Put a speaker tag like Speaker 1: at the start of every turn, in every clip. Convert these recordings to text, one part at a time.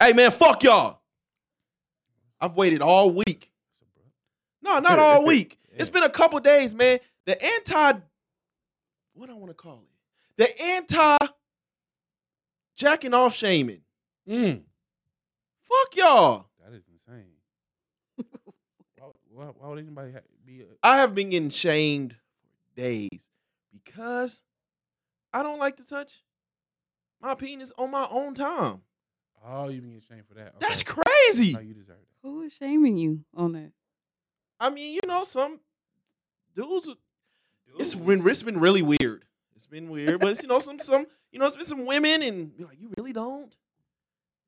Speaker 1: Hey man, fuck y'all. I've waited all week. No, not all week. It's been a couple days, man. The anti what I want to call it. The anti jacking off shaming.
Speaker 2: Mm.
Speaker 1: Fuck y'all.
Speaker 2: That is insane. why, why, why would anybody ha- be? A,
Speaker 1: I have been getting shamed for days because I don't like to touch my penis on my own time.
Speaker 2: oh, you been getting shamed for that? Okay.
Speaker 1: That's crazy.
Speaker 2: No, you deserve that.
Speaker 3: Who is shaming you on that?
Speaker 1: I mean, you know, some dudes. It's been it's been really weird. It's been weird, but it's, you know, some some you know, it's been some women and be like, you really don't.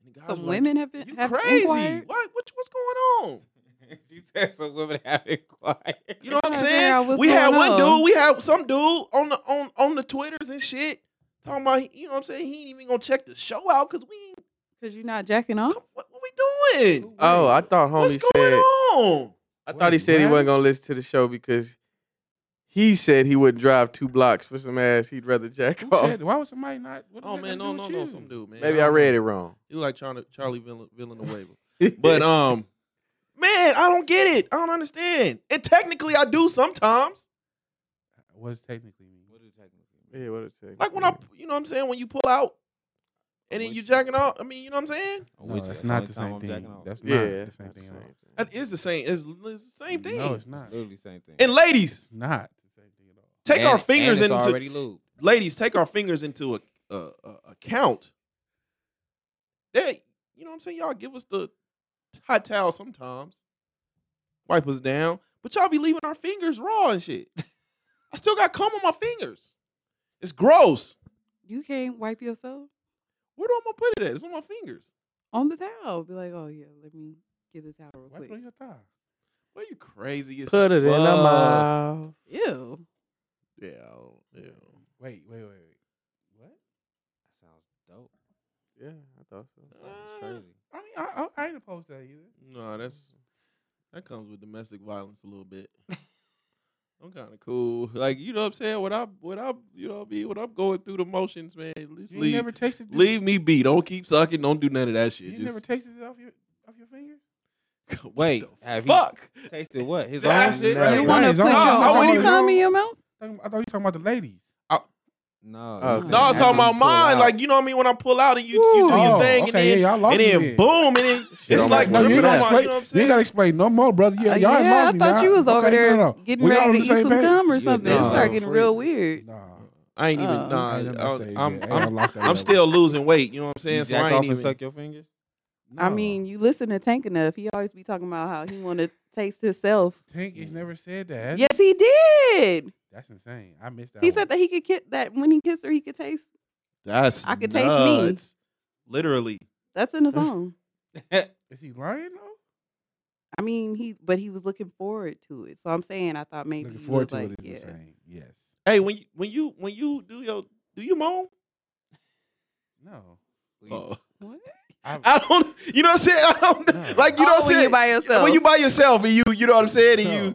Speaker 1: And the guys
Speaker 3: Some
Speaker 1: were like,
Speaker 3: women have been
Speaker 1: You
Speaker 3: have
Speaker 1: crazy?
Speaker 3: inquired?
Speaker 1: What, what what's going on?
Speaker 4: she said some women have it quiet.
Speaker 1: You know what I'm
Speaker 3: Trying to figure out
Speaker 1: saying?
Speaker 3: what's
Speaker 1: We had
Speaker 3: going
Speaker 1: one
Speaker 3: on.
Speaker 1: dude. We had some dude on the on on the twitters and shit talking about you know what I'm saying. He ain't even gonna check the show out because we ain't-
Speaker 3: Cause you're not jacking off.
Speaker 1: come- what, what we doing?
Speaker 2: Who
Speaker 4: Oh,
Speaker 2: were
Speaker 4: I
Speaker 2: you?
Speaker 4: thought
Speaker 1: What's
Speaker 4: homie
Speaker 1: going
Speaker 4: said.
Speaker 1: on?
Speaker 4: I thought he said he
Speaker 2: What?
Speaker 4: wasn't gonna listen to the show because he said he wouldn't drive two blocks for some ass. He'd rather jack
Speaker 2: Who
Speaker 4: off.
Speaker 2: said- why would somebody not? What
Speaker 1: Oh man, no no no, some dude man.
Speaker 4: Maybe I
Speaker 1: don't
Speaker 4: read
Speaker 1: know.
Speaker 4: it wrong.
Speaker 1: You like Charlie Charlie Villan- Villanueva. But um, man, I don't get it. I don't understand. And technically, I do sometimes.
Speaker 2: What's Uh, technically mean?
Speaker 4: yeah, what it take?
Speaker 1: Like when I, you know, what I'm saying when you pull out, and then you jacking off. I mean, you know what I'm saying?
Speaker 2: No, that's not the same thing. That's
Speaker 4: yeah,
Speaker 2: not the
Speaker 4: it's
Speaker 2: same
Speaker 4: not the
Speaker 2: thing. at all.
Speaker 4: same
Speaker 1: That
Speaker 4: thing.
Speaker 1: is the same. It's, it's the same thing.
Speaker 2: No, it's not.
Speaker 5: literally same thing.
Speaker 1: and ladies,
Speaker 2: It's not the same thing at all.
Speaker 1: take
Speaker 5: And-
Speaker 1: our fingers
Speaker 5: and it's
Speaker 1: into
Speaker 5: already lubed.
Speaker 1: ladies. Take our fingers into a, a, a, a count. That you know what I'm saying. Y'all give us the hot towel sometimes. Wipe us down, but y'all be leaving our fingers raw and shit. I still got cum on my fingers. It's gross.
Speaker 3: You can't wipe yourself
Speaker 1: Where do I gonna put it at? It's on my fingers.
Speaker 3: on the towel. Be like, oh yeah, let me get the towel real
Speaker 2: Why
Speaker 3: quick.
Speaker 2: put your thigh?
Speaker 1: Well, you crazy as
Speaker 4: Put it in her
Speaker 1: fuck.
Speaker 4: mouth.
Speaker 3: Ew.
Speaker 1: Yeah, I don't- yeah.
Speaker 2: Wait, wait, wait, wait. What?
Speaker 5: That sounds dope.
Speaker 4: Yeah, I thought so.
Speaker 5: That sounds
Speaker 1: Uh,
Speaker 5: crazy.
Speaker 2: I mean, I, I, I ain't opposed to that either.
Speaker 1: No, that's that comes with domestic violence a little bit. I'm kind of cool, like you know what I'm saying. What I what I you know what I mean. What I'm going through the motions, man. Just
Speaker 2: You ain't
Speaker 1: leave
Speaker 2: never tasted.
Speaker 1: leave me be. Don't keep sucking. Don't do none of that shit.
Speaker 2: You never
Speaker 1: Just
Speaker 2: tasted it off your off your finger.
Speaker 1: What
Speaker 5: Wait,
Speaker 1: the
Speaker 5: have you
Speaker 1: fuck.
Speaker 5: tasted what? His
Speaker 1: That
Speaker 5: own?
Speaker 1: shit
Speaker 5: no.
Speaker 1: right
Speaker 3: You
Speaker 1: Right.
Speaker 3: want to
Speaker 2: Right.
Speaker 3: put
Speaker 2: No,
Speaker 3: your
Speaker 2: I
Speaker 1: wouldn't
Speaker 3: own
Speaker 1: even-
Speaker 3: cum in your mouth?
Speaker 2: Talking- I thought you were talking about the ladies.
Speaker 5: No,
Speaker 4: Oh,
Speaker 5: you
Speaker 4: okay.
Speaker 5: said
Speaker 1: No, it's
Speaker 5: after
Speaker 1: all my
Speaker 5: you pull
Speaker 1: mind.
Speaker 5: out.
Speaker 1: Like you know what I mean. When I pull out and you you do your
Speaker 2: Oh,
Speaker 1: thing, and
Speaker 2: okay,
Speaker 1: then
Speaker 2: yeah, y'all lost
Speaker 1: and
Speaker 2: me
Speaker 1: then
Speaker 2: then.
Speaker 1: boom, and then
Speaker 4: Shit,
Speaker 1: it's like
Speaker 4: I'm like, no, you
Speaker 1: dripping
Speaker 2: gotta
Speaker 1: on my. You know what I'm
Speaker 2: explain, you ain't gotta
Speaker 1: saying?
Speaker 2: explain no more, brother. Yeah,
Speaker 3: Uh,
Speaker 2: y'all ain't
Speaker 3: yeah, I
Speaker 2: lost me
Speaker 3: thought
Speaker 2: now.
Speaker 3: you was over
Speaker 2: Okay, no,
Speaker 3: there
Speaker 2: no.
Speaker 3: getting
Speaker 2: We all on
Speaker 3: ready to
Speaker 2: the
Speaker 3: eat
Speaker 2: same
Speaker 3: some
Speaker 2: page.
Speaker 3: cum or
Speaker 5: You
Speaker 3: something. it
Speaker 1: nah,
Speaker 3: started
Speaker 1: I'm
Speaker 3: getting
Speaker 5: free.
Speaker 3: real weird.
Speaker 2: Nah,
Speaker 1: I ain't even.
Speaker 3: Oh.
Speaker 1: Nah,
Speaker 2: I
Speaker 1: I
Speaker 2: ain't on that
Speaker 1: don't-
Speaker 2: stage
Speaker 1: Uh, I'm
Speaker 2: yet. I ain't
Speaker 1: I'm
Speaker 2: lost that
Speaker 1: I'm
Speaker 2: level.
Speaker 1: still losing weight. You know what I'm saying?
Speaker 5: You
Speaker 1: So I
Speaker 5: jack off
Speaker 1: ain't
Speaker 5: and
Speaker 1: even.
Speaker 5: suck your fingers.
Speaker 3: I
Speaker 2: No.
Speaker 3: mean, you listen to Tank enough. He always be talking about how he want to taste himself.
Speaker 2: Tank has never said that. has he?
Speaker 3: Yes, he did.
Speaker 2: that's insane. I missed that.
Speaker 3: He
Speaker 2: one.
Speaker 3: said that he could kiss that when he kissed her, he could taste.
Speaker 1: That's
Speaker 3: I could taste me.
Speaker 1: nuts. Literally.
Speaker 3: That's in the song.
Speaker 2: Is he lying though?
Speaker 3: I mean, he but he was looking forward to it. So I'm saying I thought maybe
Speaker 2: Looking
Speaker 3: he was
Speaker 2: forward to
Speaker 3: like,
Speaker 2: it
Speaker 3: yeah.
Speaker 2: is insane. Yes.
Speaker 1: Hey, when you when you when you do your do you moan?
Speaker 2: No.
Speaker 1: Oh.
Speaker 3: What?
Speaker 2: I've-
Speaker 1: I don't. You know what I'm saying? I don't
Speaker 2: No.
Speaker 1: like. You know
Speaker 3: oh,
Speaker 1: what I'm
Speaker 3: when
Speaker 1: saying?
Speaker 3: you by yourself.
Speaker 1: when you by yourself and you you know what I'm saying and you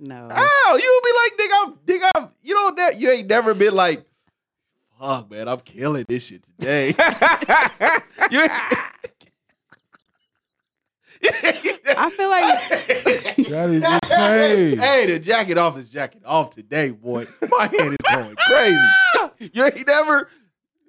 Speaker 2: No.
Speaker 3: no.
Speaker 1: ow you be like nigga I'm, nigga I'm, you don't ne- you ain't never been like fuck man I'm killing this shit today. you
Speaker 3: I feel like
Speaker 2: That is insane.
Speaker 1: Hey, the jacket off is jacket off today, boy. My hand is going crazy. You ain't never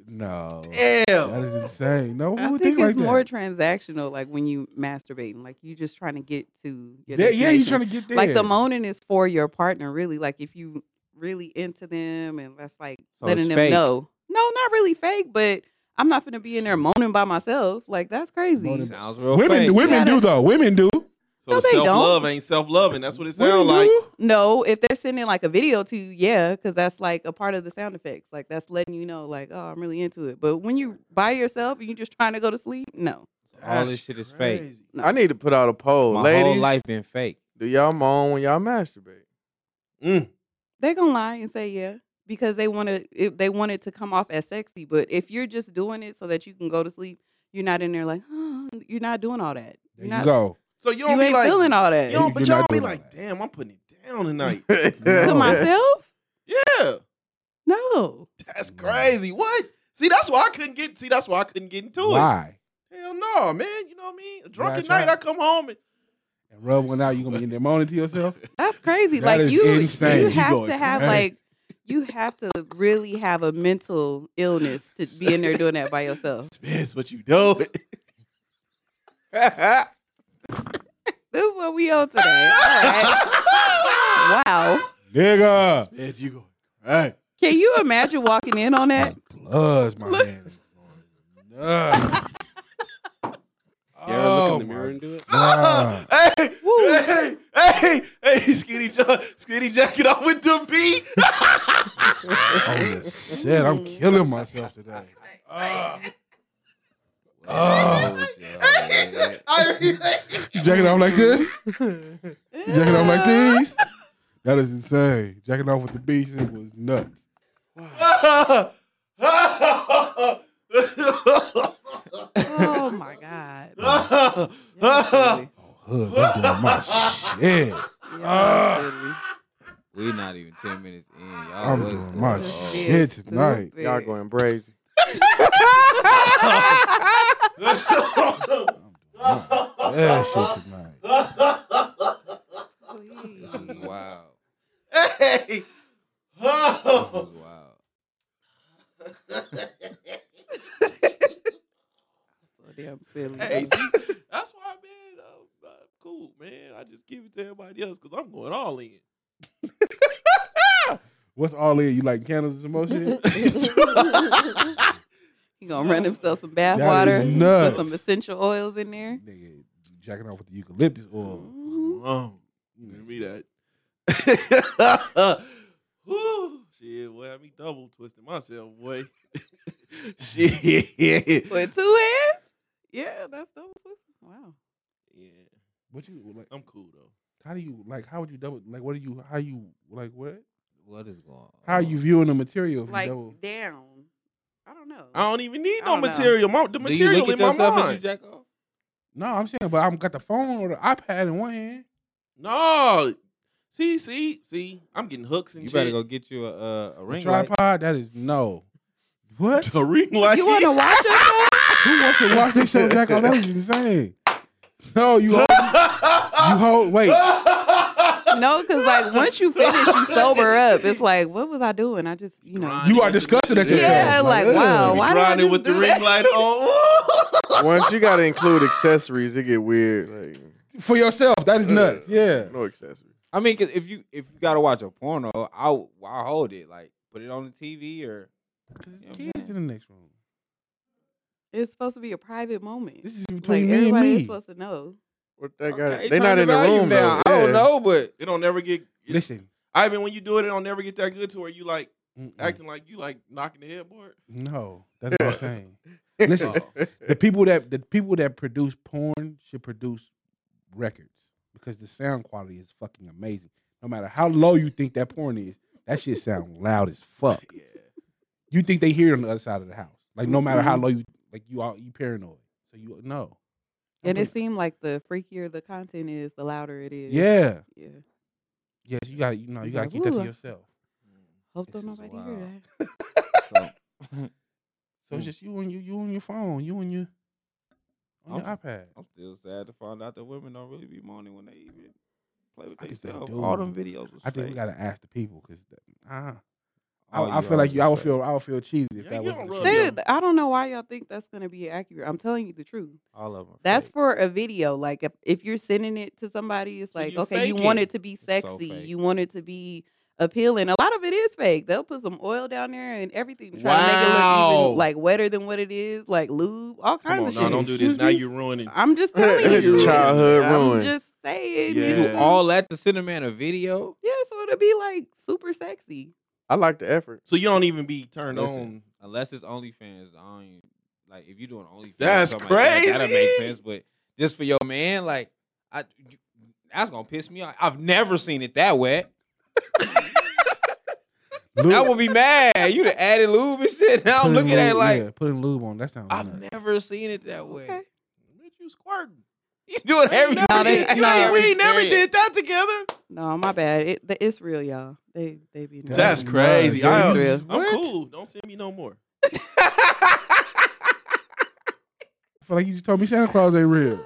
Speaker 2: No. That
Speaker 1: damn.
Speaker 2: is insane. No,
Speaker 3: I
Speaker 2: who would
Speaker 3: think
Speaker 2: think, like
Speaker 3: it's
Speaker 2: that?
Speaker 3: more transactional, like when you masturbating, like you just trying to get to. Your
Speaker 2: That- yeah, you
Speaker 3: destination.
Speaker 2: trying to get there.
Speaker 3: Like the moaning is for your partner, really. Like if you really into them, and that's like
Speaker 5: So
Speaker 3: letting
Speaker 5: it's
Speaker 3: them
Speaker 5: fake.
Speaker 3: know. No, not really fake, but I'm not gonna be in there moaning by myself. Like that's crazy.
Speaker 2: Moaning by-
Speaker 5: Sounds real
Speaker 2: Women,
Speaker 5: fake.
Speaker 2: women do
Speaker 3: gotta-
Speaker 2: though. Women do.
Speaker 1: So
Speaker 3: No, they
Speaker 1: self
Speaker 3: don't.
Speaker 1: love ain't self loving. That's what it
Speaker 2: Women
Speaker 1: sounds like.
Speaker 2: do.
Speaker 3: No, if they're sending like a video to you, yeah, because that's like a part of the sound effects. Like that's letting you know, like, oh, I'm really into it. But when you by yourself and you just trying to go to sleep, no.
Speaker 5: All this
Speaker 1: That's
Speaker 5: shit is fake.
Speaker 1: crazy.
Speaker 4: I need to put out a poll,
Speaker 5: My
Speaker 4: ladies.
Speaker 5: whole life been fake.
Speaker 4: Do y'all moan when y'all masturbate?
Speaker 1: Mm.
Speaker 3: They're gonna lie and say yeah. Because they want to, they want it to come off as sexy. But if you're just doing it so that you can go to sleep, you're not in there like, oh, you're not doing all that.
Speaker 2: There
Speaker 3: You're
Speaker 2: you
Speaker 3: not,
Speaker 2: go.
Speaker 1: So you
Speaker 3: you
Speaker 1: don't be
Speaker 3: ain't
Speaker 1: like
Speaker 3: feeling all that.
Speaker 1: you don't, but
Speaker 2: You're
Speaker 1: y'all
Speaker 2: not
Speaker 1: be
Speaker 2: doing
Speaker 1: like,
Speaker 2: that.
Speaker 1: damn, I'm putting it down tonight.
Speaker 3: to myself,
Speaker 1: yeah.
Speaker 3: no.
Speaker 1: That's crazy. What? See, that's why I couldn't get. See, that's why I couldn't get into it.
Speaker 2: Why?
Speaker 1: Hell no, man. You know what I mean? A drunken
Speaker 2: try.
Speaker 1: night, I come home and
Speaker 2: and rub one out, you gonna be in there moaning to yourself.
Speaker 3: That's crazy.
Speaker 2: That
Speaker 3: like
Speaker 2: is
Speaker 3: you,
Speaker 2: insane.
Speaker 3: you
Speaker 2: You
Speaker 3: have
Speaker 6: going
Speaker 3: to have like
Speaker 6: crazy.
Speaker 3: you have to really have a mental illness to be in there doing that by yourself.
Speaker 6: That's what you do.
Speaker 3: This is what we owe today. All right. Wow.
Speaker 2: Nigga.
Speaker 6: That's you going. Hey,
Speaker 3: Can you imagine walking in on that?
Speaker 2: Blood, my man. Yeah,
Speaker 1: you ever look in the
Speaker 3: Oh
Speaker 1: mirror and do
Speaker 2: Oh,
Speaker 1: it.
Speaker 2: Nah.
Speaker 6: hey,
Speaker 3: Woo.
Speaker 6: hey, hey, hey, skinny, jo- skinny jacket off with the beat.
Speaker 2: Oh shit, I'm killing myself today.
Speaker 5: Well,
Speaker 6: Hey, I relate.
Speaker 2: You jacking off like this? You jacking off like this? That is insane. Jacking off with the beach, it was nuts.
Speaker 3: Oh my god.
Speaker 2: Oh, hood, that's doing my shit. Uh.
Speaker 5: we not even ten minutes in. Y'all
Speaker 2: I'm
Speaker 5: what is
Speaker 2: doing my
Speaker 5: going on?
Speaker 2: shit tonight.
Speaker 4: Y'all going crazy.
Speaker 2: That shit tonight.
Speaker 5: This is wild.
Speaker 6: hey,
Speaker 5: This is
Speaker 6: oh.
Speaker 5: wild.
Speaker 3: damn silly.
Speaker 1: Hey, see, that's why, man. I'm, I'm cool, man. I just give it to everybody else because I'm going all in.
Speaker 2: What's all in? You like candles and some more shit?
Speaker 3: He gonna run himself some bath
Speaker 2: That
Speaker 3: water,
Speaker 2: is
Speaker 3: put
Speaker 2: nuts.
Speaker 3: some essential oils in there.
Speaker 2: Nigga, jacking off with the eucalyptus oil.
Speaker 3: Mhm.
Speaker 1: Um, give me that. Whew, shit, boy, had me double twisting myself, boy. shit.
Speaker 3: With two hands? Yeah, that's double twist. Wow.
Speaker 1: Yeah,
Speaker 2: What you like?
Speaker 1: I'm cool though.
Speaker 2: How do you like? How would you double? Like, what do you? How you like? What?
Speaker 5: What is going on?
Speaker 2: How you viewing the material? If you double?
Speaker 3: Mm-hmm. Like down. I don't know.
Speaker 1: I don't even need no
Speaker 3: I don't know.
Speaker 1: material. My, the
Speaker 5: Do you
Speaker 1: material
Speaker 5: look at
Speaker 1: in my
Speaker 5: yourself as you
Speaker 1: mind.
Speaker 5: jack off?
Speaker 2: No, I'm saying, but I'm got the phone or the iPad in one hand.
Speaker 1: no, see, see, see. I'm getting hooks and
Speaker 5: You
Speaker 1: shit.
Speaker 5: better go get you a, uh, a, a
Speaker 2: A
Speaker 5: ring light.
Speaker 2: tripod. That is no. What?
Speaker 1: The ring light.
Speaker 3: You wanna watch yourself?
Speaker 2: Who wants to watch this show, Jack? Oh, that is insane. No, you hold. you hold. Wait.
Speaker 3: No, because like once you finish, you sober up. It's like, what was I doing? I just, you know.
Speaker 2: You are disgusting at yourself.
Speaker 3: Yeah, like,
Speaker 2: ugh.
Speaker 3: wow, why- do I
Speaker 1: grinding
Speaker 3: just
Speaker 1: with the
Speaker 3: do
Speaker 1: ring
Speaker 3: that?
Speaker 1: light on.
Speaker 4: Once you gotta include accessories, it get weird. Like uh,
Speaker 2: For yourself, that is nuts. Yeah.
Speaker 4: no accessories.
Speaker 5: I mean, 'cause if you if you gotta watch a porno, I'll I'll hold it. Like put it on the TV or
Speaker 2: Cause it's
Speaker 5: You know what I'm
Speaker 2: kids in the next room.
Speaker 3: It's supposed to be a private moment.
Speaker 2: This is between me
Speaker 3: Like
Speaker 2: and
Speaker 3: everybody is
Speaker 2: me.
Speaker 3: supposed to know.
Speaker 4: What they
Speaker 5: Okay,
Speaker 4: got? They
Speaker 5: turn
Speaker 4: not in the
Speaker 5: volume
Speaker 4: room
Speaker 5: down.
Speaker 4: though.
Speaker 5: I don't
Speaker 4: Yeah.
Speaker 5: know, but
Speaker 1: It don't never get. It,
Speaker 2: Listen.
Speaker 1: Ivan, when you do it, it don't never get that good to where you like
Speaker 2: Mm-mm.
Speaker 1: acting like you like knocking the headboard.
Speaker 2: No, that's what I'm saying. Listen, the people that the people that produce porn should produce records because the sound quality is fucking amazing. No matter how low you think that porn is, that shit sound loud as fuck.
Speaker 1: Yeah.
Speaker 2: You think they hear it on the other side of the house? Like no matter
Speaker 5: Mm-hmm.
Speaker 2: how low you like you are, you paranoid. So you no.
Speaker 3: And it
Speaker 2: it's
Speaker 3: seemed like the freakier the content is, the louder it is.
Speaker 2: yeah,
Speaker 3: Yeah.
Speaker 2: yes. You got to you know you got to
Speaker 3: Like,
Speaker 2: keep that
Speaker 3: ooh.
Speaker 2: to yourself.
Speaker 3: Hope don't
Speaker 5: This is
Speaker 3: nobody hear
Speaker 5: wild.
Speaker 3: that.
Speaker 5: so
Speaker 2: So it's
Speaker 5: Mm.
Speaker 2: just you and you you on your phone, you and your on your
Speaker 5: I'm-
Speaker 2: iPad.
Speaker 5: I'm still sad to find out that women don't really be moaning when they even play with
Speaker 2: I think they
Speaker 5: themselves.
Speaker 2: do.
Speaker 5: All them videos was
Speaker 2: I think we
Speaker 5: fake. Uh-huh.
Speaker 2: gotta ask the people because uh,
Speaker 5: All
Speaker 2: I, I
Speaker 5: you
Speaker 2: feel like
Speaker 5: hoes
Speaker 2: you, I would
Speaker 5: was fake.
Speaker 2: feel I would feel cheated if
Speaker 1: Yeah, you
Speaker 2: that was
Speaker 1: don't
Speaker 2: the
Speaker 1: rub
Speaker 2: truth.
Speaker 1: your-
Speaker 3: They- I don't know why y'all think that's gonna be accurate. I'm telling you the truth.
Speaker 5: all of them.
Speaker 3: That's for a video. Like if, if you're sending it to somebody, it's
Speaker 1: So
Speaker 3: like,
Speaker 1: you
Speaker 3: okay, you
Speaker 1: fake
Speaker 3: want
Speaker 1: it.
Speaker 3: it to be
Speaker 5: so
Speaker 3: sexy.
Speaker 5: fake.
Speaker 3: you want it to be appealing. A lot of it is fake. They'll put some oil down there and everything to try to make it look
Speaker 1: Wow.
Speaker 3: even like wetter than what it is, like lube, all
Speaker 1: Come
Speaker 3: kinds
Speaker 1: on,
Speaker 3: of
Speaker 1: now
Speaker 3: shit. Mm-hmm.
Speaker 1: don't do this.
Speaker 2: Excuse
Speaker 1: Now
Speaker 2: me?
Speaker 1: you're ruining.
Speaker 3: I'm just telling
Speaker 4: Nigga,
Speaker 3: you.
Speaker 4: childhood
Speaker 3: I'm
Speaker 4: ruined.
Speaker 3: just saying.
Speaker 1: Yeah.
Speaker 3: it's
Speaker 5: you
Speaker 1: You
Speaker 3: so-
Speaker 5: all at the Cinnamon a video.
Speaker 3: yeah, so it'll be like super sexy.
Speaker 4: I like the effort.
Speaker 1: So you don't even be turned
Speaker 5: Listen.
Speaker 1: on.
Speaker 5: Unless it's OnlyFans, I don't even, like if you're doing OnlyFans. or
Speaker 1: That's
Speaker 5: something like that, that'll
Speaker 1: crazy.
Speaker 5: make sense, but just for your man, like I, you- that's gonna piss me off. I've never seen it that wet. I
Speaker 2: Lube-
Speaker 5: would be mad. You done added lube and shit. Now I'm
Speaker 2: putting
Speaker 5: looking at it
Speaker 2: lube-
Speaker 5: like
Speaker 2: yeah, putting lube on. That sounds.
Speaker 5: I've
Speaker 2: nuts.
Speaker 5: never seen it that way.
Speaker 3: Okay.
Speaker 1: Bitch, you squirting.
Speaker 5: You doing
Speaker 1: I ain't
Speaker 5: everything?
Speaker 1: never
Speaker 3: No, they-
Speaker 1: did- you
Speaker 3: no.
Speaker 1: ain't- we ain't never
Speaker 5: Experience.
Speaker 1: did that together.
Speaker 3: No, my bad. It, th- it's real, y'all. They they be nice.
Speaker 1: That's
Speaker 2: nuts.
Speaker 1: crazy.
Speaker 2: Yeah,
Speaker 1: I-
Speaker 2: you just-
Speaker 3: I'm
Speaker 1: I'm
Speaker 2: what?
Speaker 1: cool. Don't send me no more.
Speaker 2: I feel like you just told me Santa Claus ain't real.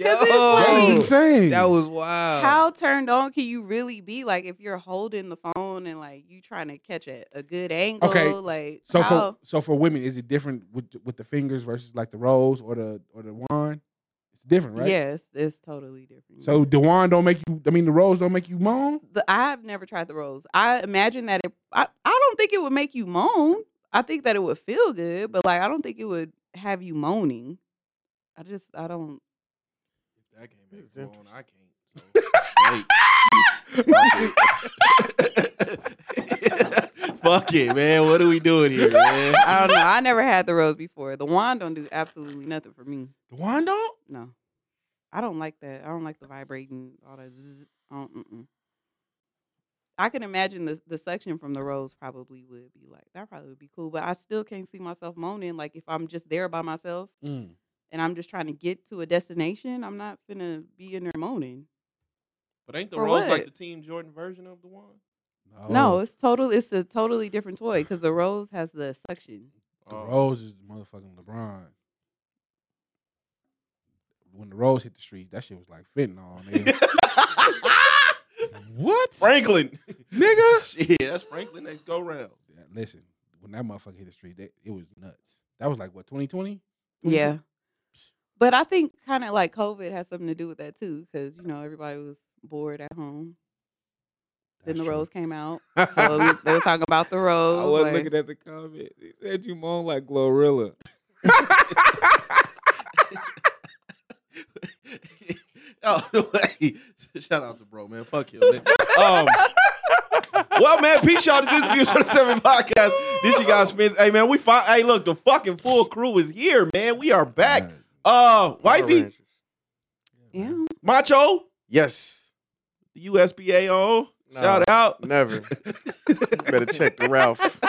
Speaker 2: That was
Speaker 3: Yo.
Speaker 2: insane.
Speaker 5: Oh, that was
Speaker 2: Oh.
Speaker 5: wild.
Speaker 3: How turned on can you really be? Like if you're holding the phone and like you trying to catch a, a good angle,
Speaker 2: Okay,
Speaker 3: like
Speaker 2: so
Speaker 3: how?
Speaker 2: for so for women, is it different with with the fingers versus like the rose or the or the wand? It's different, right?
Speaker 3: yes, it's totally different.
Speaker 2: So the wand don't make you. I mean, the rose don't make you moan.
Speaker 3: the, I've never tried the rose. I imagine that it. I, I don't think it would make you moan. I think that it would feel good, but like I don't think it would have you moaning. I just I don't.
Speaker 1: That can't
Speaker 4: This is
Speaker 1: make it
Speaker 4: interesting.
Speaker 1: on. I can't. so, Fuck it. Fuck it, man. What are we doing here, man?
Speaker 3: I don't know. I never had the rose before. The wand don't do absolutely nothing for me.
Speaker 2: The wand don't.
Speaker 3: No, I don't like that. I don't like the vibrating all that. Zzz, I, don't, mm-mm. I can imagine the the suction from the rose probably would be like that. Probably would be cool, but I still can't see myself moaning. Like if I'm just there by myself.
Speaker 2: Mm.
Speaker 3: and I'm just trying to get to a destination, I'm not gonna be in there moaning.
Speaker 1: But ain't the
Speaker 3: For
Speaker 1: rose
Speaker 3: what?
Speaker 1: like the Team Jordan version of the one?
Speaker 3: No,
Speaker 2: Oh.
Speaker 3: it's total. It's a totally different toy because the rose has the suction.
Speaker 2: The Rose is motherfucking LeBron. When the Rose hit the streets, that shit was like fentanyl. Nigga. what,
Speaker 1: Franklin.
Speaker 2: nigga?
Speaker 1: Shit, that's Franklin next go round.
Speaker 2: Yeah, Listen, when that motherfucker hit the street, that, it was nuts. That was like what 2020.
Speaker 3: Yeah, but I think kind of like COVID has something to do with that too, because you know everybody was bored at home. Then the rose came out, so it was- they were talking about the rose.
Speaker 5: I was
Speaker 3: like-
Speaker 5: looking at the comment. They said you moan like Glorilla.
Speaker 1: oh, no way. Shout out to bro, man. Fuck him, man. Um, well, man, peace y'all. This is the Views from the Seven podcast. This you guys, Spence. Hey, man, we fi- Hey, look, the fucking full crew is here, man. We are back. Uh, wifey,
Speaker 3: yeah,
Speaker 1: macho,
Speaker 4: Yes.
Speaker 1: the USPA on.
Speaker 4: No.
Speaker 1: Shout out.
Speaker 4: Never. Better check the Ralph.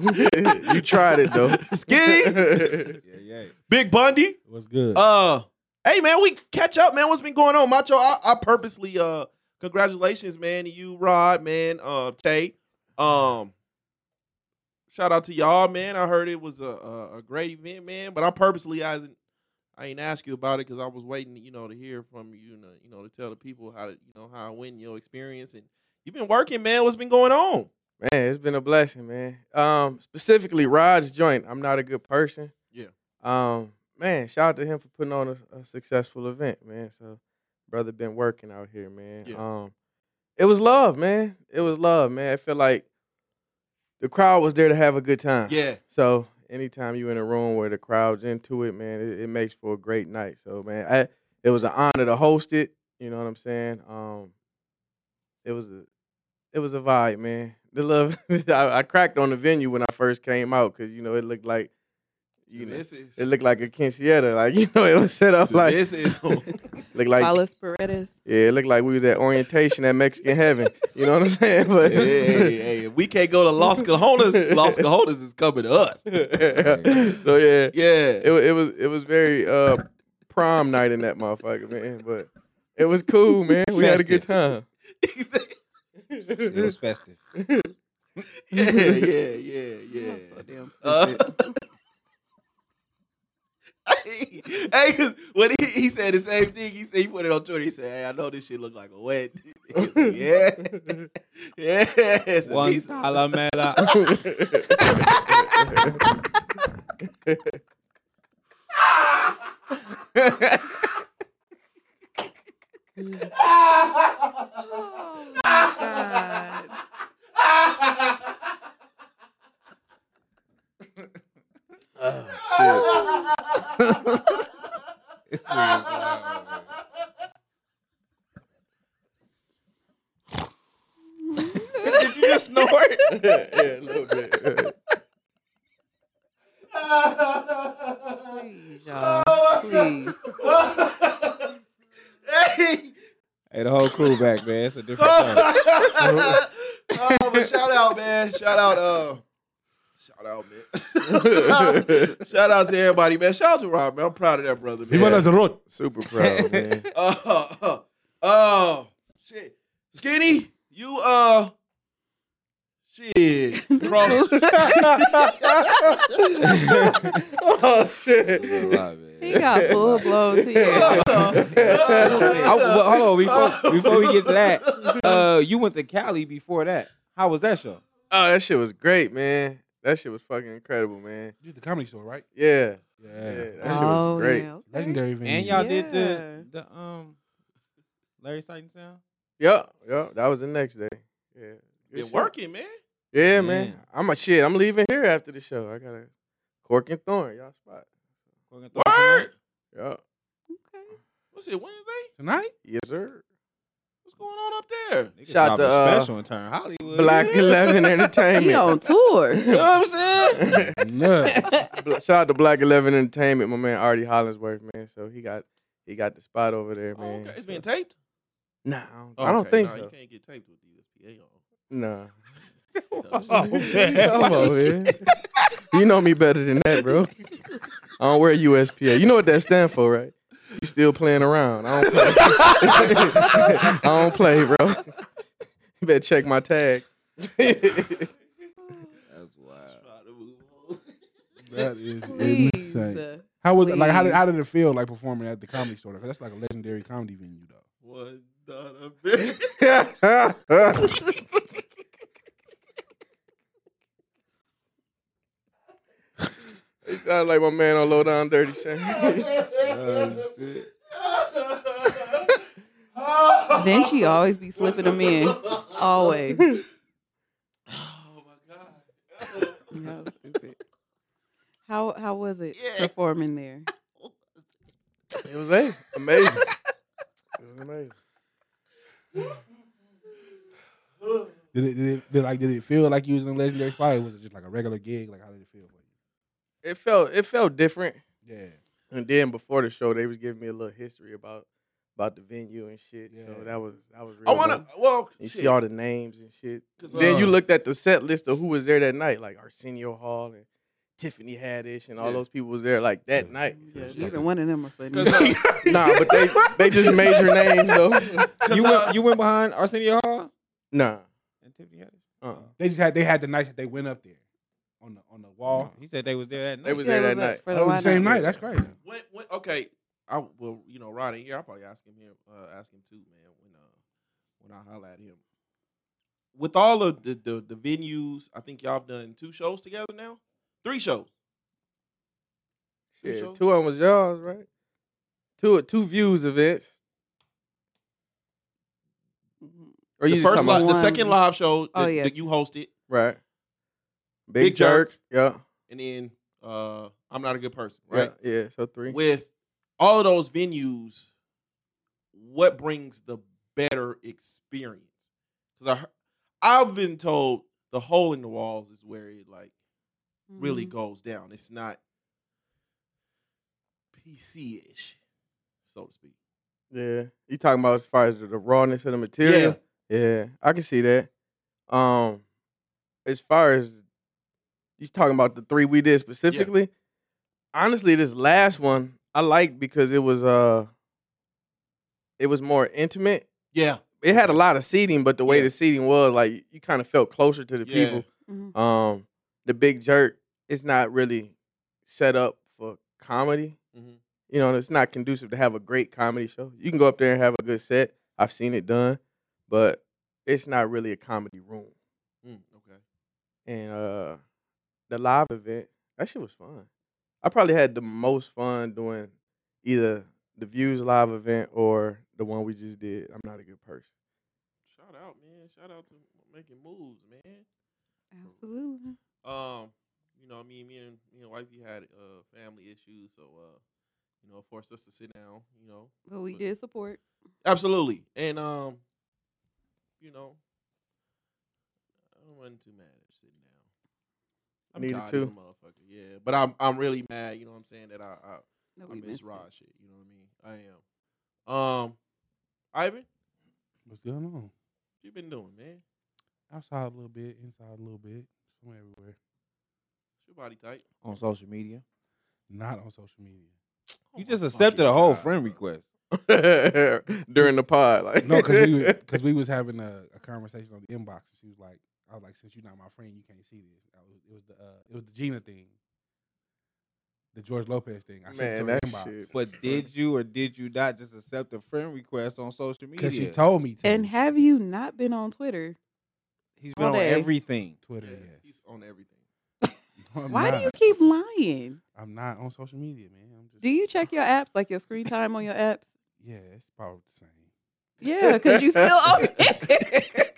Speaker 4: you tried it though.
Speaker 1: Skinny,
Speaker 5: Yeah, yeah.
Speaker 1: Big Bundy.
Speaker 2: It was good.
Speaker 1: Uh, hey man, we catch up, man. What's been going on, Macho? I, I purposely uh, congratulations, man, to you, Rod, man, uh, Tay. Um, shout out to y'all, man. I heard it was a a, a great event, man. But I purposely I didn't I ain't ask you about it because I was waiting, you know, to hear from you, and, uh, you know, to tell the people how to, you know, how I win your experience. And you've been working, man. What's been going on?
Speaker 4: Man, it's been a blessing, man. Um, specifically Rod's joint. I'm not a good person.
Speaker 1: Yeah.
Speaker 4: Um, man, shout out to him for putting on a, a successful event, man. So, brother, been working out here, man.
Speaker 1: Yeah.
Speaker 4: Um, it was love, man. It was love, man. I feel like the crowd was there to have a good time.
Speaker 1: Yeah,
Speaker 4: So anytime you in a room where the crowd's into it, man, it, it makes for a great night. So man, I, it was an honor to host it. You know what I'm saying? Um, it was a, it was a vibe, man. The love, I, I cracked on the venue when I first came out because you know it looked like, you know, it looked like a quinceanera, like you know it was set up like
Speaker 1: this is
Speaker 4: looked like
Speaker 3: Carlos Paredes.
Speaker 4: yeah, it looked like we was at orientation at Mexican Heaven. You know what I'm saying? But
Speaker 1: hey, hey, hey, if we can't go to Los Cajones, Los Cajones is coming to us.
Speaker 4: so yeah,
Speaker 1: Yeah.
Speaker 4: it, wa- it was it was very uh prom night in that motherfucker, man. But it was cool, man. We had a good time.
Speaker 5: It was festive.
Speaker 1: yeah, yeah, yeah, yeah.
Speaker 3: I'm so damn
Speaker 1: Uh,
Speaker 3: stupid.
Speaker 1: hey, hey, 'cause when he, he said the same thing, he said he put it on Twitter. He said, "Hey, I know this shit look like a wet." yeah, yeah. It's a
Speaker 5: One
Speaker 1: piece of-
Speaker 5: calamela.
Speaker 3: oh my god.
Speaker 5: This thing is wild, man.
Speaker 4: Did you just snort? yeah, a little bit.
Speaker 3: Please, y'all. Please.
Speaker 1: hey.
Speaker 5: Hey, the whole crew back, man. It's a different show.
Speaker 1: oh, but shout out, man. Shout out, uh, shout out, man. shout out to everybody, man. Shout out to Rob, man. I'm proud of that brother, man.
Speaker 2: Viva la Zarot.
Speaker 4: Super proud, man.
Speaker 1: Oh, oh, oh, shit. Skinny, you uh Shit. Cross.
Speaker 4: oh shit.
Speaker 3: He got full blown tears.
Speaker 5: I, well, hold on before, before we get to that. Uh, you went to Cali before that. How was that show?
Speaker 4: Oh, that shit was great, man. That shit was fucking incredible, man.
Speaker 2: You at the comedy store, right?
Speaker 4: Yeah.
Speaker 2: Yeah.
Speaker 4: Yeah. That shit was
Speaker 3: Oh,
Speaker 4: great.
Speaker 3: yeah, okay.
Speaker 2: Legendary venue.
Speaker 5: And y'all did
Speaker 3: Yeah.
Speaker 5: the the um Larry Sighton sound.
Speaker 4: Yup, yup. That was the next day. Yeah. Good
Speaker 1: Been
Speaker 4: shit.
Speaker 1: working, man.
Speaker 4: Yeah, man.
Speaker 5: Man.
Speaker 4: I'm a shit. I'm leaving here after the show. I gotta Cork and Thorn, y'all spot.
Speaker 5: Word.
Speaker 1: Word.
Speaker 4: Yup.
Speaker 1: What's it, Wednesday?
Speaker 2: tonight.
Speaker 4: Yes, sir.
Speaker 1: What's going on up there?
Speaker 4: Shout
Speaker 5: the
Speaker 4: to, uh,
Speaker 5: special in turn Hollywood.
Speaker 4: Black Eleven
Speaker 3: He on
Speaker 4: Entertainment.
Speaker 5: You know
Speaker 3: tour.
Speaker 5: what I'm saying?
Speaker 2: Nuts.
Speaker 4: Bla- Shout out to Black Eleven Entertainment, my man Artie Hollinsworth, man. So he got he got the spot over there,
Speaker 1: Oh,
Speaker 4: man.
Speaker 1: okay. It's being
Speaker 4: So-
Speaker 1: taped?
Speaker 4: Nah, I don't, I don't
Speaker 1: Okay,
Speaker 4: think
Speaker 1: nah, You
Speaker 4: so.
Speaker 1: can't get taped with USPA on.
Speaker 4: Nah.
Speaker 1: Oh,
Speaker 4: Come on, man. You know me better than that, bro. I don't wear USPA. You know what that stand for, right? You still playing around. I don't play. I don't play, bro. You better check my tag.
Speaker 5: That's wild.
Speaker 2: that is
Speaker 3: Please.
Speaker 2: insane.
Speaker 3: Uh,
Speaker 2: How was like? How did
Speaker 3: Please.
Speaker 2: how did it feel like performing at the comedy store? 'Cause that's like a legendary comedy venue though.
Speaker 1: One dollar bill.
Speaker 4: It sounds like my man on Low Down Dirty Shame.
Speaker 5: Oh, shit.
Speaker 3: Then she always be slipping them in. Always.
Speaker 1: Oh my god.
Speaker 3: How stupid. How how was it
Speaker 1: Yeah.
Speaker 3: performing there?
Speaker 4: It was amazing. Amazing. It was amazing.
Speaker 2: Did it, did it did like did it feel like you was in a legendary spot? Or was it just like a regular gig? Like how did it feel? for
Speaker 4: It felt it felt different.
Speaker 2: you? Yeah.
Speaker 4: And then before the show, they was giving me a little history about about the venue and shit. So
Speaker 2: Yeah.
Speaker 4: that was that was.
Speaker 1: I
Speaker 4: Real
Speaker 1: wanna
Speaker 4: dope.
Speaker 1: well
Speaker 4: You
Speaker 1: shit.
Speaker 4: see all the names and shit.
Speaker 1: 'Cause,
Speaker 4: then you
Speaker 1: uh,
Speaker 4: looked at the set list of who was there that night, like Arsenio Hall and Tiffany Haddish and all
Speaker 1: Yeah.
Speaker 4: those people was there like that
Speaker 2: Yeah.
Speaker 4: night.
Speaker 3: Yeah,
Speaker 2: it's like
Speaker 3: either
Speaker 2: a-
Speaker 3: one of them are funny.
Speaker 1: 'Cause, uh,
Speaker 4: nah, but they they just major names though.
Speaker 5: You
Speaker 1: uh,
Speaker 5: went you went behind Arsenio Hall
Speaker 4: Nah.
Speaker 5: and Tiffany Haddish.
Speaker 4: Uh-uh.
Speaker 2: They just had they had the night that they went up there on the on the wall.
Speaker 5: He said they was there that night.
Speaker 4: They was
Speaker 3: Yeah,
Speaker 4: there
Speaker 3: it
Speaker 4: that
Speaker 3: was up
Speaker 4: night.
Speaker 3: for
Speaker 2: Oh, the same
Speaker 3: lineup.
Speaker 2: night. That's crazy.
Speaker 1: When, when, okay, I well, you know, Rod ain't here. I'll probably ask him here, uh, ask him too, man. When uh, when I holler at him, with all of the, the the venues, I think y'all have done two shows together now, three shows. Two
Speaker 4: Yeah,
Speaker 1: shows?
Speaker 4: two of them was yours, right? Two two views events.
Speaker 3: Mhm.
Speaker 4: Or
Speaker 1: The
Speaker 4: you just
Speaker 1: first,
Speaker 4: talking
Speaker 1: li-
Speaker 4: about-
Speaker 1: the
Speaker 3: one-
Speaker 1: second live show that,
Speaker 3: Oh, yes.
Speaker 1: that you hosted,
Speaker 4: right? Big,
Speaker 1: Big
Speaker 4: jerk.
Speaker 1: Jerk.
Speaker 4: Yeah.
Speaker 1: and then uh, I'm not a good person, right?
Speaker 4: Yeah. yeah, So three.
Speaker 1: With all of those venues, what brings the better experience? Because I, hear- I've been told the hole in the walls is where it like really
Speaker 3: Mhm.
Speaker 1: goes down. It's not PC ish, so to speak.
Speaker 4: Yeah. You talking about as far as the the rawness of the material? Yeah. I can see that. Um, as far as you talking about the three we did specifically, honestly, this last one I liked because it was uh, it was more intimate.
Speaker 1: Yeah.
Speaker 4: It had a lot of seating, but the way
Speaker 1: Yeah.
Speaker 4: the seating was, like you kind of felt closer to the
Speaker 1: Yeah.
Speaker 4: people.
Speaker 3: Mhm.
Speaker 4: Um, the big jerk is not really set up for comedy.
Speaker 1: Mhm.
Speaker 4: You know, it's not conducive to have a great comedy show. You can go up there and have a good set. I've seen it done, but it's not really a comedy room.
Speaker 1: Mm, okay.
Speaker 4: And uh the live event, that shit was fun. I probably had the most fun doing either the views live event or the one we just did. I'm not a good person.
Speaker 1: Shout out, man. Shout out to making moves, man.
Speaker 3: Mm-hmm. Absolutely.
Speaker 1: Um, you know, me, me and me and wifey had uh family issues, so uh, you know, forced us to sit down. You know,
Speaker 3: But we
Speaker 1: But-
Speaker 3: did support.
Speaker 1: absolutely, and um, you know, I wasn't too mad at sitting down. I'm
Speaker 4: Neither
Speaker 1: tired as a
Speaker 4: too.
Speaker 1: motherfucker, yeah. But I'm I'm really mad. You know what I'm saying? That I, I
Speaker 3: that
Speaker 1: I
Speaker 3: we
Speaker 1: miss
Speaker 3: missed it.
Speaker 1: Rod shit. You know what I mean? I am. Um, Ivan,
Speaker 2: What's going on?
Speaker 1: what you been doing, man?
Speaker 2: Outside a little bit, inside a little bit, from everywhere.
Speaker 1: What's your body type?
Speaker 5: on social media.
Speaker 2: Not on social media.
Speaker 5: You just accepted a whole friend request.
Speaker 4: During the pod. Like
Speaker 2: No, because we because we was having a, a conversation on the inbox, and she was like, I was like, since you're not my friend, you can't see this. I was, it was the uh, it was the Gina thing, the George Lopez thing. I sent it
Speaker 4: Man,
Speaker 2: to her
Speaker 4: that
Speaker 2: inbox
Speaker 4: shit.
Speaker 5: But did you or did you not just accept a friend request on social media?
Speaker 2: because she told me to.
Speaker 3: And have you not been on Twitter?
Speaker 5: He's been
Speaker 3: all
Speaker 5: on
Speaker 3: day.
Speaker 5: everything.
Speaker 2: Twitter.
Speaker 1: Yeah,
Speaker 2: yes.
Speaker 1: he's on everything.
Speaker 2: No, I'm
Speaker 3: Why do
Speaker 2: not.
Speaker 3: you keep lying?
Speaker 2: I'm not on social media, man. I'm just,
Speaker 3: Do you check your apps, like your screen time on your apps?
Speaker 2: Yeah, it's probably the same.
Speaker 3: Yeah, because you still on it.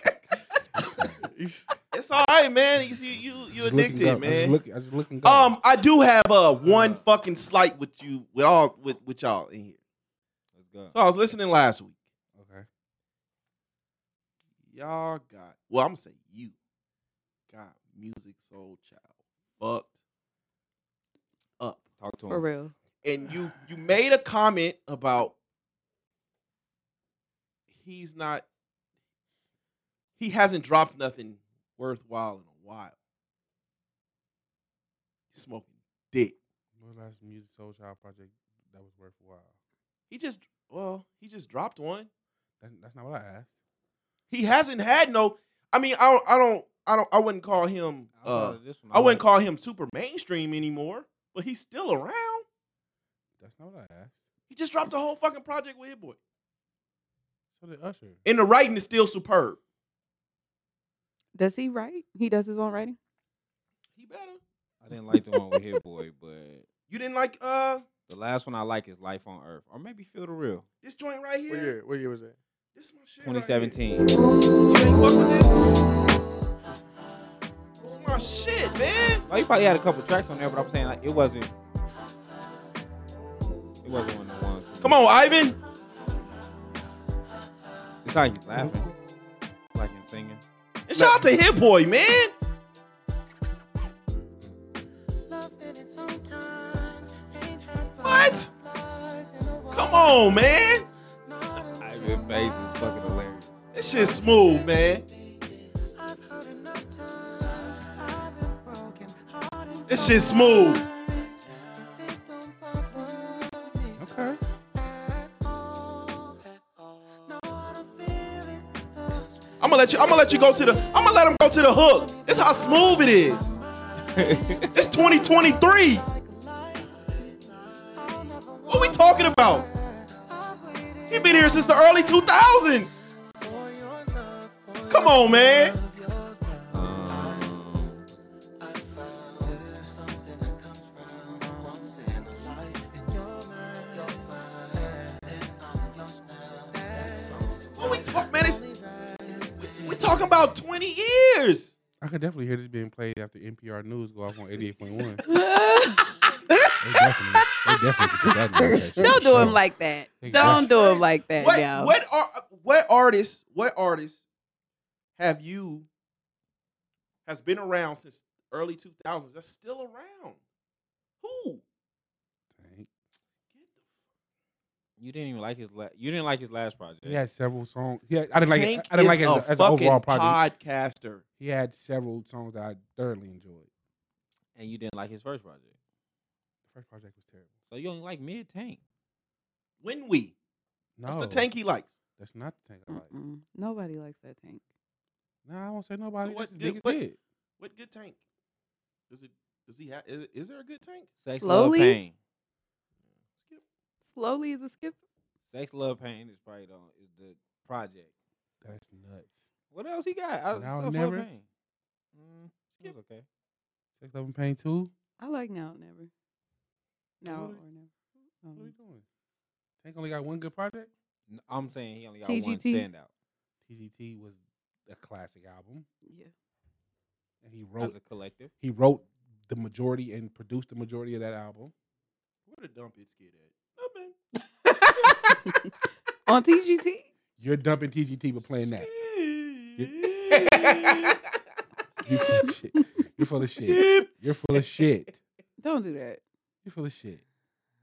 Speaker 1: It's all right, man. You see, you you
Speaker 2: Just looking
Speaker 1: addicted,
Speaker 2: up. I
Speaker 1: man.
Speaker 2: just, look, I just looking.
Speaker 1: Um, I do have uh one fucking slight with you with all with with y'all in here.
Speaker 5: Let's go.
Speaker 1: So I was listening last week.
Speaker 2: okay.
Speaker 1: Y'all got well, I'm gonna say you got music soul child fucked up,
Speaker 5: Talk to him.
Speaker 3: For
Speaker 2: Oh.
Speaker 3: real.
Speaker 1: and you you made a comment about he's not he hasn't dropped nothing worthwhile in a while. He's smoking dick.
Speaker 2: What last music soul child project that was worthwhile?
Speaker 1: He just well, he just dropped one.
Speaker 2: That, that's not what I asked.
Speaker 1: He hasn't had no. I mean, I don't, I don't, I don't, I wouldn't call him. Uh, I wouldn't call him super mainstream anymore, but he's still around.
Speaker 2: That's not what I asked.
Speaker 1: He just dropped a whole fucking project with Hit Boy,
Speaker 2: So did Usher.
Speaker 1: and the writing is still superb.
Speaker 3: Does he write? He does his own writing?
Speaker 1: He better.
Speaker 5: I didn't like the one with Hit Boy, but
Speaker 1: You didn't like uh
Speaker 5: the last one I like is Life on Earth, or maybe Feel the Real,
Speaker 1: this joint right
Speaker 4: What
Speaker 1: here.
Speaker 4: year? What year was that?
Speaker 1: This is my shit. right here.
Speaker 5: 2017.
Speaker 1: You ain't fuck with this. This is my shit, man.
Speaker 5: Oh, he probably had a couple tracks on there, but I'm saying like it wasn't. It wasn't one of the ones.
Speaker 1: Come on, Ivan.
Speaker 5: It's how he's laughing, like and singing.
Speaker 1: And shout out to Hit Boy, man. What? Come on, man.
Speaker 5: Ivan Bass is fucking hilarious.
Speaker 1: This shit's smooth, man. This shit's smooth.
Speaker 2: Okay.
Speaker 1: I'm gonna let you. I'm gonna let you go to the. I'm gonna let him go to the hook. This how smooth it is. it's 2023. What we talking about? He been here since the early 2000s. Come on, man.
Speaker 5: Um,
Speaker 1: What we talk, man? It's, we, we talking about 20 years.
Speaker 2: I could definitely hear this being played after NPR News go off on 88.1. they definitely, they definitely could put that in rotation.
Speaker 3: Don't
Speaker 2: for
Speaker 3: do
Speaker 2: sure.
Speaker 3: him like that.
Speaker 2: Think
Speaker 3: Don't
Speaker 2: that's
Speaker 3: do him like that
Speaker 1: What
Speaker 3: now.
Speaker 1: what are what artists? What artists have you has been around since early 2000s? That's still around. Who?
Speaker 2: Dang.
Speaker 5: you didn't even like his la- you didn't like his last project.
Speaker 2: He had several songs. Yeah, I didn't like
Speaker 1: Tank
Speaker 2: it. I didn't like
Speaker 1: is
Speaker 2: it as, a, as an
Speaker 1: fucking
Speaker 2: overall project.
Speaker 1: podcaster.
Speaker 2: He had several songs that I thoroughly enjoyed.
Speaker 5: and you didn't like his first project.
Speaker 2: The first project was terrible.
Speaker 5: So you only like mid tank.
Speaker 1: When we?
Speaker 2: No,
Speaker 1: That's the tank he likes.
Speaker 2: That's not the tank I like.
Speaker 3: Mm-mm. Nobody likes that tank.
Speaker 2: No, I won't say nobody.
Speaker 1: what
Speaker 2: That's
Speaker 1: did-
Speaker 2: his biggest
Speaker 1: what-
Speaker 2: hit.
Speaker 1: What good tank? Does it? Does he have? Is, is there a good tank?
Speaker 5: Sex
Speaker 3: Slowly?
Speaker 5: love pain.
Speaker 3: Slowly is a skip.
Speaker 5: Sex love pain is probably the is the project.
Speaker 2: That's nuts.
Speaker 5: What else he got?
Speaker 2: Now
Speaker 5: I, Sex Love
Speaker 2: Never.
Speaker 5: pain. Mm, it was okay.
Speaker 2: Sex Love and Pain Two.
Speaker 3: I like now or never. Now
Speaker 2: Really?
Speaker 3: or never.
Speaker 2: What are you
Speaker 3: Um,
Speaker 2: doing? Tank only got one good project.
Speaker 5: N- I'm saying he only got one
Speaker 3: TGT.
Speaker 5: standout.
Speaker 2: TGT was a classic album,
Speaker 3: yeah.
Speaker 2: and he
Speaker 5: As
Speaker 2: wrote
Speaker 5: a collective.
Speaker 2: he wrote the majority and produced the majority of that album.
Speaker 1: Where the dump it skid at? Nothing.
Speaker 3: On TGT?
Speaker 2: You're dumping TGT, but playing that.
Speaker 1: that.
Speaker 2: You full of shit. You're full of shit. You're full of shit.
Speaker 3: Don't do that.
Speaker 2: You're full of shit.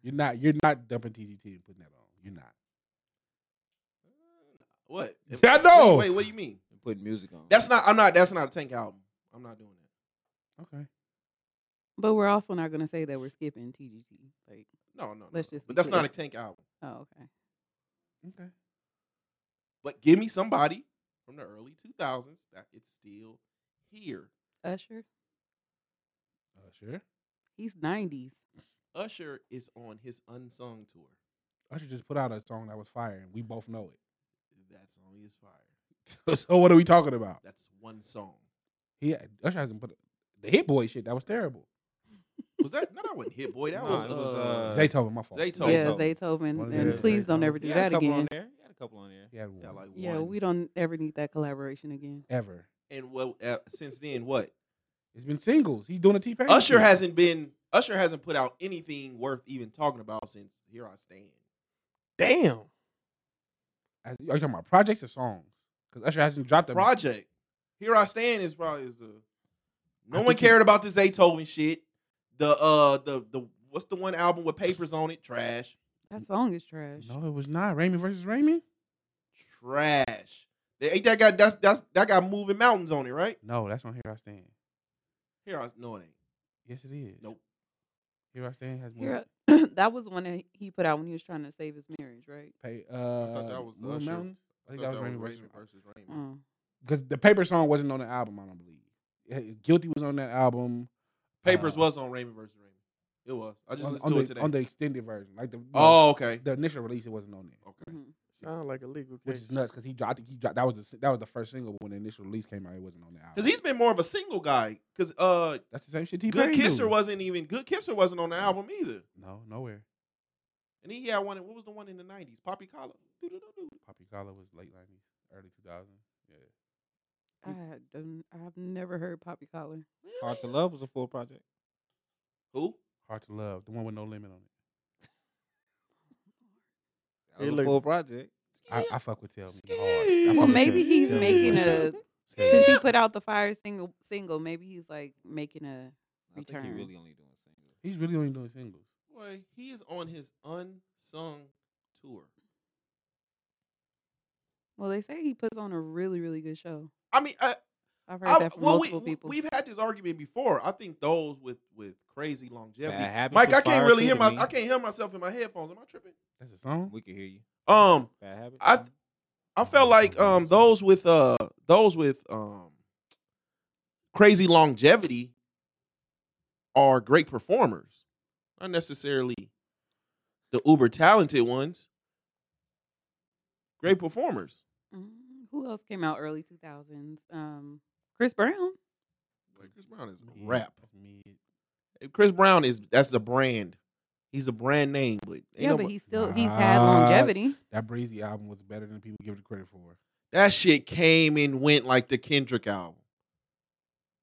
Speaker 2: You're not. You're not dumping TGT and putting that on. You're not.
Speaker 1: what?
Speaker 2: Yeah, I know.
Speaker 1: Wait, wait, what do you mean?
Speaker 5: and Putting music on.
Speaker 1: That's not. I'm not. That's not a tank album. I'm not doing that.
Speaker 2: Okay.
Speaker 3: But we're also not going to say that we're skipping TGT. Like,
Speaker 1: No, no. no,
Speaker 3: Let's
Speaker 1: no.
Speaker 3: just be
Speaker 1: But that's not a
Speaker 3: clear.
Speaker 1: tank album.
Speaker 3: oh, okay.
Speaker 2: Okay.
Speaker 1: But give me somebody from the early 2000s that it's still here.
Speaker 3: Usher.
Speaker 2: Usher.
Speaker 3: He's nineties.
Speaker 1: Usher is on his unsung tour.
Speaker 2: Usher just put out a song that was fire, and we both know
Speaker 1: That song is fire.
Speaker 2: it. so what are we talking about?
Speaker 1: That's one song.
Speaker 2: He Usher hasn't put the Hit Boy shit. That was terrible.
Speaker 1: Was that no? That wasn't Hit Boy. That
Speaker 5: Nah,
Speaker 1: was,
Speaker 5: it
Speaker 1: uh,
Speaker 5: was, Uh,
Speaker 2: Zaytoven, my fault.
Speaker 1: Zaytoven.
Speaker 3: Yeah,
Speaker 1: Zaytoven.
Speaker 2: What
Speaker 3: Zaytoven.
Speaker 2: is
Speaker 3: And
Speaker 2: it?
Speaker 3: please don't
Speaker 1: Zaytoven.
Speaker 3: ever do
Speaker 5: You
Speaker 3: that
Speaker 5: had a couple
Speaker 3: again.
Speaker 5: on there. You had a couple on there.
Speaker 2: Yeah,
Speaker 1: Yeah, like
Speaker 3: Yeah,
Speaker 1: one.
Speaker 3: we don't ever need that collaboration again.
Speaker 2: ever.
Speaker 1: And well, uh, since then, what?
Speaker 2: It's been singles. He's doing a T Pain.
Speaker 1: Usher hasn't been. Usher hasn't put out anything worth even talking about since Here I Stand.
Speaker 4: Damn.
Speaker 2: Are you talking about projects or songs? Because Usher hasn't dropped a
Speaker 1: Project. Here I Stand is probably is the. No
Speaker 2: I
Speaker 1: one
Speaker 2: think he-
Speaker 1: cared about the Zaytoven shit. The uh the the what's the one album with papers on it? Trash.
Speaker 3: That song is trash.
Speaker 2: No, it was not. Raymond versus Raymond.
Speaker 1: Trash. They ain't that guy. That's that's that guy moving mountains on it, right?
Speaker 2: No, that's on Here I Stand.
Speaker 1: Here I no it ain't.
Speaker 2: Yes, it is.
Speaker 1: Nope.
Speaker 2: Here I Stand has more.
Speaker 3: Here- that was the one that he put out when he was trying to save his marriage, right?
Speaker 2: Pay, uh,
Speaker 1: that was
Speaker 2: Moon
Speaker 1: Usher.
Speaker 2: Mountain. I think that was Raymond versus
Speaker 1: versus Raymond.
Speaker 3: Mm.
Speaker 2: because the paper song wasn't on the album. I don't believe. Yeah, Guilty was on that album.
Speaker 1: Papers
Speaker 2: Uh,
Speaker 1: was on Raymond versus Raymond. It was. I just
Speaker 2: on,
Speaker 1: listened
Speaker 2: on
Speaker 1: to
Speaker 2: the,
Speaker 1: it today.
Speaker 2: on uh, the extended version, like the
Speaker 1: oh, okay.
Speaker 2: the initial release, it wasn't on there,
Speaker 1: Okay.
Speaker 3: Mhm.
Speaker 4: Sound like a legal
Speaker 2: which
Speaker 4: case.
Speaker 2: is nuts because he dropped. I think he dropped. That was the, si- that was the first single but when the initial release came out. It wasn't on the album.
Speaker 1: Because he's been more of a single guy. Because uh,
Speaker 2: that's the same shit. T
Speaker 1: Good
Speaker 2: Pain
Speaker 1: Kisser
Speaker 2: do.
Speaker 1: wasn't even Good Kisser wasn't on the album either.
Speaker 2: no nowhere.
Speaker 1: And he had one. What was the one in the nineties? Poppy Collar. Doo-doo-doo-doo.
Speaker 2: Poppy Collar was late nineties, early two thousand. Yeah,
Speaker 3: I don't. I've never heard Poppy Collar.
Speaker 5: Hard to Love was a full project.
Speaker 1: Who?
Speaker 2: Hard to Love, the one with no limit on it.
Speaker 5: That was
Speaker 4: It
Speaker 5: a
Speaker 4: look-
Speaker 5: full project.
Speaker 2: I, I fuck with Tell Me hard.
Speaker 1: Skip.
Speaker 2: I
Speaker 1: Well,
Speaker 2: fuck
Speaker 3: Well,
Speaker 2: with
Speaker 3: maybe
Speaker 2: Tell Me.
Speaker 3: he's
Speaker 2: Tell Me
Speaker 3: making
Speaker 2: for sure. Tell
Speaker 3: a
Speaker 2: Me.
Speaker 3: since he put out the fire single single. Maybe he's like making a
Speaker 5: I think he
Speaker 3: Return.
Speaker 5: really only doing singles.
Speaker 2: He's really only doing singles.
Speaker 1: Boy, he is on his unsung tour.
Speaker 3: well. They say he puts on a really really good show.
Speaker 1: I mean, I,
Speaker 3: I've heard
Speaker 1: I,
Speaker 3: that from
Speaker 1: Um, well, we,
Speaker 3: multiple people.
Speaker 1: we've had this argument before. I think those with with crazy longevity.
Speaker 5: Bad Habits
Speaker 1: Mike,
Speaker 5: was
Speaker 1: I can't
Speaker 5: fire
Speaker 1: really
Speaker 5: too
Speaker 1: hear
Speaker 5: to
Speaker 1: my.
Speaker 5: me.
Speaker 1: I can't hear myself in my headphones. Am I tripping?
Speaker 2: That's a song.
Speaker 5: We could hear you.
Speaker 1: Um,
Speaker 5: Bad habit.
Speaker 1: I I felt like um those with uh those with um crazy longevity are great performers, not necessarily the uber talented ones. Great performers.
Speaker 3: Mm, Who else came out early two thousands? Um, Chris Brown.
Speaker 1: Like Chris Brown is
Speaker 2: Mid,
Speaker 1: a rap.
Speaker 2: mid.
Speaker 1: Chris Brown is that's a brand. He's a brand name, but ain't
Speaker 3: Yeah,
Speaker 1: no
Speaker 3: but
Speaker 1: mo-
Speaker 3: he's still he's had
Speaker 2: Nah.
Speaker 3: longevity.
Speaker 2: That Breezy album was better than people give it credit for.
Speaker 1: that shit came and went like the Kendrick album.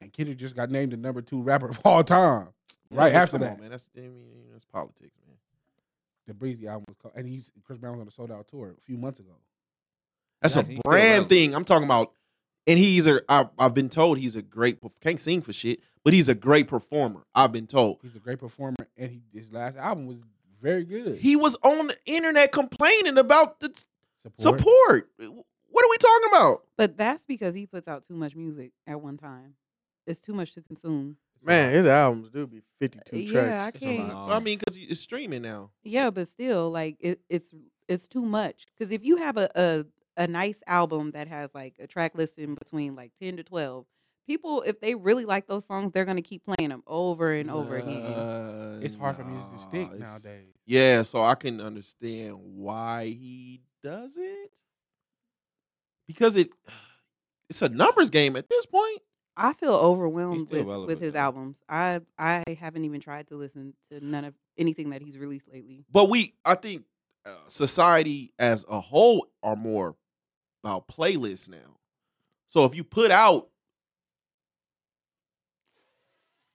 Speaker 2: And Kendrick just got named the number two rapper of all time.
Speaker 1: Yeah,
Speaker 2: Right
Speaker 1: but
Speaker 2: after
Speaker 1: come on,
Speaker 2: that.
Speaker 1: man. That's I mean, that's politics, man.
Speaker 2: The Breezy album was called, and he's Chris Brown was on the sold out tour a few months ago.
Speaker 1: That's
Speaker 5: Nice,
Speaker 1: a
Speaker 5: he's still
Speaker 1: brand
Speaker 5: relevant.
Speaker 1: thing. I'm talking about, and he's a. I, I've been told he's a great. perf- Can't sing for shit, but he's a great performer. I've been told
Speaker 2: He's a great performer, and he, his last album was very good.
Speaker 1: he was on the internet complaining about the s-
Speaker 2: Support.
Speaker 1: support. What are we talking about?
Speaker 3: But that's because he puts out too much music at one time. It's too much to consume.
Speaker 4: Man, his albums do be 52
Speaker 3: yeah, I
Speaker 4: tracks.
Speaker 5: It's a lot.
Speaker 3: can't.
Speaker 2: Um.
Speaker 1: I mean, because it's streaming now.
Speaker 3: Yeah, but still, like it, it's it's too much. Because if you have a, a a nice album that has like a track list in between like ten to twelve, people if they really like those songs, they're gonna keep playing them over and over again.
Speaker 1: Uh,
Speaker 2: It's hard for music to stick
Speaker 1: nah, it's-
Speaker 2: nowadays.
Speaker 1: Yeah, so I can understand why he does it because it it's a numbers game at this point.
Speaker 3: I feel overwhelmed
Speaker 5: still
Speaker 3: with with
Speaker 5: relevant,
Speaker 3: his
Speaker 5: though.
Speaker 3: albums. I I haven't even tried to listen to none of anything that he's released lately.
Speaker 1: but we i think uh, society as a whole are more about playlists now so if you put out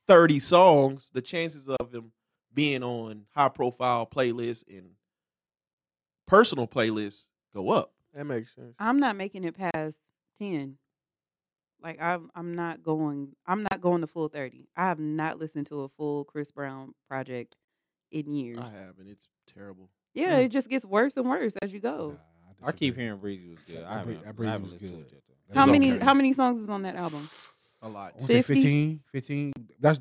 Speaker 1: 30 songs the chances of them being on high profile playlists and personal playlists go up
Speaker 4: That makes sense.
Speaker 3: I'm not making it past ten. Like I'm I'm not going I'm not going to full thirty. I have not listened to a full Chris Brown project in years.
Speaker 1: i have and it's terrible
Speaker 3: Yeah, it just gets worse and worse as you
Speaker 2: Oh.
Speaker 3: go.
Speaker 2: mm. Nah,
Speaker 5: I keep
Speaker 2: disagree.
Speaker 5: hearing Breezy was good.
Speaker 2: That
Speaker 5: I haven't,
Speaker 2: Bree- that
Speaker 5: I
Speaker 2: Breezy
Speaker 5: haven't
Speaker 2: was
Speaker 5: listened to
Speaker 2: good.
Speaker 5: it yet. though.
Speaker 2: That
Speaker 3: How
Speaker 2: was
Speaker 3: many
Speaker 2: okay.
Speaker 3: how many songs is on that album?
Speaker 1: a lot
Speaker 2: I wanna say
Speaker 3: 50?
Speaker 2: 15, 15. That's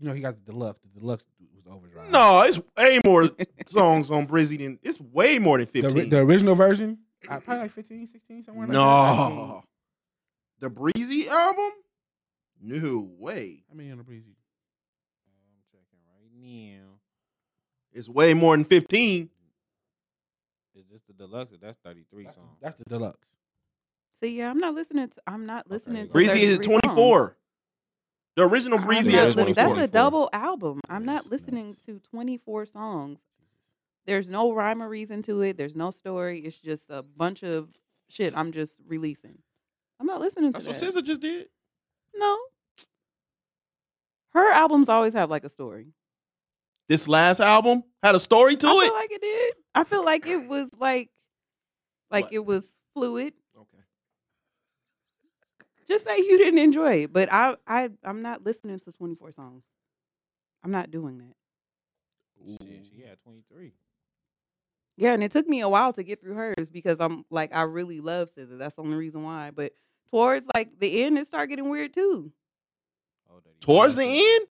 Speaker 2: you know he got the deluxe. The deluxe was overdrive.
Speaker 6: No, it's way more songs on Brizzy than it's way more than
Speaker 2: the, ori-
Speaker 6: 15.
Speaker 2: the original version, I, probably like 15, 16, somewhere. Like that.
Speaker 6: no.
Speaker 1: the breezy album No way.
Speaker 2: How many on the breezy?
Speaker 5: Um, I'm checking right now.
Speaker 1: It's way more than 15.
Speaker 5: Is this the deluxe? Or that's 33
Speaker 2: That's,
Speaker 5: songs.
Speaker 2: that's the deluxe.
Speaker 3: See, yeah, I'm not listening to. I'm not listening to.
Speaker 1: Breezy is
Speaker 3: 33 songs.
Speaker 1: 24. The original
Speaker 3: I'm
Speaker 1: Breezy
Speaker 3: not
Speaker 1: is
Speaker 3: li-
Speaker 1: 24.
Speaker 3: That's a
Speaker 5: 24.
Speaker 3: double album. I'm
Speaker 2: Nice,
Speaker 3: not listening
Speaker 2: nice.
Speaker 3: to 24 songs. There's no rhyme or reason to it. There's no story. It's just a bunch of shit. I'm just releasing. I'm not listening to
Speaker 1: That's what
Speaker 3: that.
Speaker 1: SZA just did.
Speaker 3: No. Her albums always have like a story.
Speaker 1: This last album had a story to
Speaker 3: I
Speaker 1: it.
Speaker 3: feel like it did. I feel like it was like, like
Speaker 1: What?
Speaker 3: it was fluid.
Speaker 1: okay.
Speaker 3: Just say you didn't enjoy it, but I, I, I'm not listening to 24 songs. I'm not doing that.
Speaker 5: Shit, she had 23.
Speaker 3: Yeah, and it took me a while to get through hers because I'm like I really love SZA. That's the only reason why. But towards like the end, it started getting weird too.
Speaker 5: Oh, that he
Speaker 1: Towards the
Speaker 5: does it.
Speaker 1: end,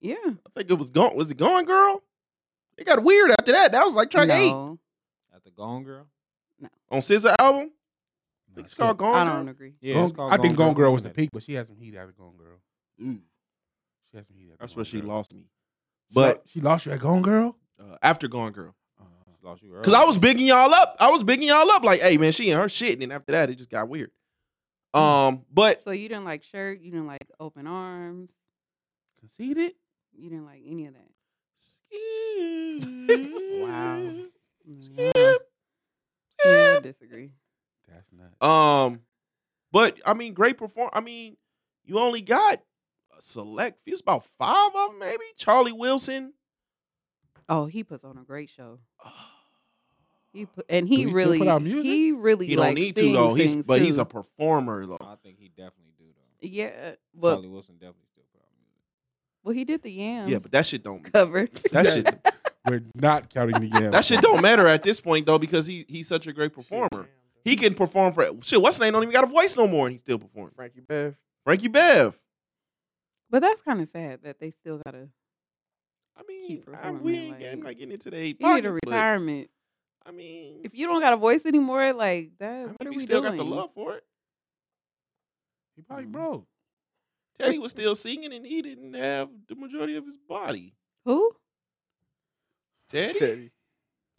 Speaker 3: Yeah,
Speaker 1: I think it was gone. Was it gone, girl? It got weird after that. That was like track eight
Speaker 3: no,
Speaker 5: At the Gone Girl?
Speaker 1: on SZA album. I think it's called Gone.
Speaker 3: I
Speaker 1: Girl.
Speaker 3: don't agree.
Speaker 5: Yeah,
Speaker 2: Gone-
Speaker 5: it's called
Speaker 2: I think Gone Girl was the
Speaker 5: Internet.
Speaker 2: peak, but she has some heat out of Gone Girl.
Speaker 1: Ooh,
Speaker 2: She has some heat out. of
Speaker 1: Mm. that's
Speaker 2: Gone
Speaker 1: where she
Speaker 2: Girl.
Speaker 1: lost me.
Speaker 2: She
Speaker 1: but- Uh-huh.
Speaker 2: lo- she lost you at Gone Girl.
Speaker 1: Uh, after Gone Girl,
Speaker 5: She Lost you
Speaker 1: because I was bigging y'all up. I was bigging y'all up like, hey man, she and her shit. And then after that, it just got weird. Um, but
Speaker 3: So you didn't like shirt. You didn't like open arms.
Speaker 2: Conceded.
Speaker 3: You didn't like any of that.
Speaker 1: wow.
Speaker 3: Mm, I don't- yeah, I disagree.
Speaker 2: That's not.
Speaker 1: Um, but I mean, great perform. I mean, you only got a select few, it's about five of them, maybe. Charlie Wilson.
Speaker 3: Oh, he puts on a great show. He put, and he
Speaker 2: he still put
Speaker 3: really,
Speaker 2: out music?
Speaker 3: he really
Speaker 1: He
Speaker 3: like
Speaker 1: don't need
Speaker 3: sings,
Speaker 1: to though. He's
Speaker 3: sings,
Speaker 1: but he's
Speaker 3: too.
Speaker 1: a performer though.
Speaker 5: I think he definitely do though.
Speaker 3: yeah. But
Speaker 5: Charlie Wilson definitely still put out music.
Speaker 3: well, he did the yams
Speaker 1: Yeah, but that shit don't
Speaker 3: cover.
Speaker 1: that shit
Speaker 2: We're not counting the game.
Speaker 1: that shit don't matter at this point though because he he's such a great performer. He can perform for shit. What's his name? Don't even got a voice no more, and he's still performing.
Speaker 4: Frankie Bev.
Speaker 1: Frankie Bev.
Speaker 3: But that's kind of sad that they still gotta.
Speaker 1: I mean,
Speaker 3: Keep
Speaker 1: I,
Speaker 3: performing,
Speaker 1: we ain't,
Speaker 3: like-
Speaker 1: I'm not getting into the
Speaker 3: You need a
Speaker 1: pockets, but
Speaker 3: retirement.
Speaker 1: I mean,
Speaker 3: If you don't got a voice anymore, like that,
Speaker 1: I mean,
Speaker 3: what are
Speaker 1: if you
Speaker 3: we
Speaker 1: still
Speaker 3: doing?
Speaker 1: got the love for it.
Speaker 2: He probably broke.
Speaker 1: Teddy was still singing, and he didn't have the majority of his body.
Speaker 3: Who?
Speaker 1: Teddy,
Speaker 4: Teddy.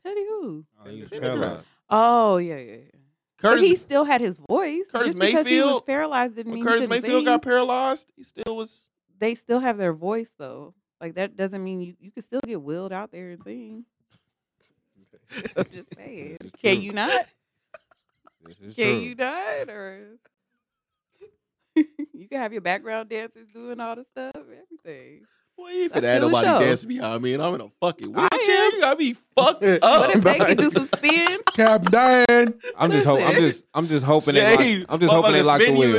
Speaker 3: Teddy who?
Speaker 5: Oh, he was
Speaker 1: Vinegar.
Speaker 5: paralyzed.
Speaker 3: Oh yeah, yeah. yeah. but he
Speaker 1: Curtis,
Speaker 3: still had his voice.
Speaker 1: Curtis
Speaker 3: Just because he was
Speaker 1: Mayfield-
Speaker 3: paralyzed didn't
Speaker 1: when
Speaker 3: mean
Speaker 1: Curtis
Speaker 3: he couldn't
Speaker 1: Mayfield got
Speaker 3: sing.
Speaker 1: paralyzed, he still was.
Speaker 3: They still have their voice though. Like that doesn't mean you you can still get willed out there and sing. I'm just saying.
Speaker 5: This is
Speaker 3: Can
Speaker 5: true.
Speaker 3: you not?
Speaker 5: This is
Speaker 3: Can
Speaker 5: true.
Speaker 3: you not? Or you can have your background dancers doing all the stuff, everything.
Speaker 1: Well, if
Speaker 3: That's
Speaker 1: it had
Speaker 3: still a
Speaker 1: nobody
Speaker 3: show.
Speaker 1: dancing behind me, and I'm in a fucking
Speaker 3: I
Speaker 1: wheelchair,
Speaker 3: am.
Speaker 1: you gotta be fucked up.
Speaker 4: What
Speaker 3: What if they can do
Speaker 4: Right.
Speaker 3: some spins?
Speaker 2: Cap dying.
Speaker 5: I'm just hoping. I'm
Speaker 1: Listen.
Speaker 5: just. I'm just hoping they. Lock,
Speaker 1: Shade.
Speaker 5: I'm just hoping they
Speaker 1: Motherfucker
Speaker 5: lock the
Speaker 1: spin you
Speaker 5: wheel.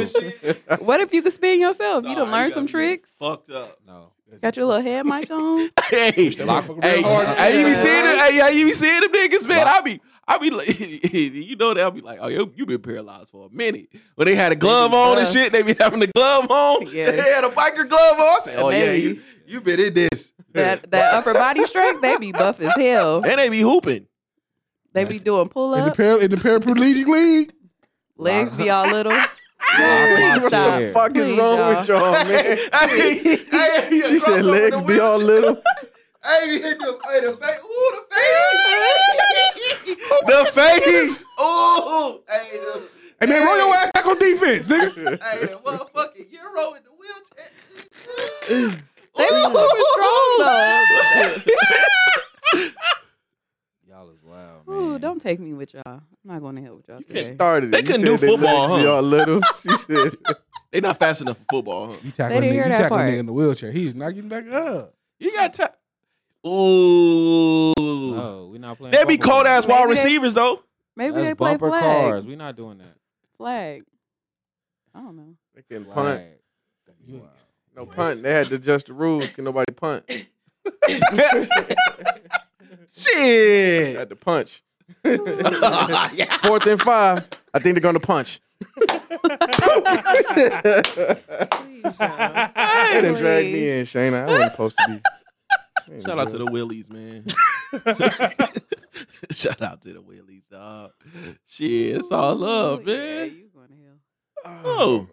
Speaker 1: and shit.
Speaker 3: What if you could spin yourself? You
Speaker 1: Nah,
Speaker 3: done learn
Speaker 1: gotta
Speaker 3: some
Speaker 1: be getting
Speaker 3: tricks.
Speaker 1: Fucked up.
Speaker 5: No.
Speaker 3: Got your little head mic on.
Speaker 1: Hey, hey,
Speaker 2: that
Speaker 5: Lock-
Speaker 2: motherfucker
Speaker 1: hey,
Speaker 2: real hard.
Speaker 1: you be seeing them? Hey, hey, you be seeing them niggas, man? I
Speaker 5: Lock-
Speaker 1: be, I be, like, you know, they'll be like, oh, you, you been paralyzed for a minute. When they had a glove
Speaker 3: do
Speaker 1: on and
Speaker 3: gloves.
Speaker 1: shit, they be having the glove on.
Speaker 3: Yeah.
Speaker 1: They had a biker glove on. I say, oh yeah,
Speaker 3: Maybe.
Speaker 1: you, you been in this,
Speaker 3: That that upper body strength, they be buff as hell.
Speaker 1: and they be hooping.
Speaker 3: They be doing pull
Speaker 2: in the
Speaker 3: ups,
Speaker 2: par- in the paraplegic league.
Speaker 3: legs be all little.
Speaker 5: Lock
Speaker 3: Please
Speaker 5: my
Speaker 3: stop.
Speaker 5: shit.
Speaker 4: Fuck
Speaker 3: Please,
Speaker 4: is wrong
Speaker 3: y'all.
Speaker 4: with y'all, man?
Speaker 1: hey, hey, hey,
Speaker 4: she said
Speaker 1: crossover
Speaker 4: legs
Speaker 1: the
Speaker 4: be all
Speaker 1: wheelchair.
Speaker 4: little.
Speaker 1: Hey, hit the, hey, the fade. Ooh, the fade. the fade. Ooh. Hey, the,
Speaker 2: Hey man, roll your ass back on defense, nigga.
Speaker 1: hey, the motherfucking Euro in the wheelchair.
Speaker 3: They be super strong though.
Speaker 5: Y'all is wild, man.
Speaker 3: Ooh, don't take me with y'all. I'm not going to hell with y'all.
Speaker 4: She
Speaker 3: Today.
Speaker 4: started. it.
Speaker 1: They
Speaker 4: You
Speaker 1: couldn't
Speaker 4: said
Speaker 1: do football,
Speaker 4: legs Be
Speaker 1: huh?
Speaker 4: all little. She said.
Speaker 1: They not fast enough for football, huh?
Speaker 2: You tackle a
Speaker 3: didn't
Speaker 2: nigga,
Speaker 3: hear
Speaker 2: you
Speaker 3: that
Speaker 2: tackle a
Speaker 3: part.
Speaker 2: nigga in the wheelchair. He's not getting back up.
Speaker 1: You got time. Ooh.
Speaker 5: No, we not playing.
Speaker 1: they be
Speaker 5: bumper
Speaker 1: cold ass wide
Speaker 5: cars.
Speaker 3: Maybe they-
Speaker 1: receivers, though.
Speaker 3: Maybe
Speaker 5: That's
Speaker 3: they play
Speaker 5: bumper
Speaker 3: flag.
Speaker 5: cars. We not doing that.
Speaker 3: Flag. I don't know.
Speaker 4: They couldn't punt.
Speaker 5: Flag.
Speaker 2: You-
Speaker 4: No punt. They had to adjust the rules. Can nobody punt? They
Speaker 1: Shit.
Speaker 4: had to punch.
Speaker 1: yeah.
Speaker 4: Fourth and five. I think they're gonna punch.
Speaker 3: Please, y'all.
Speaker 4: They done dragged
Speaker 3: Please.
Speaker 4: me in, Shayna. I wasn't supposed to be. I ain't
Speaker 1: Shout out to
Speaker 4: doing
Speaker 1: the Willies, man. Shout out to the Willies, dog. Shit, it's all
Speaker 3: Ooh,
Speaker 1: love,
Speaker 3: yeah,
Speaker 1: man.
Speaker 4: Oh.
Speaker 3: you going to hell.
Speaker 4: that.
Speaker 1: Oh.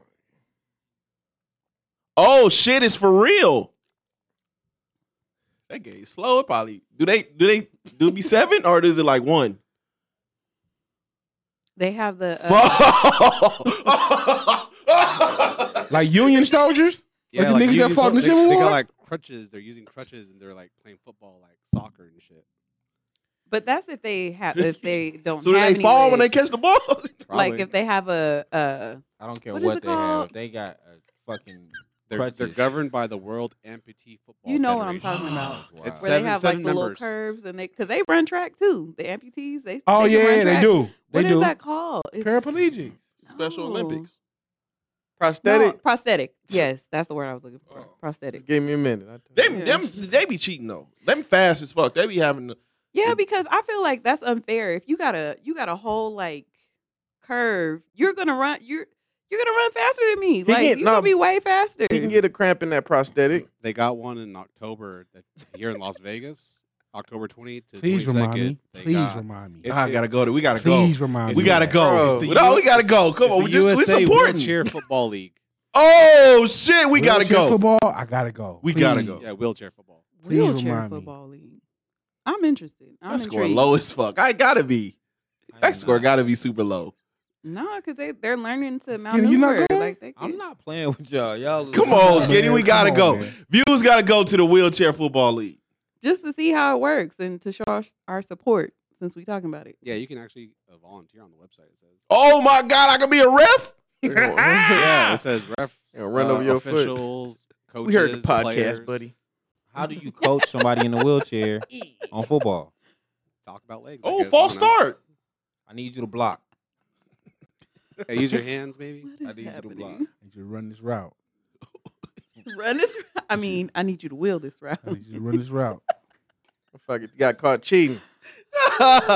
Speaker 1: Oh shit, it's for real. That game slow. It probably do they do they do it be seven or is it like one?
Speaker 3: They have the uh,
Speaker 6: Fuck.
Speaker 2: Like Union soldiers? Like the niggas that
Speaker 7: union
Speaker 2: fought in the
Speaker 7: sol-
Speaker 2: Civil
Speaker 7: they, They
Speaker 2: War?
Speaker 7: got like crutches. They're using crutches and they're like playing football, like soccer and shit.
Speaker 3: but that's if they have if they don't.
Speaker 1: So do
Speaker 3: have
Speaker 1: they
Speaker 3: any
Speaker 1: fall when they
Speaker 3: legs.
Speaker 1: catch the ball?
Speaker 7: Probably.
Speaker 3: Like if they have a uh
Speaker 5: I don't care
Speaker 3: What
Speaker 5: what,
Speaker 3: is it
Speaker 5: they
Speaker 3: called?
Speaker 5: have. They got a fucking.
Speaker 7: they're, they're
Speaker 5: crutches.
Speaker 7: governed by the World Amputee Football.
Speaker 3: You know what I'm
Speaker 7: Federation.
Speaker 3: talking about.
Speaker 5: Wow.
Speaker 7: It's
Speaker 3: where
Speaker 7: seven-
Speaker 3: they have
Speaker 7: seven
Speaker 3: like the little
Speaker 7: members.
Speaker 3: curves and they because they run track too. The amputees they
Speaker 2: Oh
Speaker 3: they can run
Speaker 2: yeah, they
Speaker 3: track.
Speaker 2: do. They
Speaker 3: What is
Speaker 2: do.
Speaker 3: that called? It's-
Speaker 2: Paraplegic.
Speaker 1: Special
Speaker 3: No.
Speaker 1: Olympics.
Speaker 3: No,
Speaker 4: Prosthetic.
Speaker 3: prosthetic. Yes, that's the word I was looking for.
Speaker 2: Oh,
Speaker 3: Prosthetic.
Speaker 4: Just give me a minute. I'll
Speaker 1: They
Speaker 4: tell you.
Speaker 1: them they be cheating though. Them fast as fuck. They be having the,
Speaker 3: Yeah, because I feel like that's unfair. If you got a you got a whole like curve, you're gonna run you're you're gonna run faster than me. like
Speaker 4: can-
Speaker 3: you're gonna
Speaker 4: no,
Speaker 3: be way faster.
Speaker 4: He can get a cramp in that prosthetic.
Speaker 7: They got one in October that here in Las Vegas, October 20th to
Speaker 2: Please
Speaker 7: 22nd.
Speaker 2: remind me.
Speaker 7: They
Speaker 2: Please
Speaker 7: got-
Speaker 2: remind me.
Speaker 7: It-
Speaker 6: I
Speaker 7: it-
Speaker 6: gotta go. There. We gotta go.
Speaker 2: Please remind me.
Speaker 6: We gotta go.
Speaker 4: Bro.
Speaker 6: It's the
Speaker 1: No,
Speaker 7: U-
Speaker 1: we gotta go. Come
Speaker 7: it's
Speaker 1: on,
Speaker 7: the
Speaker 1: we just we
Speaker 7: USA
Speaker 1: supporting.
Speaker 7: Wheelchair Football League.
Speaker 1: Oh shit, we gotta
Speaker 2: Wheelchair
Speaker 1: go.
Speaker 2: Football. I gotta go.
Speaker 1: We gotta
Speaker 2: Please.
Speaker 1: go.
Speaker 7: Yeah, wheelchair football.
Speaker 2: Please
Speaker 3: wheelchair
Speaker 2: remind me.
Speaker 3: football league. I'm interested. I'm
Speaker 1: That score
Speaker 3: intrigued.
Speaker 1: low as fuck. I gotta be.
Speaker 5: I am
Speaker 1: That score
Speaker 5: not-
Speaker 1: gotta be super low.
Speaker 3: No, because they they're learning to
Speaker 2: Skinny, you not
Speaker 3: maneuver.
Speaker 2: going?
Speaker 3: Like they can.
Speaker 5: I'm not playing with y'all. Y'all.
Speaker 1: Come on,
Speaker 2: man,
Speaker 1: Skinny, we
Speaker 2: come
Speaker 1: gotta
Speaker 2: on,
Speaker 1: go.
Speaker 2: man.
Speaker 1: Views gotta go to the wheelchair football league.
Speaker 3: just to see how it works and to show our, our support since we talking about it.
Speaker 7: Yeah, you can actually uh, volunteer on the website. It says.
Speaker 1: Oh my god, I could be a ref.
Speaker 7: yeah, it says ref. uh,
Speaker 4: Yeah, run over your foot.
Speaker 7: officials, coaches,
Speaker 4: We heard the podcast,
Speaker 7: players,
Speaker 4: buddy.
Speaker 5: How do you coach somebody in a wheelchair on football?
Speaker 7: Talk about legs. I
Speaker 1: Oh,
Speaker 7: guess, I
Speaker 1: false
Speaker 7: don't know.
Speaker 1: start.
Speaker 5: I need you to block.
Speaker 7: Hey, use your hands, maybe.
Speaker 3: What
Speaker 5: I
Speaker 3: is
Speaker 5: need you to block.
Speaker 3: happening?
Speaker 2: need you to run this route.
Speaker 3: Run this. I mean, I need you to wheel this route.
Speaker 2: I need you to run this route.
Speaker 4: Fuck it. Got caught cheating.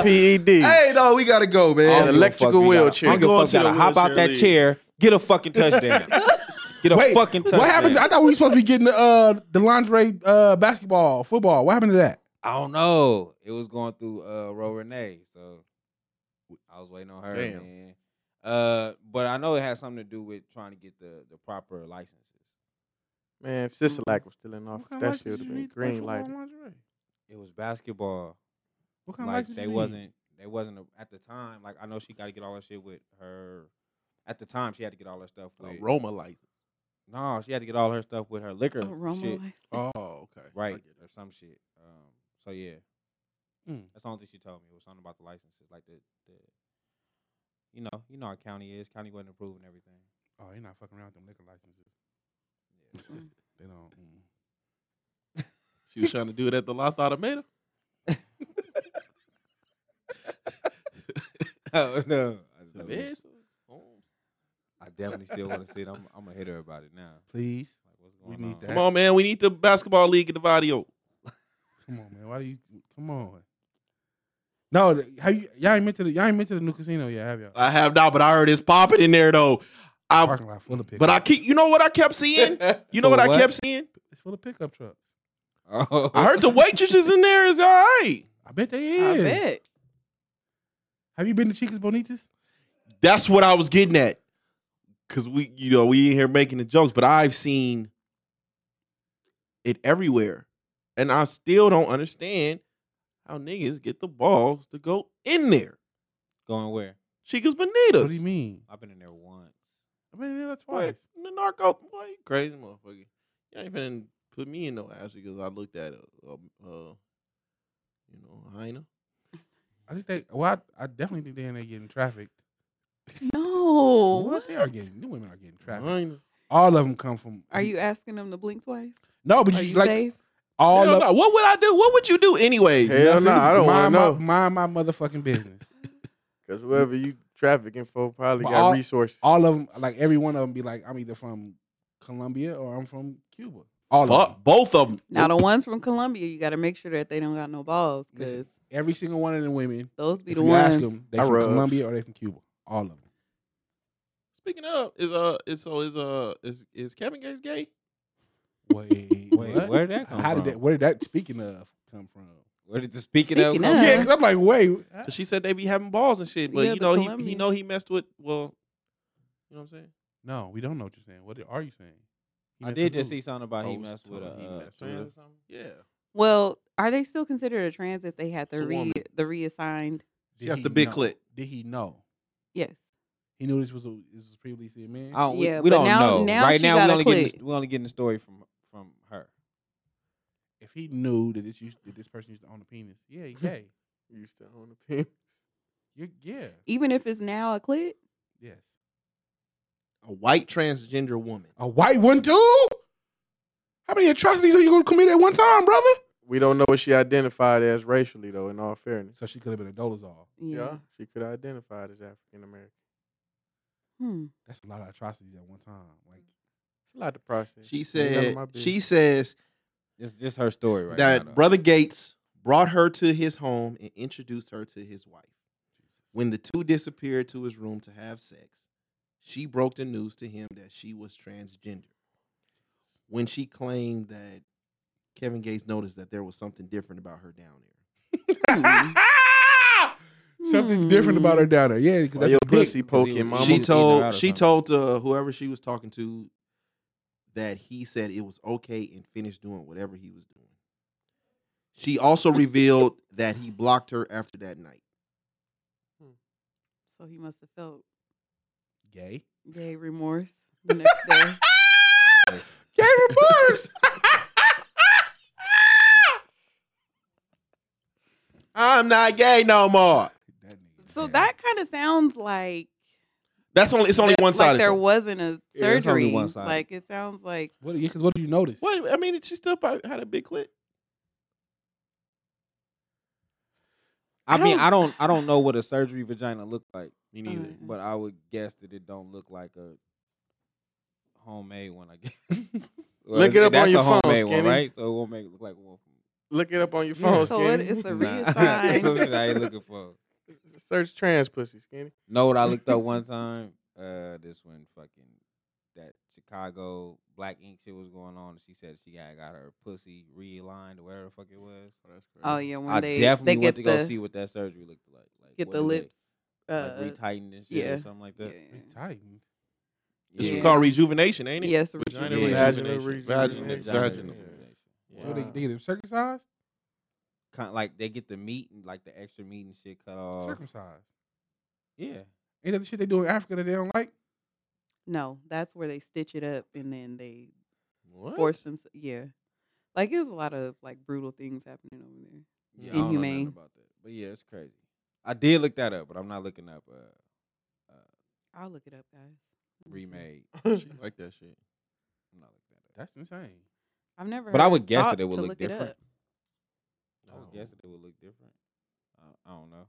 Speaker 4: E PED.
Speaker 1: hey, no, we gotta go,
Speaker 5: I
Speaker 1: man.
Speaker 5: don't give a
Speaker 4: electrical
Speaker 5: fuck if you got-
Speaker 4: wheelchair.
Speaker 5: I don't give a
Speaker 1: I'm going
Speaker 5: fuck
Speaker 1: to the
Speaker 5: gotta hop out
Speaker 1: wheelchair
Speaker 5: that
Speaker 1: league.
Speaker 5: chair. Get a fucking touchdown. Get a
Speaker 2: Wait,
Speaker 5: fucking touchdown.
Speaker 2: What happened? I thought we were supposed to be getting the uh, the lingerie uh, basketball football. What happened to that?
Speaker 5: I don't know. It was going through uh Ro Renee, so I was waiting on her,
Speaker 1: Damn.
Speaker 5: man. Uh, but I know it has something to do with trying to get the the proper licenses.
Speaker 4: Man, if Sisalak was still in office, that shit would have been green light.
Speaker 5: It was basketball.
Speaker 2: What kind
Speaker 5: Like
Speaker 2: of
Speaker 5: they wasn't they wasn't a, at the time. Like I know she got to get all her shit with her. At the time, she had to get all her stuff with.
Speaker 1: Aroma light.
Speaker 5: no, she had to get all her stuff with her liquor
Speaker 3: Aroma
Speaker 5: shit,
Speaker 3: license.
Speaker 1: Oh, okay.
Speaker 5: right, or some shit. Um, so yeah,
Speaker 2: Mm.
Speaker 5: that's the only thing she told me. It was something about the licenses, like the, the you know, you know how county is. County wasn't approving everything.
Speaker 2: Oh, you're not fucking around with them liquor licenses. they don't. mm.
Speaker 1: She was trying to do it at the La Thought Tomato.
Speaker 5: oh no, I,
Speaker 1: Man,
Speaker 5: definitely still want to see it. I'm, I'm gonna hit her about it now.
Speaker 2: Please,
Speaker 5: Like what's
Speaker 2: We
Speaker 5: going
Speaker 2: need
Speaker 5: on?
Speaker 2: that.
Speaker 1: Come on, man. We need the basketball league in the video.
Speaker 2: come on, man. Why do you? Come on. No, th- have you, y'all ain't meant to the y'all ain't meant to the new casino yet, have y'all?
Speaker 1: I have not, but I heard it's popping in there though. I,
Speaker 2: Parking lot full of pickup.
Speaker 1: but I keep. You know what I kept seeing? You know
Speaker 5: For
Speaker 1: what, I
Speaker 5: what?
Speaker 1: kept seeing?
Speaker 2: it's full of pickup trucks.
Speaker 5: Oh.
Speaker 1: I heard the waitresses in there is all right.
Speaker 2: I bet they
Speaker 3: I
Speaker 2: is.
Speaker 3: bet.
Speaker 2: Have you been to Chicas Bonitas?
Speaker 1: That's what I was getting at. Cause we, you know, we in here making the jokes, but I've seen it everywhere, and I still don't understand how niggas get the balls to go in there.
Speaker 5: going where?
Speaker 1: Chicas Bonitas.
Speaker 2: What do you mean?
Speaker 5: I've been in there once.
Speaker 2: I've been there twice.
Speaker 1: Boy, the narco, boy, you crazy motherfucker. You ain't finna put me in no ass because I looked at a, a, a you know, hyena.
Speaker 2: I think they. Well, I, I definitely think they're in there getting trafficked.
Speaker 3: No.
Speaker 2: What?
Speaker 3: Oh, What?
Speaker 2: They are getting. The women are getting trafficked.
Speaker 1: Hyenas.
Speaker 2: All of them come from.
Speaker 3: Are you asking them to blink twice?
Speaker 2: No, but
Speaker 3: Are
Speaker 2: you,
Speaker 3: you
Speaker 2: like
Speaker 3: safe?
Speaker 2: all
Speaker 1: Hell
Speaker 2: of.
Speaker 1: no. What would I do? What would you do anyways?
Speaker 4: Hell
Speaker 2: You know what I'm
Speaker 4: nah,
Speaker 2: saying?
Speaker 4: I don't wanna
Speaker 2: Mind my-
Speaker 4: know.
Speaker 2: Mind my motherfucking business.
Speaker 4: Because whoever you trafficking for probably
Speaker 2: But
Speaker 4: got
Speaker 2: all-
Speaker 4: resources.
Speaker 2: all of them, like every one of them, be like, I'm either from Colombia or I'm from Cuba. All
Speaker 1: Fuck
Speaker 2: of them.
Speaker 1: both of them.
Speaker 3: Now the ones from Colombia, you got to make sure that they don't got no balls,
Speaker 2: Listen,
Speaker 3: because
Speaker 2: Every single one of the women.
Speaker 3: those be
Speaker 2: If
Speaker 3: the
Speaker 2: you ask
Speaker 3: ones.
Speaker 2: them, they
Speaker 4: I
Speaker 2: from
Speaker 4: rubs.
Speaker 2: Colombia or they from Cuba. All of them.
Speaker 1: Speaking of, is uh, is so is uh, is is Kevin Gates gay?
Speaker 2: Wait,
Speaker 5: Wait, where did that come
Speaker 2: How
Speaker 5: from?
Speaker 2: did that? Where did that? Speaking of, come from?
Speaker 5: Where did the speaking, of?
Speaker 3: Speaking
Speaker 5: come
Speaker 3: of.
Speaker 5: from?
Speaker 2: Yeah, 'cause I'm like, wait.
Speaker 1: Cause she said they be having balls and shit, but
Speaker 3: Yeah,
Speaker 1: you
Speaker 3: the
Speaker 1: know he he
Speaker 3: Colombian.
Speaker 1: know he messed with well, you know what I'm saying?
Speaker 2: No, we don't know what you're saying. What are you saying?
Speaker 5: I did just see something about he
Speaker 1: Rose
Speaker 5: messed with a
Speaker 1: told he
Speaker 5: uh,
Speaker 1: messed
Speaker 5: trans
Speaker 1: with
Speaker 5: or something.
Speaker 1: Yeah.
Speaker 3: Well, are they still considered a trans if they had
Speaker 1: It's
Speaker 3: the
Speaker 1: a
Speaker 3: re
Speaker 1: woman.
Speaker 3: the reassigned?
Speaker 1: She
Speaker 2: Did
Speaker 1: got
Speaker 2: he
Speaker 1: the big
Speaker 2: know?
Speaker 1: clit.
Speaker 2: Did he know?
Speaker 3: Yes.
Speaker 2: He knew this was a this was previously a man.
Speaker 5: I don't, we-
Speaker 3: Yeah,
Speaker 5: we,
Speaker 3: but
Speaker 5: don't
Speaker 3: now-
Speaker 5: know.
Speaker 3: now
Speaker 5: right
Speaker 3: she
Speaker 5: now,
Speaker 3: got
Speaker 5: we
Speaker 3: a
Speaker 5: only getting
Speaker 3: click.
Speaker 5: the, we only getting the story from from her.
Speaker 2: if he knew that this used that this person used to own a penis, yeah, yeah,
Speaker 4: Used to own a penis.
Speaker 2: you yeah,
Speaker 3: Even if it's now a clit?
Speaker 2: yes.
Speaker 1: A white transgender woman.
Speaker 2: A white one too. How many atrocities are you gonna commit at one time, brother?
Speaker 4: We don't know what she identified as racially though. In all fairness,
Speaker 2: So she could have been a dolazol.
Speaker 3: Yeah.
Speaker 4: she could have identified as African American.
Speaker 3: Hmm.
Speaker 2: That's a lot of atrocities at one time. Like
Speaker 4: She like to process.
Speaker 1: She
Speaker 4: Ain't none of
Speaker 1: said
Speaker 4: my business.
Speaker 1: she says
Speaker 5: It's just her story right
Speaker 1: that
Speaker 5: now. though.
Speaker 1: Brother Gates brought her to his home and introduced her to his wife. When the two disappeared to his room to have sex, she broke the news to him that she was transgender. When she claimed that Kevin Gates noticed that there was something different about her down there.
Speaker 3: Hmm.
Speaker 2: something different about her down there. Yeah, because
Speaker 4: Why
Speaker 2: that's
Speaker 4: your
Speaker 2: a dick.
Speaker 4: pussy poking, mama.
Speaker 5: Mama
Speaker 1: she
Speaker 5: was beating her out
Speaker 1: told
Speaker 5: or
Speaker 1: she
Speaker 5: something.
Speaker 1: told uh, whoever she was talking to that he said it was okay and finished doing whatever he was doing. She also revealed that he blocked her after that night.
Speaker 3: So he must have felt
Speaker 2: Gay.
Speaker 3: gay remorse the next day.
Speaker 2: Gay reports.
Speaker 1: I'm not gay no more.
Speaker 2: that nigga.
Speaker 3: So
Speaker 2: gay.
Speaker 3: that kind of sounds like
Speaker 1: That's only it's only
Speaker 3: that-
Speaker 1: one side.
Speaker 3: Like there wasn't a
Speaker 5: it's only
Speaker 3: surgery.
Speaker 5: one-sided.
Speaker 3: like it sounds like
Speaker 2: What? Yeah, because what did you notice?
Speaker 1: What I mean, she still probably had a big clit.
Speaker 5: I,
Speaker 3: I
Speaker 5: mean,
Speaker 3: don't-
Speaker 5: I don't I don't know what a surgery vagina looked like,
Speaker 1: Me
Speaker 3: neither. Uh-huh.
Speaker 5: but I would guess that it don't look like a homemade one. I guess. Well,
Speaker 4: Look
Speaker 5: it's-
Speaker 4: it up on
Speaker 5: that's a
Speaker 4: your phone,
Speaker 5: homemade one,
Speaker 4: Skinny.
Speaker 5: right? So it won't make it look like one. From,
Speaker 4: Look it up on your
Speaker 5: Yeah.
Speaker 4: phone,
Speaker 5: Oh,
Speaker 3: so it,
Speaker 4: skinny.
Speaker 3: it's a
Speaker 5: Nah.
Speaker 3: reassign.
Speaker 5: Some shit I ain't looking for.
Speaker 4: Search trans pussy, skinny.
Speaker 5: Know what I looked up one time? Uh, this one fucking that Chicago black ink shit was going on. and She said she got got her pussy realigned or whatever the fuck it was.
Speaker 3: oh yeah, when
Speaker 5: I
Speaker 3: they
Speaker 5: definitely
Speaker 3: they
Speaker 5: went
Speaker 3: get
Speaker 5: to
Speaker 3: the
Speaker 5: go see what that surgery looked like. like
Speaker 3: get
Speaker 5: what
Speaker 3: the
Speaker 5: did they-
Speaker 3: lips.
Speaker 5: like,
Speaker 3: Uh,
Speaker 5: retightened and shit or
Speaker 3: yeah,
Speaker 5: something like that.
Speaker 3: yeah.
Speaker 2: Retightened.
Speaker 1: It's
Speaker 3: Yeah.
Speaker 1: called rejuvenation, ain't it?
Speaker 3: Yes,
Speaker 1: Vagina rejuvenation.
Speaker 5: rejuvenation.
Speaker 4: Vaginal
Speaker 1: Vagina
Speaker 4: rejuvenation.
Speaker 1: vaginal.
Speaker 4: Yeah.
Speaker 2: So they, they get him circumcised,
Speaker 5: kind of like they get the meat and like the extra meat and shit cut
Speaker 2: Uh.
Speaker 5: off.
Speaker 2: circumcised.
Speaker 5: Yeah,
Speaker 2: Ain't that the shit they do in Africa that they don't like?
Speaker 3: No, that's where they stitch it up and then they
Speaker 1: What?
Speaker 3: force them. Yeah, like it was a lot of like brutal things happening over there.
Speaker 5: yeah I don't know nothing
Speaker 3: Inhumane.
Speaker 5: about that, but yeah, it's crazy. I did look that up, but I'm not looking up uh, uh
Speaker 3: I'll look it up, guys. Let me see.
Speaker 5: remade.
Speaker 1: She like that shit.
Speaker 5: I'm not looking that up.
Speaker 2: That's insane.
Speaker 3: I've never.
Speaker 5: But I
Speaker 3: heard-
Speaker 5: would guess that
Speaker 3: thought
Speaker 5: it would
Speaker 3: to
Speaker 5: look
Speaker 3: it
Speaker 5: different.
Speaker 3: up.
Speaker 5: I would guess that it would look different. I, I don't know.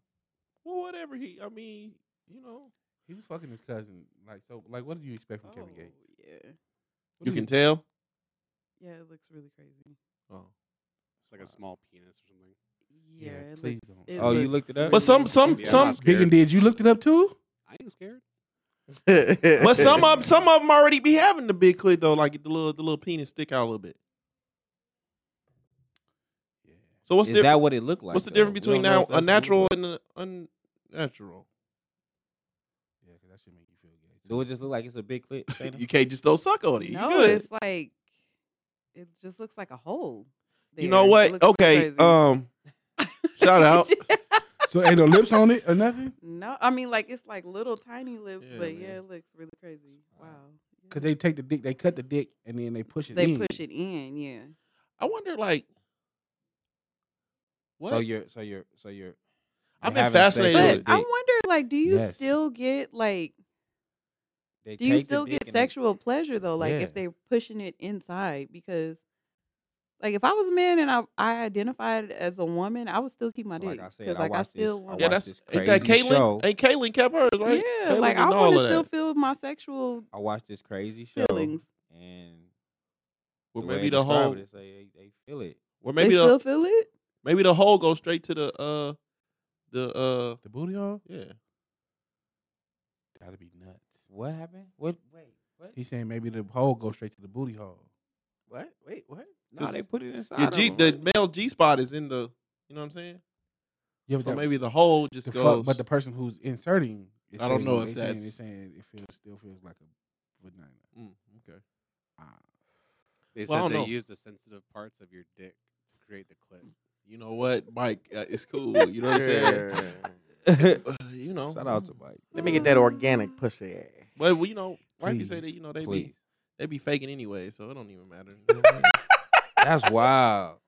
Speaker 1: Well, whatever he. I mean, you know,
Speaker 2: He was fucking his cousin. Like so, like what did you expect from Kevin
Speaker 3: Oh,
Speaker 2: Gates?
Speaker 3: yeah,
Speaker 2: What
Speaker 1: you
Speaker 2: do
Speaker 1: can tell.
Speaker 3: yeah, it looks really crazy.
Speaker 1: Oh.
Speaker 7: It's like a small penis or something.
Speaker 3: Yeah,
Speaker 2: Yeah,
Speaker 3: it
Speaker 2: please
Speaker 3: looks.
Speaker 2: don't.
Speaker 3: It
Speaker 5: Oh, you
Speaker 3: looks
Speaker 5: looked it up?
Speaker 1: But some, some,
Speaker 7: Yeah, I'm
Speaker 1: some,
Speaker 7: not scared.
Speaker 2: Big and did you looked it up too?
Speaker 7: I ain't scared.
Speaker 1: but some of some of them already be having the big clit though, like the little the little penis stick out a little bit.
Speaker 2: Yeah.
Speaker 1: So what's
Speaker 5: Is
Speaker 1: different?
Speaker 5: that what it looked like?
Speaker 1: what's the
Speaker 5: though?
Speaker 1: difference
Speaker 5: We
Speaker 1: between
Speaker 5: don't know
Speaker 1: now
Speaker 5: if that's
Speaker 1: a
Speaker 5: what it
Speaker 1: natural
Speaker 5: looked like.
Speaker 1: and an unnatural?
Speaker 2: Yeah, because that should make you feel gay.
Speaker 5: Do it just look like it's a big clip? Shayna?
Speaker 1: you can't just throw suck on it. You
Speaker 3: No,
Speaker 1: good.
Speaker 3: it's like it just looks like a hole.
Speaker 1: you know
Speaker 3: there.
Speaker 1: what?
Speaker 3: It looks
Speaker 1: Okay.
Speaker 3: crazy.
Speaker 1: Um. shout out.
Speaker 2: so ain't no lips on it or nothing?
Speaker 3: no, I mean like it's like little tiny lips,
Speaker 1: Yeah,
Speaker 3: but
Speaker 1: man.
Speaker 3: yeah, it looks really crazy. Wow.
Speaker 2: Because they take the dick, they cut the dick, and then they push it.
Speaker 3: they
Speaker 2: in.
Speaker 3: push it in, yeah.
Speaker 1: I wonder, like, what?
Speaker 5: So you're, so you're, so you're.
Speaker 1: I've
Speaker 5: they
Speaker 1: been
Speaker 5: having sex
Speaker 1: fascinated
Speaker 5: with
Speaker 1: Sure,
Speaker 3: But
Speaker 1: with
Speaker 5: the
Speaker 3: I
Speaker 5: dick.
Speaker 3: wonder, like, do you
Speaker 2: Yes.
Speaker 3: still get like,
Speaker 5: They
Speaker 3: do you
Speaker 5: take the
Speaker 3: still
Speaker 5: dick
Speaker 3: get
Speaker 5: and they-
Speaker 3: sexual pleasure though? Like,
Speaker 2: Yeah.
Speaker 3: if they're pushing it inside, because, like, if I was a man and I I identified as a woman, I would still keep my dick
Speaker 5: So like I said, I
Speaker 3: like I
Speaker 5: watched this-
Speaker 3: still
Speaker 5: I
Speaker 3: want.
Speaker 1: yeah,
Speaker 5: watched
Speaker 1: that's
Speaker 5: this
Speaker 1: ain't that
Speaker 5: crazy
Speaker 1: Caitlyn?
Speaker 5: show.
Speaker 1: Ain't Caitlyn kept hers, right?
Speaker 3: Yeah,
Speaker 1: Caitlyn
Speaker 3: like I
Speaker 1: and all
Speaker 3: want
Speaker 1: of
Speaker 3: to still
Speaker 1: that.
Speaker 3: feel my sexual.
Speaker 5: I watched this crazy show,
Speaker 3: Feelings.
Speaker 5: and
Speaker 1: Well,
Speaker 5: the way
Speaker 1: maybe
Speaker 5: they
Speaker 1: the
Speaker 5: describe
Speaker 1: whole,
Speaker 5: it, it's like they, they feel it.
Speaker 1: well,
Speaker 3: Maybe
Speaker 1: maybe
Speaker 3: they
Speaker 1: the
Speaker 3: still feel it.
Speaker 1: maybe the hole goes straight to the uh, the uh,
Speaker 2: The booty hole?
Speaker 1: yeah.
Speaker 2: That'd be nuts.
Speaker 5: What happened? What? Wait, what?
Speaker 2: He's saying maybe the hole goes straight to the booty hole.
Speaker 5: What? Wait, what? No,
Speaker 1: 'Cause
Speaker 5: they put it inside.
Speaker 1: Your
Speaker 5: of
Speaker 1: G,
Speaker 5: them,
Speaker 1: the
Speaker 5: right?
Speaker 1: male G spot is in the, you know what I'm saying?
Speaker 2: Yeah, but
Speaker 1: So maybe the hole just
Speaker 2: the
Speaker 1: goes.
Speaker 2: fuck, but the person who's inserting, is
Speaker 1: I don't
Speaker 2: saying-
Speaker 1: know
Speaker 2: they
Speaker 1: if
Speaker 2: saying- they
Speaker 1: that's-
Speaker 2: saying it feels still feels like a vagina.
Speaker 1: Mm, okay.
Speaker 2: Ah.
Speaker 7: They
Speaker 1: Well, I
Speaker 7: said
Speaker 1: don't
Speaker 7: they
Speaker 1: know.
Speaker 7: use the sensitive parts of your dick to create the clit.
Speaker 1: You know what, Mike? Uh, it's cool. You know what I'm saying? Uh, you know.
Speaker 5: Shout out to Mike.
Speaker 4: Let me get that organic pussy.
Speaker 1: But well, you know, wifey say
Speaker 2: Please,
Speaker 1: that you know they
Speaker 5: Please.
Speaker 1: be they be faking anyway, so it don't even matter.
Speaker 5: That's wild.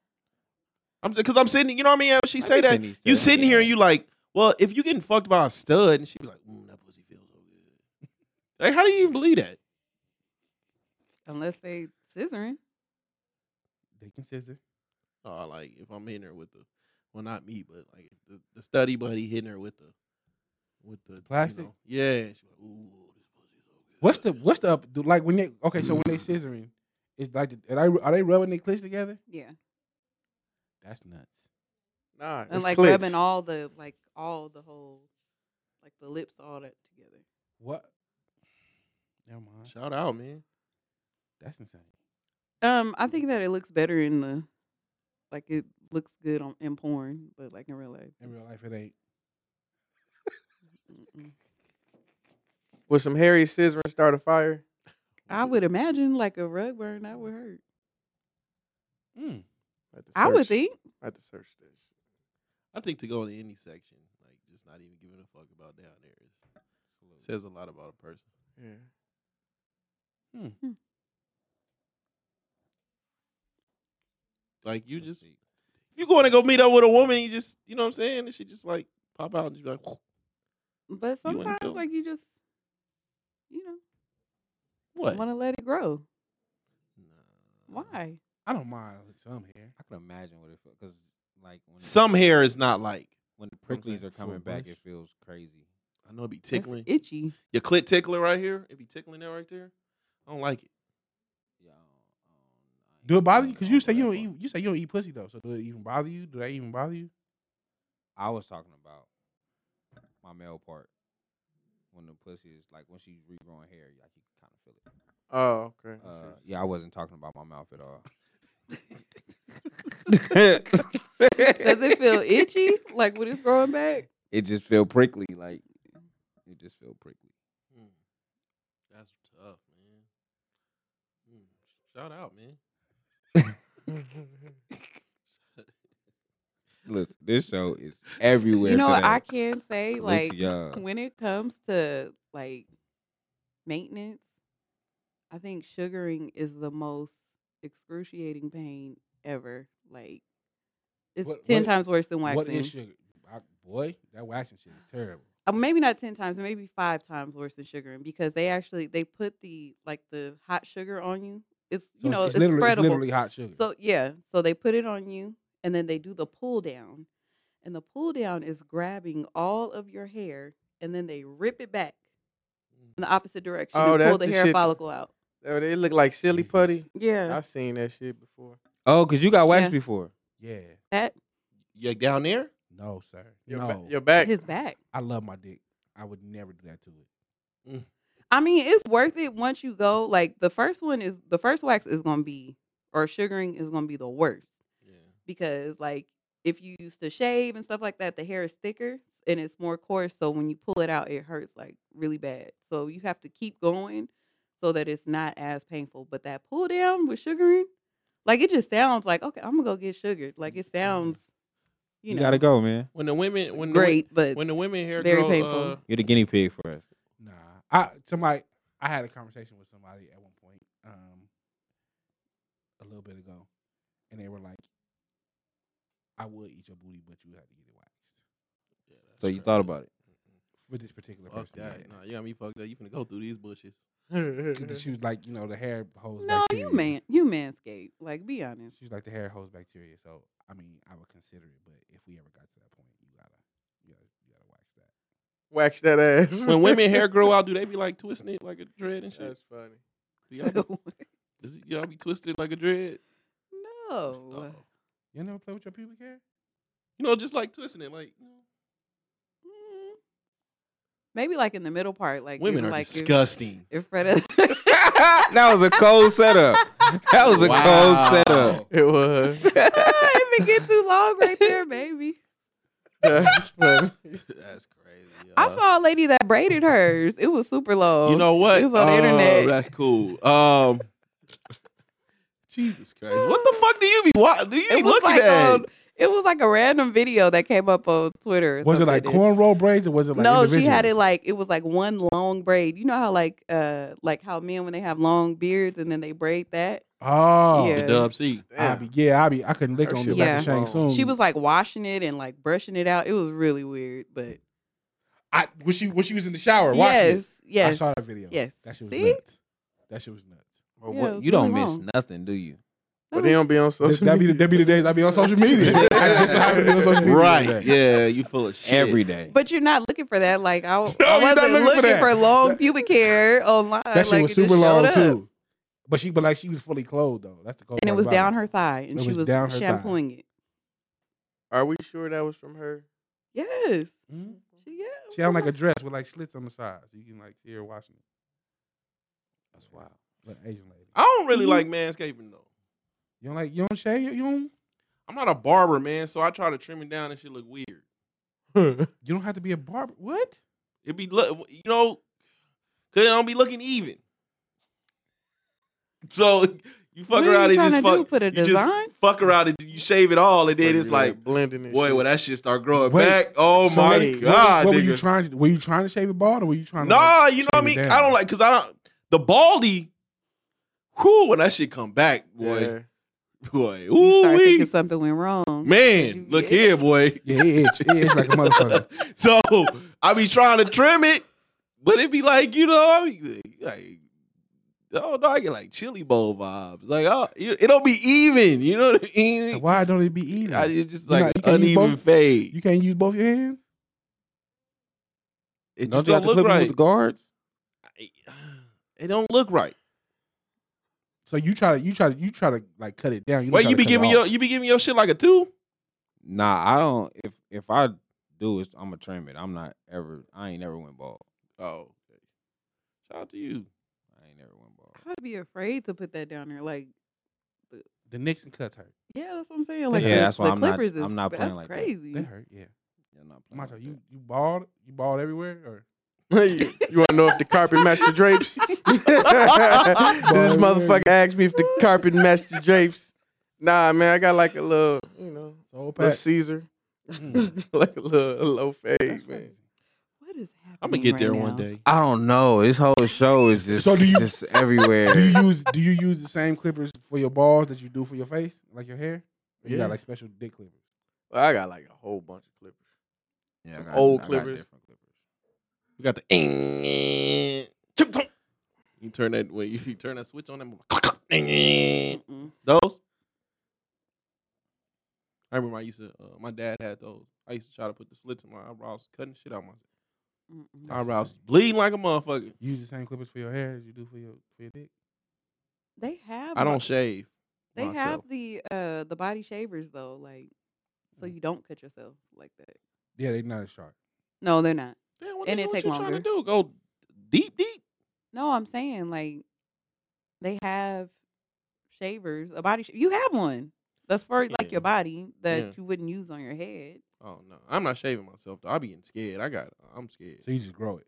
Speaker 1: I'm just because I'm sitting. You know what I mean? She
Speaker 5: I
Speaker 1: say
Speaker 5: be
Speaker 1: that
Speaker 5: seeing these
Speaker 1: you
Speaker 5: stuff,
Speaker 1: sitting here
Speaker 5: yeah.
Speaker 1: and you like, well, if you getting fucked by a stud, and she be like, mm, that pussy feels so good. Like, how do you even believe that?
Speaker 3: Unless they scissoring.
Speaker 2: They can scissor.
Speaker 1: Oh, like if I'm hitting her with the, well, not me, but like the, the study buddy hitting her with the, with the you
Speaker 2: Plastic?
Speaker 1: know, yeah, and she like, ooh, this pussy so good.
Speaker 2: What's the what's the up? do- Like when they okay, so when they scissoring, it's like the, are they are they rubbing their clits together?
Speaker 3: Yeah.
Speaker 2: That's nuts.
Speaker 4: Nah, it's
Speaker 3: And like
Speaker 4: clits.
Speaker 3: rubbing all the like all the whole like the lips all that together.
Speaker 2: What? Never mind.
Speaker 1: shout out, man?
Speaker 2: That's insane.
Speaker 3: Um, I think that it looks better in the like it looks good on in porn, but like in real life.
Speaker 2: In real life, it ain't.
Speaker 3: mm-mm.
Speaker 4: With some hairy scissors and start a fire.
Speaker 3: I would imagine like a rug burn that would hurt.
Speaker 2: Mm.
Speaker 4: I, have to
Speaker 3: I would
Speaker 4: search-
Speaker 3: think.
Speaker 4: I have to search this.
Speaker 1: I think to go to any section, like just not even giving a fuck about down there, is, says a lot about a person.
Speaker 4: Yeah.
Speaker 1: Like you
Speaker 5: Let's
Speaker 1: just,
Speaker 5: see.
Speaker 1: you going to go meet up with a woman, you just, you know what I'm saying, and she just like pop out and just be like,
Speaker 3: But
Speaker 1: You wouldn't
Speaker 3: sometimes
Speaker 1: feel-
Speaker 3: like you just you know
Speaker 1: what?
Speaker 3: wanna let it grow.
Speaker 1: Nah.
Speaker 3: Why?
Speaker 2: I don't mind some hair.
Speaker 5: I can imagine what it feels because like when the-
Speaker 1: Some hair is not like.
Speaker 5: when the
Speaker 1: I'm saying,
Speaker 5: pricklies are coming back,
Speaker 2: brush.
Speaker 5: it feels crazy.
Speaker 1: I know it be
Speaker 3: It's
Speaker 1: tickling.
Speaker 3: itchy.
Speaker 1: Your clit tickler right here. It be tickling that right there. I don't like it.
Speaker 5: Yeah. I don't- I don't-
Speaker 2: Do
Speaker 5: I
Speaker 2: it bother
Speaker 5: ain't
Speaker 2: you? Because
Speaker 5: going
Speaker 2: you
Speaker 5: for
Speaker 2: say you
Speaker 5: that
Speaker 2: don't
Speaker 5: far.
Speaker 2: eat. You say you don't eat pussy though. So do it even bother you? Do that even bother you?
Speaker 5: I was talking about my male part when the pussy is like when she's regrowing hair, like you can kind of feel it.
Speaker 4: Oh, okay. I see.
Speaker 5: Uh, yeah, I wasn't talking about my mouth at all.
Speaker 1: Hmm.
Speaker 3: Does it feel itchy? Like when it's growing back?
Speaker 5: It just feel prickly, like it just feel prickly.
Speaker 1: Mm. That's tough, man. Mm. Shout out, man.
Speaker 5: Listen, this show is everywhere.
Speaker 3: you know what
Speaker 5: today.
Speaker 3: I can say?
Speaker 5: Salute to
Speaker 3: Like
Speaker 5: y'all.
Speaker 3: when it comes to like maintenance, I think sugaring is the most excruciating pain ever. Like it's
Speaker 2: What-
Speaker 3: ten
Speaker 2: what-
Speaker 3: times worse than
Speaker 2: What
Speaker 3: waxing.
Speaker 2: is sugar? I, boy, that waxing shit is terrible.
Speaker 3: Uh, maybe not ten times, maybe five times worse than sugaring because they actually they put the like the hot sugar on you. It's
Speaker 2: So
Speaker 3: you know it's,
Speaker 2: literally, it's
Speaker 3: spreadable.
Speaker 2: literally hot sugar.
Speaker 3: So yeah, so they put it on you, and then they do the pull down, and the pull down is grabbing all of your hair, and then they rip it back in the opposite direction
Speaker 4: Oh,
Speaker 3: and
Speaker 4: that's
Speaker 3: pull the,
Speaker 4: the
Speaker 3: hair
Speaker 4: shit-
Speaker 3: follicle out.
Speaker 4: Oh, they look like silly
Speaker 2: Jesus.
Speaker 4: putty.
Speaker 3: Yeah,
Speaker 4: I've seen that shit before.
Speaker 5: Oh, cause you got waxed
Speaker 3: Yeah.
Speaker 5: before.
Speaker 2: yeah,
Speaker 3: that
Speaker 1: You down there?
Speaker 2: no, sir,
Speaker 4: Your,
Speaker 2: no.
Speaker 4: ba- your back.
Speaker 3: his back.
Speaker 2: I love my dick. I would never do that to it.
Speaker 3: I mean, it's worth it once you go. Like the first one is the first wax is gonna be or sugaring is gonna be the worst
Speaker 1: Yeah.
Speaker 3: because like if you used to shave and stuff like that, the hair is thicker and it's more coarse. So when you pull it out, it hurts like really bad. So you have to keep going so that it's not as painful. But that pull down with sugaring, like it just sounds like okay, I'm gonna go get sugared. Like it sounds, you,
Speaker 5: You
Speaker 3: know,
Speaker 5: gotta go, man.
Speaker 1: When the women, when
Speaker 3: great,
Speaker 1: the,
Speaker 3: but
Speaker 1: wo- when the women hair
Speaker 3: very
Speaker 1: grow,
Speaker 3: painful.
Speaker 1: uh,
Speaker 5: You're the guinea pig for us.
Speaker 2: Nah, I somebody I had a conversation with somebody at one point, um, a little bit ago, and they were like, "I would eat your booty, but you would have to get it waxed."
Speaker 1: yeah, that's
Speaker 5: So you
Speaker 1: crazy.
Speaker 5: thought about it.
Speaker 2: With this particular
Speaker 1: Fuck
Speaker 2: person,
Speaker 1: that. Nah, you got me fucked up. You finna go through these bushes.
Speaker 2: yeah. she was like, you know, the hair holds.
Speaker 3: no,
Speaker 2: bacteria.
Speaker 3: you man, you manscape. Like be honest.
Speaker 2: She's like the hair holds bacteria, so I mean, I would consider it, but if we ever got to that point, you gotta, you gotta, you gotta wax that.
Speaker 4: Wax that ass.
Speaker 1: When women hair grow out, do they be like twisting it like a dread and shit?
Speaker 4: That's funny.
Speaker 1: Do y'all, be, does it- y'all be twisted like a dread?
Speaker 3: no,
Speaker 5: Oh.
Speaker 1: Uh-oh.
Speaker 2: You never play with your pubic hair?
Speaker 1: You know, just like twisting it, like you know.
Speaker 3: Mm. maybe like in the middle part, like
Speaker 1: women
Speaker 3: if,
Speaker 1: are
Speaker 3: like if-
Speaker 1: disgusting.
Speaker 3: In front of
Speaker 5: that was a cold setup. That was a cold setup.
Speaker 4: It was.
Speaker 3: if it get too long right there, maybe.
Speaker 4: That's funny.
Speaker 1: That's crazy.
Speaker 3: I
Speaker 5: Uh.
Speaker 1: y'all.
Speaker 3: saw a lady that braided hers. It was super long.
Speaker 1: You know what? Uh,
Speaker 3: It was on the
Speaker 1: Oh,
Speaker 3: internet.
Speaker 1: That's cool. Um, Jesus Christ! What the fuck do you be? What do you be
Speaker 3: It was
Speaker 1: looking
Speaker 3: like
Speaker 1: at?
Speaker 3: um, it was like a random video that came up on Twitter. or
Speaker 2: Was it like
Speaker 3: something.
Speaker 2: cornrow braids or was it like
Speaker 3: no, she had it
Speaker 2: individuals?
Speaker 3: like it was like one long braid. You know how like uh like how men when they have long beards and then they braid that.
Speaker 2: oh
Speaker 3: Yeah.
Speaker 1: The dub C.
Speaker 2: I
Speaker 4: Damn.
Speaker 2: be yeah I be I couldn't lick
Speaker 4: Her
Speaker 2: on the
Speaker 4: shit Oh.
Speaker 2: back of
Speaker 3: was
Speaker 2: Shang
Speaker 4: long.
Speaker 2: Tsung.
Speaker 3: She was like washing it and like brushing it out. It was really weird, but
Speaker 2: I when she when she was in the shower watching it,
Speaker 3: yes, yes.
Speaker 2: I saw that video
Speaker 3: yes.
Speaker 2: that shit was
Speaker 3: See?
Speaker 2: nuts that shit was nuts
Speaker 5: Or
Speaker 3: Yeah,
Speaker 5: what-
Speaker 3: it was
Speaker 5: you don't
Speaker 3: really
Speaker 5: miss
Speaker 3: long.
Speaker 5: nothing, do you?
Speaker 4: But they don't be on
Speaker 2: That-
Speaker 4: social
Speaker 2: that be the
Speaker 4: media.
Speaker 2: that be the days I be on social media I just so happened to be on social media
Speaker 1: Right?
Speaker 2: today.
Speaker 1: Yeah, you full of shit.
Speaker 5: Every day.
Speaker 3: But you're not looking for that. Like I,
Speaker 2: you're
Speaker 3: I
Speaker 2: not
Speaker 3: wasn't
Speaker 2: looking
Speaker 3: looking,
Speaker 2: for that.
Speaker 3: for, long pubic hair online.
Speaker 2: that shit
Speaker 3: Uh, like,
Speaker 2: was
Speaker 3: it just
Speaker 2: super long
Speaker 3: showed up.
Speaker 2: too but she but like she was fully clothed though that's the cold
Speaker 3: And it
Speaker 2: part
Speaker 3: was
Speaker 2: about
Speaker 3: down her thigh, and
Speaker 2: It
Speaker 3: she
Speaker 2: was
Speaker 3: was,
Speaker 2: down her thigh.
Speaker 3: shampooing it.
Speaker 4: Are we sure that was from her?
Speaker 3: Yes,
Speaker 2: Mhm.
Speaker 3: she yeah.
Speaker 2: she had on like a dress with like slits on the sides you can like see her washing it that's wild but Asian lady
Speaker 1: I don't really like manscaping though.
Speaker 2: you don't like you don't shave you don't
Speaker 1: I'm not a barber, man, so I try to trim it down and shit look weird.
Speaker 2: you don't have to be a barber what
Speaker 1: It be look, you know, cause it don't be looking even. So you fuck
Speaker 3: What are
Speaker 1: around
Speaker 3: you
Speaker 1: and just
Speaker 3: tryna do,
Speaker 1: fuck.
Speaker 3: put a
Speaker 1: you
Speaker 3: design?
Speaker 1: just fuck around and you shave it all, and then
Speaker 4: Or
Speaker 1: it's
Speaker 4: you
Speaker 1: like,
Speaker 4: blending. and
Speaker 1: boy,
Speaker 4: shit?
Speaker 1: when that shit start growing
Speaker 2: Wait,
Speaker 1: back, oh
Speaker 2: So
Speaker 1: my
Speaker 2: what- what-
Speaker 1: god,
Speaker 2: What, were
Speaker 1: nigga.
Speaker 2: you trying to? Were you trying to shave it bald, or were you trying? to
Speaker 1: Nah, you know what I
Speaker 2: shave it
Speaker 1: mean. I
Speaker 2: down?
Speaker 1: don't like because I don't the baldy. Whoo, when that shit come back, boy,
Speaker 4: Yeah.
Speaker 1: boy,
Speaker 3: You start
Speaker 1: ooh,
Speaker 3: thinking something went wrong.
Speaker 1: man,
Speaker 3: you-
Speaker 1: look here, boy.
Speaker 2: Yeah, it itch. It itch like a motherfucker.
Speaker 1: so I be trying to trim it, but it be like you know, I be like I don't know, I get like chili bowl vibes. Like oh, it it don't be even. You know what I
Speaker 2: Like,
Speaker 1: mean?
Speaker 2: Why don't it be even?
Speaker 1: I, it's just
Speaker 2: You know,
Speaker 1: like
Speaker 2: you can use
Speaker 1: uneven
Speaker 2: both-
Speaker 1: fade.
Speaker 2: you can't use both your hands.
Speaker 1: It
Speaker 5: Don't
Speaker 1: just
Speaker 5: you have
Speaker 1: don't
Speaker 5: to
Speaker 1: look
Speaker 5: clip 'em
Speaker 1: right.
Speaker 5: with the guards?
Speaker 1: It don't look right.
Speaker 2: So you try to you try to you try to like cut it down. You don't
Speaker 1: Wait,
Speaker 2: try
Speaker 1: you
Speaker 2: to
Speaker 1: be
Speaker 2: cut it
Speaker 1: giving
Speaker 2: off.
Speaker 1: your you be giving your shit like a two?
Speaker 5: Nah, I don't. If if I do, it's I'm gonna trim it. I'm not ever. I ain't never went bald.
Speaker 1: Oh, okay. shout out to you.
Speaker 5: I ain't never went bald.
Speaker 3: I'd be afraid to put that down there. Like,
Speaker 2: the Nixon cuts hurt.
Speaker 3: yeah, that's what I'm saying. Like,
Speaker 2: Yeah,
Speaker 3: the,
Speaker 5: that's why
Speaker 3: the
Speaker 5: I'm not-
Speaker 3: Clippers is
Speaker 5: I'm not playing
Speaker 3: that's
Speaker 5: like that.
Speaker 3: crazy.
Speaker 2: That hurt. Yeah.
Speaker 5: Yeah, I'm not playing
Speaker 2: Macho,
Speaker 5: like
Speaker 2: you you bald you bald everywhere or
Speaker 4: you want to know if the carpet matched the drapes? this motherfucker asked me if the carpet matched the drapes. Nah, man, I got like a little, you know,
Speaker 2: so
Speaker 4: little
Speaker 2: pack.
Speaker 4: Caesar, like a little a low fade, man.
Speaker 3: What is happening?
Speaker 1: I'm gonna get
Speaker 3: right
Speaker 1: there
Speaker 3: now?
Speaker 1: one day.
Speaker 5: I don't know. This whole show is just
Speaker 2: So do you-
Speaker 5: just everywhere.
Speaker 2: Do you use do you use the same clippers for your balls that you do for your face, like your hair? Or You
Speaker 4: Yeah.
Speaker 2: got like special dick clippers.
Speaker 4: Well, I got like a whole bunch of clippers.
Speaker 5: yeah, I
Speaker 4: Some
Speaker 5: got-
Speaker 4: old
Speaker 5: I got
Speaker 4: Clippers.
Speaker 5: different clippers.
Speaker 1: You got the you turn that when you, you turn that switch on them.
Speaker 3: Mm-mm.
Speaker 1: Those. I remember I used to. Uh, my dad had those. I used to try to put the slits in my eyebrows, cutting shit out my
Speaker 3: Mm-mm.
Speaker 1: eyebrows, bleeding like a motherfucker.
Speaker 2: You use the same clippers for your hair as you do for your for your dick.
Speaker 3: They have.
Speaker 1: I
Speaker 3: mo-
Speaker 1: don't shave.
Speaker 3: They have
Speaker 1: myself.
Speaker 3: the uh the body shavers though, like, so you don't cut yourself like that.
Speaker 2: Yeah, they not as sharp.
Speaker 3: No, they're not.
Speaker 1: Damn, what
Speaker 3: and
Speaker 1: the-
Speaker 3: it
Speaker 1: what
Speaker 3: take
Speaker 1: you trying
Speaker 3: longer.
Speaker 1: to do? Go deep, deep.
Speaker 3: No, I'm saying like, they have shavers. A body. Sh- you have one. That's for like
Speaker 1: Yeah.
Speaker 3: your body that
Speaker 1: Yeah.
Speaker 3: you wouldn't use on your head.
Speaker 1: Oh no, I'm not shaving myself. though. I be getting scared. I got. uh, I'm scared.
Speaker 2: So you just grow it.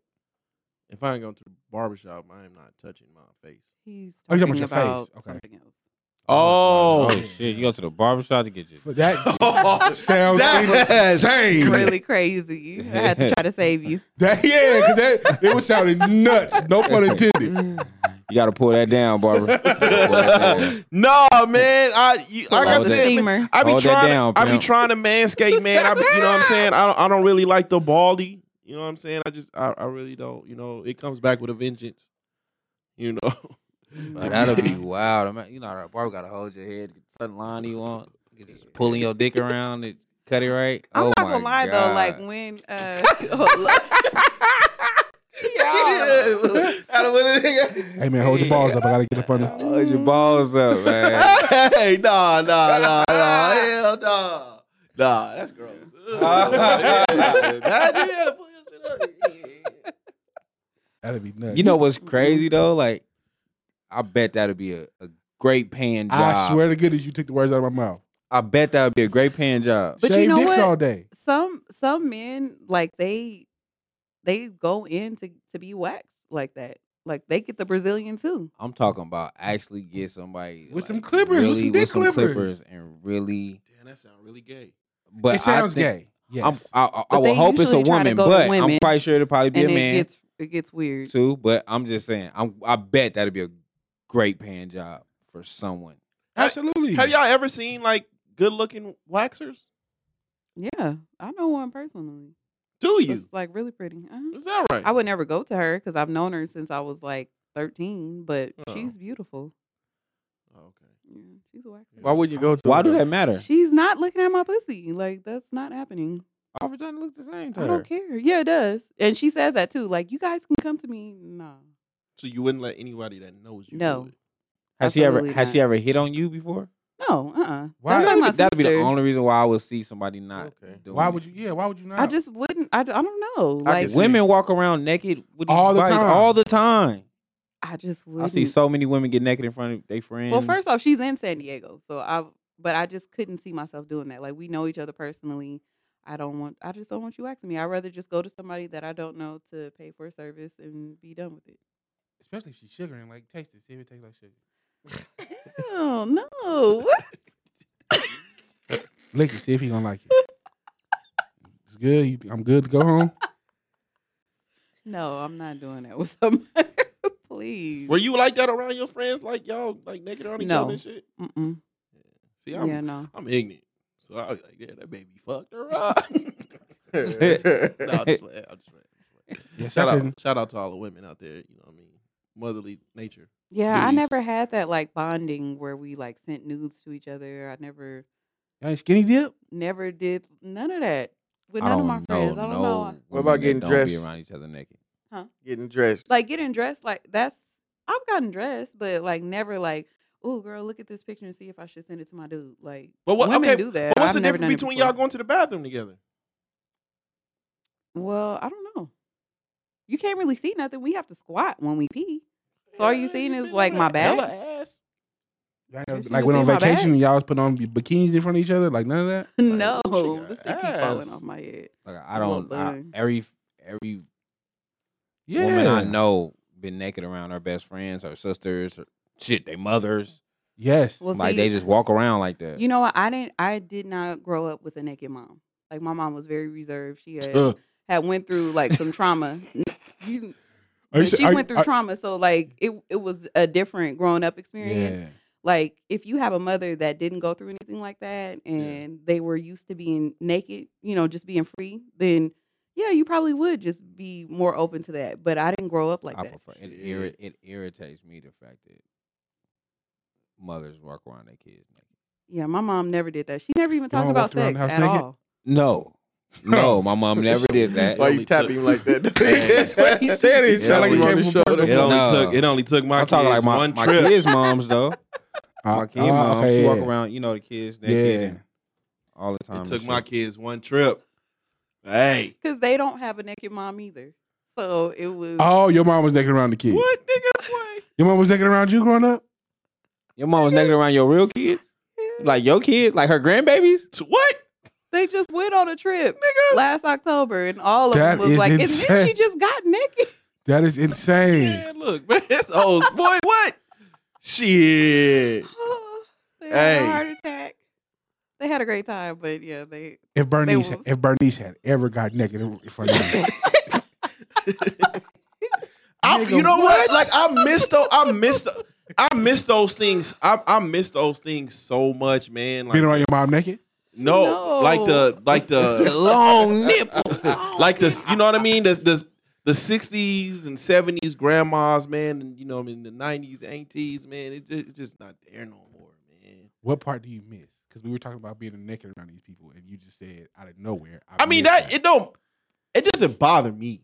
Speaker 1: If I ain't going to the barbershop, I am not touching my face.
Speaker 3: He's
Speaker 2: Oh, you're
Speaker 3: talking
Speaker 2: talking about your
Speaker 3: about
Speaker 2: face. Okay.
Speaker 3: something else.
Speaker 5: Oh,
Speaker 1: Oh,
Speaker 5: shit! You go to the barbershop to get your.
Speaker 2: But that
Speaker 1: Oh,
Speaker 2: sounds
Speaker 1: that-
Speaker 2: insane.
Speaker 3: really crazy. I had to try to save you.
Speaker 2: That, yeah, because that it was sounding nuts. No pun intended.
Speaker 5: You got to pull that down, barber. You gotta pull that down.
Speaker 1: no, man. I you, like I
Speaker 5: Hold that-
Speaker 1: said, man,
Speaker 3: steamer.
Speaker 1: I be
Speaker 5: Hold that
Speaker 1: trying.
Speaker 5: down,
Speaker 1: I be
Speaker 5: pimp.
Speaker 1: trying to manscape, man. I be, you know what I'm saying. I don't. I don't really like the baldy. You know what I'm saying. I just. I, I really don't. You know, it comes back with a vengeance. You know.
Speaker 5: But that'll be wild. I'm, you know, a barber got to hold your head, get the line you want, get- just pulling your dick around and cut it right.
Speaker 3: I'm
Speaker 5: oh
Speaker 3: not
Speaker 5: my
Speaker 3: gonna lie
Speaker 5: God.
Speaker 3: though, like when oh, uh
Speaker 2: Hey man, hold your balls up. I gotta get up on the
Speaker 5: Hold your balls up, man.
Speaker 1: hey, nah, nah, nah, nah, hell nah. Nah, that's gross. Ugh. Imagine you had to pull your shit up.
Speaker 2: That'd be nuts.
Speaker 5: You know what's crazy though? Like, I bet that'd be a, a great paying job.
Speaker 2: I swear to goodness, you took the words out of my mouth.
Speaker 5: I bet that would be a great paying job.
Speaker 3: But you
Speaker 2: Shave
Speaker 3: know
Speaker 2: dicks
Speaker 3: what?
Speaker 2: all day.
Speaker 3: some some men like they they go in to to be waxed like that. Like they get the Brazilian too.
Speaker 5: I'm talking about actually get somebody
Speaker 2: With some
Speaker 5: like,
Speaker 2: clippers, with
Speaker 5: really,
Speaker 2: some dick clippers.
Speaker 5: and really.
Speaker 1: Damn, that sound really gay.
Speaker 5: But
Speaker 2: it sounds
Speaker 5: I think,
Speaker 2: gay. Yes.
Speaker 5: I'm, I, I, I
Speaker 3: But
Speaker 5: will
Speaker 3: they
Speaker 5: hope it's a
Speaker 3: usually try to
Speaker 5: woman,
Speaker 3: go to
Speaker 5: but I'm
Speaker 3: women,
Speaker 5: quite sure it'll probably be
Speaker 3: And
Speaker 5: a
Speaker 3: it
Speaker 5: man
Speaker 3: gets it gets weird.
Speaker 5: too. But I'm just saying, I'm I bet that'd be a great paying job for someone.
Speaker 2: Absolutely.
Speaker 1: Have y'all ever seen like good looking waxers?
Speaker 3: Yeah. I know one personally.
Speaker 1: Do
Speaker 3: It's
Speaker 1: you?
Speaker 3: like really pretty. Uh-huh.
Speaker 1: Is that right?
Speaker 3: I would never go to her because I've known her since I was like 13, but
Speaker 1: Oh.
Speaker 3: she's beautiful.
Speaker 1: Oh, okay.
Speaker 3: Yeah, she's a waxer.
Speaker 4: Why would you go to? uh,
Speaker 5: Why
Speaker 4: her,
Speaker 5: do
Speaker 4: though?
Speaker 5: that matter?
Speaker 3: She's not looking at my pussy. Like that's not happening.
Speaker 5: Our vagina look the same
Speaker 3: I
Speaker 5: to her.
Speaker 3: don't care. Yeah, it does. And she says that too. Like you guys can come to me. No.
Speaker 1: So you wouldn't let anybody that knows you
Speaker 3: No.
Speaker 1: do it.
Speaker 5: Has she ever
Speaker 3: Absolutely
Speaker 5: has
Speaker 3: not.
Speaker 5: she ever hit on you before?
Speaker 3: No, uh uh
Speaker 2: Why?
Speaker 3: That's
Speaker 2: Not
Speaker 3: not my
Speaker 5: That'd be the
Speaker 3: sister.
Speaker 5: only reason why I would see somebody not.
Speaker 4: Okay.
Speaker 5: Doing
Speaker 2: Why
Speaker 5: it.
Speaker 2: would you? Yeah. Why would you not?
Speaker 3: I just wouldn't. I, d- I don't know.
Speaker 2: I
Speaker 3: Like
Speaker 2: could see
Speaker 5: Women walk around naked with these
Speaker 2: All the
Speaker 5: bodies
Speaker 2: time.
Speaker 5: all the time.
Speaker 3: I just wouldn't.
Speaker 5: I see so many women get naked in front of their friends.
Speaker 3: Well, first off, she's in San Diego, so I. But I just couldn't see myself doing that. Like we know each other personally. I don't want. I just don't want you asking me. I'd rather just go to somebody that I don't know to pay for a service and be done with it.
Speaker 2: especially if she's sugaring. Like taste it. See if it tastes like sugar.
Speaker 3: Oh no! What?
Speaker 2: Lick it. See if he gonna like it. it's good. You, I'm good to go home.
Speaker 3: No, I'm not doing that with somebody. Please.
Speaker 1: Were you like that around your friends? Like y'all like naked around each
Speaker 3: No.
Speaker 1: other and shit?
Speaker 3: Mm-mm.
Speaker 1: See, I'm
Speaker 3: Yeah, no.
Speaker 1: I'm ignorant. So I was like, yeah, that baby fucked her up. no, I'm just playing, I'm just playing.
Speaker 2: Yes,
Speaker 1: shout
Speaker 2: I
Speaker 1: out,
Speaker 2: couldn't.
Speaker 1: shout out to all the women out there. You know what I mean? Motherly nature.
Speaker 3: Yeah, I
Speaker 1: Duties.
Speaker 3: never had that like bonding where we like sent nudes to each other. I never,
Speaker 2: Y'all ain't skinny dip.
Speaker 3: never did none of that with
Speaker 5: I
Speaker 3: none of
Speaker 5: don't
Speaker 3: my
Speaker 5: know.
Speaker 3: friends. I don't
Speaker 5: no
Speaker 3: know.
Speaker 5: women
Speaker 4: about
Speaker 5: that
Speaker 4: getting
Speaker 5: don't Be
Speaker 4: dressed?
Speaker 5: around each other naked.
Speaker 4: Getting dressed.
Speaker 3: like getting dressed like that's I've gotten dressed, but like never like, oh girl, look at this picture and see if I should send it to my dude. Like
Speaker 1: But what-
Speaker 3: women
Speaker 1: okay,
Speaker 3: do that.
Speaker 1: But what's
Speaker 3: I've
Speaker 1: the
Speaker 3: never
Speaker 1: difference
Speaker 3: done it
Speaker 1: between y'all
Speaker 3: before.
Speaker 1: going to the bathroom together?
Speaker 3: Well, I don't know. You can't really see nothing. We have to squat when we pee. So all you seeing
Speaker 1: you
Speaker 3: is,
Speaker 1: been
Speaker 3: like,
Speaker 1: on
Speaker 3: my
Speaker 1: that
Speaker 3: back?
Speaker 1: hella ass.
Speaker 2: Y'all
Speaker 3: Yeah,
Speaker 2: never-
Speaker 3: she
Speaker 2: like
Speaker 3: just
Speaker 2: went on
Speaker 3: seen my
Speaker 2: vacation
Speaker 3: back.
Speaker 2: and y'all was putting on bikinis in front of each other. Like none of that.
Speaker 3: no,
Speaker 1: ooh, she got
Speaker 3: this thing keep falling
Speaker 1: ass.
Speaker 3: off my head.
Speaker 5: Like I
Speaker 3: It's a little
Speaker 5: don't. I,
Speaker 3: bun.
Speaker 5: every every
Speaker 2: Yeah.
Speaker 5: woman I know been naked around her best friends, her sisters, her, shit, they mothers.
Speaker 2: Yes.
Speaker 3: Well,
Speaker 5: like
Speaker 3: see,
Speaker 5: they just walk around like that.
Speaker 3: You know what? I didn't. I did not grow up with a naked mom. Like my mom was very reserved. She
Speaker 1: Ugh.
Speaker 3: had, had went through like some trauma. N- You,
Speaker 2: Are you
Speaker 3: but
Speaker 2: se-
Speaker 3: she
Speaker 2: are you-
Speaker 3: went through
Speaker 2: are-
Speaker 3: trauma, so like it it was a different growing up experience.
Speaker 2: Yeah.
Speaker 3: Like if you have a mother that didn't go through anything like that, and they were used to being naked, you know, just being free, then yeah, you probably would just be more open to that. But I didn't grow up like
Speaker 5: I
Speaker 3: that.
Speaker 5: prefer it. Irri- it irritates me the fact that mothers walk around their kids naked.
Speaker 3: Yeah, my mom never did that. She never even
Speaker 2: Your
Speaker 3: talked
Speaker 2: mom
Speaker 3: about
Speaker 2: walked around
Speaker 3: sex
Speaker 2: the
Speaker 3: at
Speaker 2: house naked?
Speaker 3: all.
Speaker 5: No, no, my mom never did that.
Speaker 4: Why
Speaker 1: It
Speaker 4: you
Speaker 1: only
Speaker 4: tapping
Speaker 1: took-
Speaker 4: him like that?
Speaker 1: That's what he said. He
Speaker 4: It
Speaker 1: sounded like he
Speaker 4: only-
Speaker 1: came
Speaker 2: from Puerto
Speaker 1: It
Speaker 2: Rico.
Speaker 1: only
Speaker 5: No.
Speaker 1: took it only took my
Speaker 5: I'm talking like
Speaker 1: kids
Speaker 5: my,
Speaker 1: one
Speaker 5: my
Speaker 1: trip.
Speaker 5: kids' moms though.
Speaker 2: Uh,
Speaker 5: my kid
Speaker 2: uh,
Speaker 5: mom,
Speaker 2: okay,
Speaker 5: she walk
Speaker 2: yeah.
Speaker 5: around, you know, the kids naked
Speaker 2: Yeah.
Speaker 5: and all the time.
Speaker 1: It
Speaker 5: and
Speaker 1: took my
Speaker 5: shit.
Speaker 1: kids one trip. Hey,
Speaker 3: because they don't have a naked mom either. So it was.
Speaker 2: Oh, your mom was naked around the kids.
Speaker 1: what nigga? What?
Speaker 2: Your mom was naked around you growing up.
Speaker 5: Your mom was naked around your real kids,
Speaker 3: eh,
Speaker 5: like your kids, like her grandbabies.
Speaker 1: T- What?
Speaker 3: they just went on a trip last October, and all of
Speaker 2: That
Speaker 3: them was
Speaker 2: is
Speaker 3: like, and then
Speaker 2: insane.
Speaker 3: she just got naked.
Speaker 2: That is insane.
Speaker 1: Man, look, man, that's old boy. What? Shit.
Speaker 3: they had
Speaker 1: Hey.
Speaker 3: a heart attack. They had a great time, but yeah, they.
Speaker 2: If Bernice,
Speaker 3: was-
Speaker 2: if Bernice had ever got naked in front of you,
Speaker 1: I,
Speaker 2: Nigga,
Speaker 1: you know what? Like I missed those. I missed. I miss those things. I, I miss those things so much, man. Like
Speaker 2: being around your mom naked,
Speaker 1: no,
Speaker 3: No.
Speaker 1: like the like
Speaker 5: The
Speaker 1: the
Speaker 5: long nipple.
Speaker 1: like the you know what I mean? The the the sixties and seventies grandmas, man, and you know what I mean the nineties aunties, man. It just, it's just not there no more, man.
Speaker 2: what part do you miss? Because we were talking about being naked around these people, and you just said out of nowhere.
Speaker 1: I mean
Speaker 2: miss
Speaker 1: that it don't it doesn't bother me.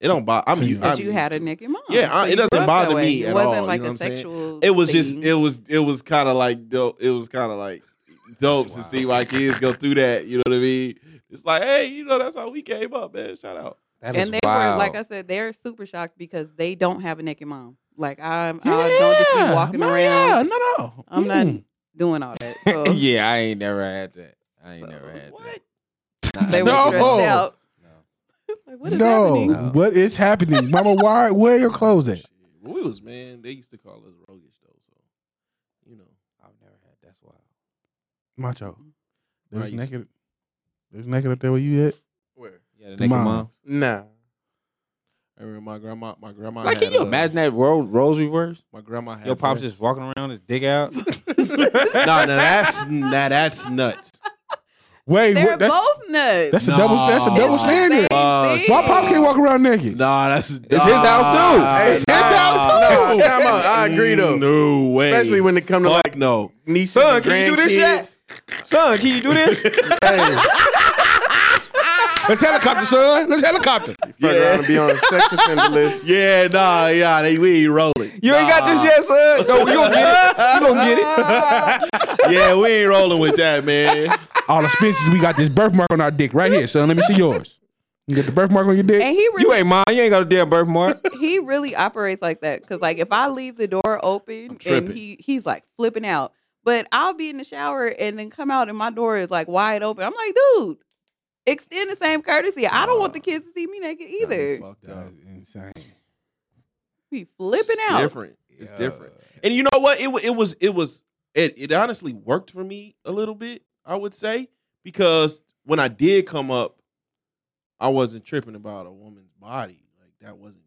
Speaker 1: It don't bother. I'm,
Speaker 2: So
Speaker 1: u-
Speaker 2: you-
Speaker 1: I'm
Speaker 3: But you
Speaker 1: used
Speaker 3: had
Speaker 1: to
Speaker 3: a
Speaker 1: it.
Speaker 3: naked mom.
Speaker 1: Yeah, I-
Speaker 3: so
Speaker 1: it
Speaker 3: you
Speaker 1: doesn't
Speaker 3: grew up that
Speaker 1: bother
Speaker 3: way.
Speaker 1: me
Speaker 3: It
Speaker 1: at
Speaker 3: wasn't
Speaker 1: all, you
Speaker 3: like
Speaker 1: know what
Speaker 3: a
Speaker 1: I'm saying?
Speaker 3: sexual.
Speaker 1: It was just
Speaker 3: thing.
Speaker 1: it was it was kind of like dope. It was kind of like dope to
Speaker 2: wild.
Speaker 1: see my kids go through that. You know what I mean? It's like, hey, you know that's how we came up, man. Shout out.
Speaker 5: That is
Speaker 3: and they were
Speaker 5: wild.
Speaker 3: like I said, they're super shocked because they don't have a naked mom. Like I'm, I don't just be
Speaker 2: Yeah,
Speaker 3: walking
Speaker 2: no,
Speaker 3: around
Speaker 2: yeah, no, no.
Speaker 3: I'm not-
Speaker 2: Mm.
Speaker 3: doing all that. So
Speaker 5: yeah, I ain't never had that. I ain't
Speaker 3: So,
Speaker 5: never had
Speaker 1: What?
Speaker 5: that. Nah,
Speaker 3: they were
Speaker 2: No.
Speaker 3: stressed out.
Speaker 5: No.
Speaker 3: like what is
Speaker 2: no,
Speaker 3: happening?
Speaker 5: happening?
Speaker 2: what is happening, Mama? Why? Where are your clothes at?
Speaker 1: Shit, But we was man. They used to call us roguish though, so you know.
Speaker 5: I've never had. That's wild.
Speaker 2: Macho. There's
Speaker 1: Right, you s-
Speaker 2: naked. There's naked up there where you at?
Speaker 4: Where?
Speaker 5: Yeah, the
Speaker 2: The
Speaker 5: naked
Speaker 2: mom.
Speaker 5: mom.
Speaker 4: Nah.
Speaker 1: I remember my grandma. My grandma.
Speaker 5: Like, can
Speaker 1: had,
Speaker 5: you
Speaker 1: uh,
Speaker 5: imagine that role, roles reversed?
Speaker 1: My grandma had
Speaker 5: Your pops
Speaker 1: breasts.
Speaker 5: just walking around his dick out.
Speaker 1: no, no, that's now that's nuts.
Speaker 2: Wait,
Speaker 3: They're
Speaker 2: what, that's
Speaker 3: both nuts.
Speaker 2: that's a double that's a
Speaker 1: Nah.
Speaker 2: double
Speaker 3: It's the same
Speaker 2: standard.
Speaker 1: Uh,
Speaker 3: thing.
Speaker 2: Why pops can't walk around naked?
Speaker 1: Nah, that's it's
Speaker 5: his house, too.
Speaker 4: It's his house, too. Nah, time out. Oh, I agree, though.
Speaker 1: No way.
Speaker 4: Especially when it come to
Speaker 1: Fuck
Speaker 4: like
Speaker 1: no.
Speaker 4: nieces
Speaker 5: Son,
Speaker 4: and
Speaker 5: can you do this
Speaker 4: grandkids.
Speaker 5: Son, can you do this?
Speaker 2: Let's helicopter, son. Let's helicopter.
Speaker 4: Fuck around and be on a sex offender list.
Speaker 1: Yeah, nah, yeah, they, we ain't rolling.
Speaker 5: You ain't got this yet, son. No, we gonna get it. We gonna get it.
Speaker 1: Yeah, we ain't rolling with that, man.
Speaker 2: All expenses, we got this birthmark on our dick right here, son. Let me see yours. You got the birthmark on your dick?
Speaker 3: And he
Speaker 5: You
Speaker 3: really,
Speaker 5: ain't mine. You ain't got a damn birthmark.
Speaker 3: he really operates like that. Cause like if I leave the door open and
Speaker 1: tripping.
Speaker 3: he he's like flipping out. But I'll be in the shower and then come out and my door is like wide open. I'm like, dude, extend the same courtesy. I don't want the kids to see me naked either.
Speaker 1: Fucked
Speaker 2: That
Speaker 1: up.
Speaker 2: is insane.
Speaker 3: Be flipping
Speaker 1: it's
Speaker 3: out.
Speaker 1: different. It's different. And you know what? It wa- it was it was it it honestly worked for me a little bit. I would say because when I did come up, I wasn't tripping about a woman's body. Like that wasn't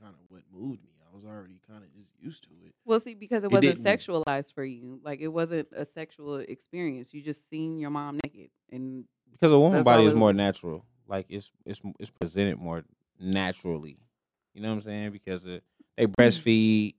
Speaker 1: kind of what moved me. I was already kind of just used to it.
Speaker 3: Well, see, because it
Speaker 1: It
Speaker 3: wasn't
Speaker 1: didn't.
Speaker 3: sexualized for you. Like it wasn't a sexual experience. You just seen your mom naked and
Speaker 5: Because a woman
Speaker 3: That's
Speaker 5: body
Speaker 3: all
Speaker 5: is
Speaker 3: it-
Speaker 5: more natural. Like it's it's it's presented more naturally. You know what I'm saying? Because uh they breastfeed.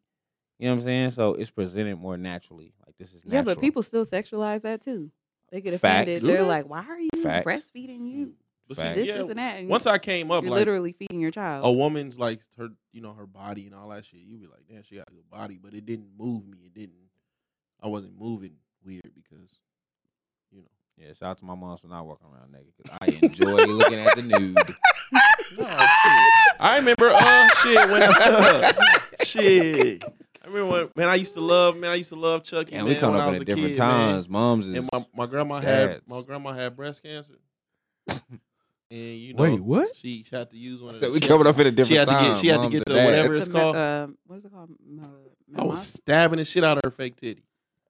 Speaker 5: You know what I'm saying? So it's presented more naturally. Like this is natural.
Speaker 3: Yeah, but people still sexualize that too. They get
Speaker 5: Facts.
Speaker 3: offended.
Speaker 5: Do
Speaker 3: They're
Speaker 1: they?
Speaker 3: like, "Why are you
Speaker 5: Facts.
Speaker 3: breastfeeding you?
Speaker 1: But see,
Speaker 5: Facts.
Speaker 3: This
Speaker 1: yeah,
Speaker 3: isn't that." And
Speaker 1: Mm, once I came up,
Speaker 3: Mm. you're
Speaker 1: like
Speaker 3: literally feeding your child.
Speaker 5: Uh-huh.
Speaker 1: a woman's like her, you know, her body and all that shit. You be like, damn, she got a good body, but it didn't move me. It didn't. I wasn't moving weird because, you know,
Speaker 5: Yeah, shout out to my moms for not walking around naked. 'cause I enjoy looking at the nude.
Speaker 1: I remember uh shit when uh, shit. I remember when man, I used to love man, I used to love Chucky.
Speaker 5: And
Speaker 1: man,
Speaker 5: we come
Speaker 1: when I
Speaker 5: up
Speaker 1: was
Speaker 5: at
Speaker 1: a
Speaker 5: different
Speaker 1: kid, man.
Speaker 5: times. Moms is
Speaker 1: And my, my grandma had
Speaker 5: dads.
Speaker 1: my grandma had breast cancer, and you know
Speaker 2: Wait, what?
Speaker 1: she had to use one. Of
Speaker 5: So
Speaker 1: the,
Speaker 5: we
Speaker 1: she had
Speaker 5: coming up at a different
Speaker 1: had to get-
Speaker 5: time.
Speaker 1: she had to
Speaker 5: moms
Speaker 1: get
Speaker 5: and
Speaker 1: the
Speaker 5: dads.
Speaker 1: whatever
Speaker 3: The
Speaker 1: it's
Speaker 3: ma-
Speaker 1: called.
Speaker 3: um, what is it called? uh, Ma-
Speaker 1: I was
Speaker 3: mamas?
Speaker 1: stabbing the shit out of her fake titty.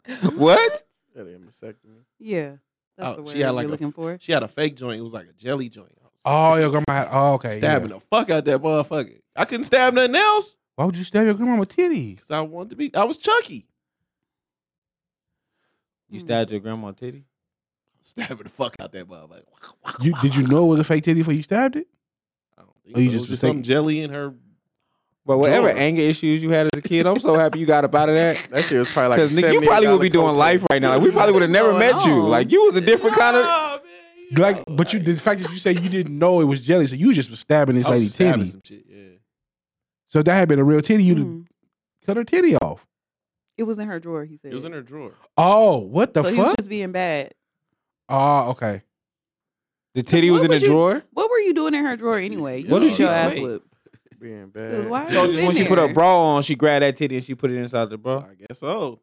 Speaker 5: What?
Speaker 4: Yeah, they vasectomy.
Speaker 3: Yeah, that's
Speaker 1: Oh,
Speaker 3: the word
Speaker 1: she had like
Speaker 3: you're
Speaker 1: a
Speaker 3: looking for.
Speaker 1: She had a fake joint. It was like a jelly joint. I was
Speaker 2: Oh, your grandma. Had, oh, okay. yeah.
Speaker 1: stabbing the fuck out that motherfucker. I couldn't stab nothing else
Speaker 2: Why would you stab your grandma with titties?
Speaker 1: because I wanted to be. I was Chucky.
Speaker 5: You
Speaker 3: Mm.
Speaker 5: stabbed your grandma titty?
Speaker 6: Stabbing the fuck out that motherfucker.
Speaker 2: You did you know it was a fake titty before you stabbed it?
Speaker 1: I don't think
Speaker 2: Oh,
Speaker 1: so.
Speaker 2: you
Speaker 1: It
Speaker 2: just
Speaker 1: was
Speaker 2: was
Speaker 1: just some
Speaker 2: thinking-
Speaker 1: jelly in her.
Speaker 5: But whatever
Speaker 1: Drawer.
Speaker 5: anger issues you had as a kid, I'm so happy you got up out of that.
Speaker 4: That shit was probably like.
Speaker 5: Because
Speaker 4: a
Speaker 5: nigga, you probably would be
Speaker 4: $78
Speaker 5: doing
Speaker 4: cocaine.
Speaker 5: life right now. Like, we probably would have never
Speaker 3: What's
Speaker 5: met
Speaker 3: going
Speaker 5: you.
Speaker 3: on?
Speaker 5: Like you was a different kind of.
Speaker 1: Nah, man, you
Speaker 2: Like,
Speaker 1: know,
Speaker 2: but you
Speaker 1: like,
Speaker 2: the fact that you say you didn't know it was jelly, so you just was stabbing this
Speaker 1: I was
Speaker 2: lady
Speaker 1: stabbing
Speaker 2: titty.
Speaker 1: Some shit, yeah.
Speaker 2: So if that had been a real titty, you'd have
Speaker 3: Mm.
Speaker 2: cut her titty off.
Speaker 3: It was in her drawer. He said
Speaker 1: It was in her drawer.
Speaker 2: Oh, what the
Speaker 3: so he was
Speaker 2: fuck?
Speaker 3: just being bad.
Speaker 2: Oh, okay.
Speaker 5: The titty
Speaker 3: What
Speaker 5: was in the
Speaker 3: would you-
Speaker 5: drawer.
Speaker 3: What were you doing in her drawer anyway? You
Speaker 1: What
Speaker 3: need
Speaker 1: did
Speaker 3: your
Speaker 1: she
Speaker 3: ass
Speaker 1: play?
Speaker 3: whooped.
Speaker 4: Being
Speaker 3: Because
Speaker 4: bad.
Speaker 3: why-
Speaker 5: So just
Speaker 3: in
Speaker 5: when she put her
Speaker 3: there.
Speaker 5: bra on, she grabbed that titty and she put it inside the
Speaker 1: So
Speaker 5: bra.
Speaker 1: I guess so.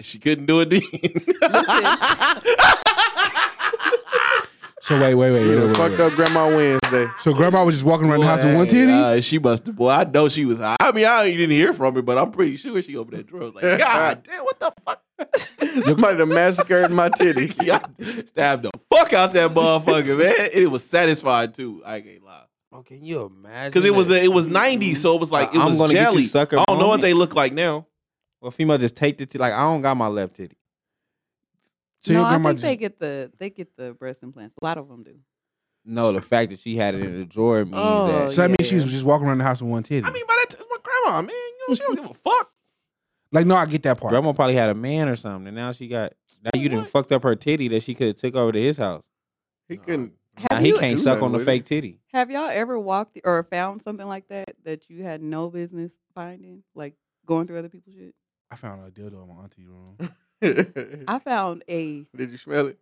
Speaker 1: She couldn't do it then.
Speaker 2: So wait, wait, wait, wait,
Speaker 4: Should've
Speaker 2: wait, wait,
Speaker 4: fucked
Speaker 2: wait.
Speaker 4: up Grandma Wednesday.
Speaker 2: So grandma was just walking around the house with one
Speaker 1: Boy,
Speaker 2: titty.
Speaker 1: uh, she must have. Boy, I know she was. I mean, I didn't hear from her, but I'm pretty sure she opened that drawer. I was like, God damn, what the fuck?
Speaker 4: Somebody done massacred my titty.
Speaker 1: Yeah, I stabbed the fuck out that motherfucker, man. And it was satisfying too. I can't lie.
Speaker 5: Oh, can you imagine?
Speaker 1: Because it was a, it was 90, so it was like it
Speaker 5: I'm
Speaker 1: was
Speaker 5: gonna get you,
Speaker 1: jelly.
Speaker 5: sucker
Speaker 1: I don't know what
Speaker 5: moment.
Speaker 1: they look like now.
Speaker 5: Well, female just take the titty. Like I don't got my left titty.
Speaker 2: So
Speaker 3: no,
Speaker 2: your
Speaker 3: I
Speaker 2: grandma
Speaker 3: think
Speaker 2: just
Speaker 3: they get the they get the breast implants. A lot of them do.
Speaker 5: No, the fact that she had it in the drawer means
Speaker 3: Oh,
Speaker 5: that
Speaker 2: so that means she
Speaker 3: Yeah.
Speaker 2: was just walking around the house with one titty.
Speaker 1: I mean, by that time, it's my grandma, man. You know, she don't give a fuck.
Speaker 2: like, no, I get that part.
Speaker 5: grandma probably had a man or something, and now she got now you done
Speaker 1: What?
Speaker 5: fucked up her titty that she could have took over to his house.
Speaker 4: He couldn't.
Speaker 5: Now
Speaker 3: Have
Speaker 5: he
Speaker 3: you
Speaker 5: can't
Speaker 4: do
Speaker 5: suck
Speaker 4: nothing
Speaker 5: on the
Speaker 4: with
Speaker 5: fake
Speaker 4: it.
Speaker 5: titty.
Speaker 3: Have y'all ever walked or found something like that that you had no business finding, like going through other people's shit?
Speaker 2: I found a dildo in my auntie's room.
Speaker 3: I found a
Speaker 4: Did you smell it?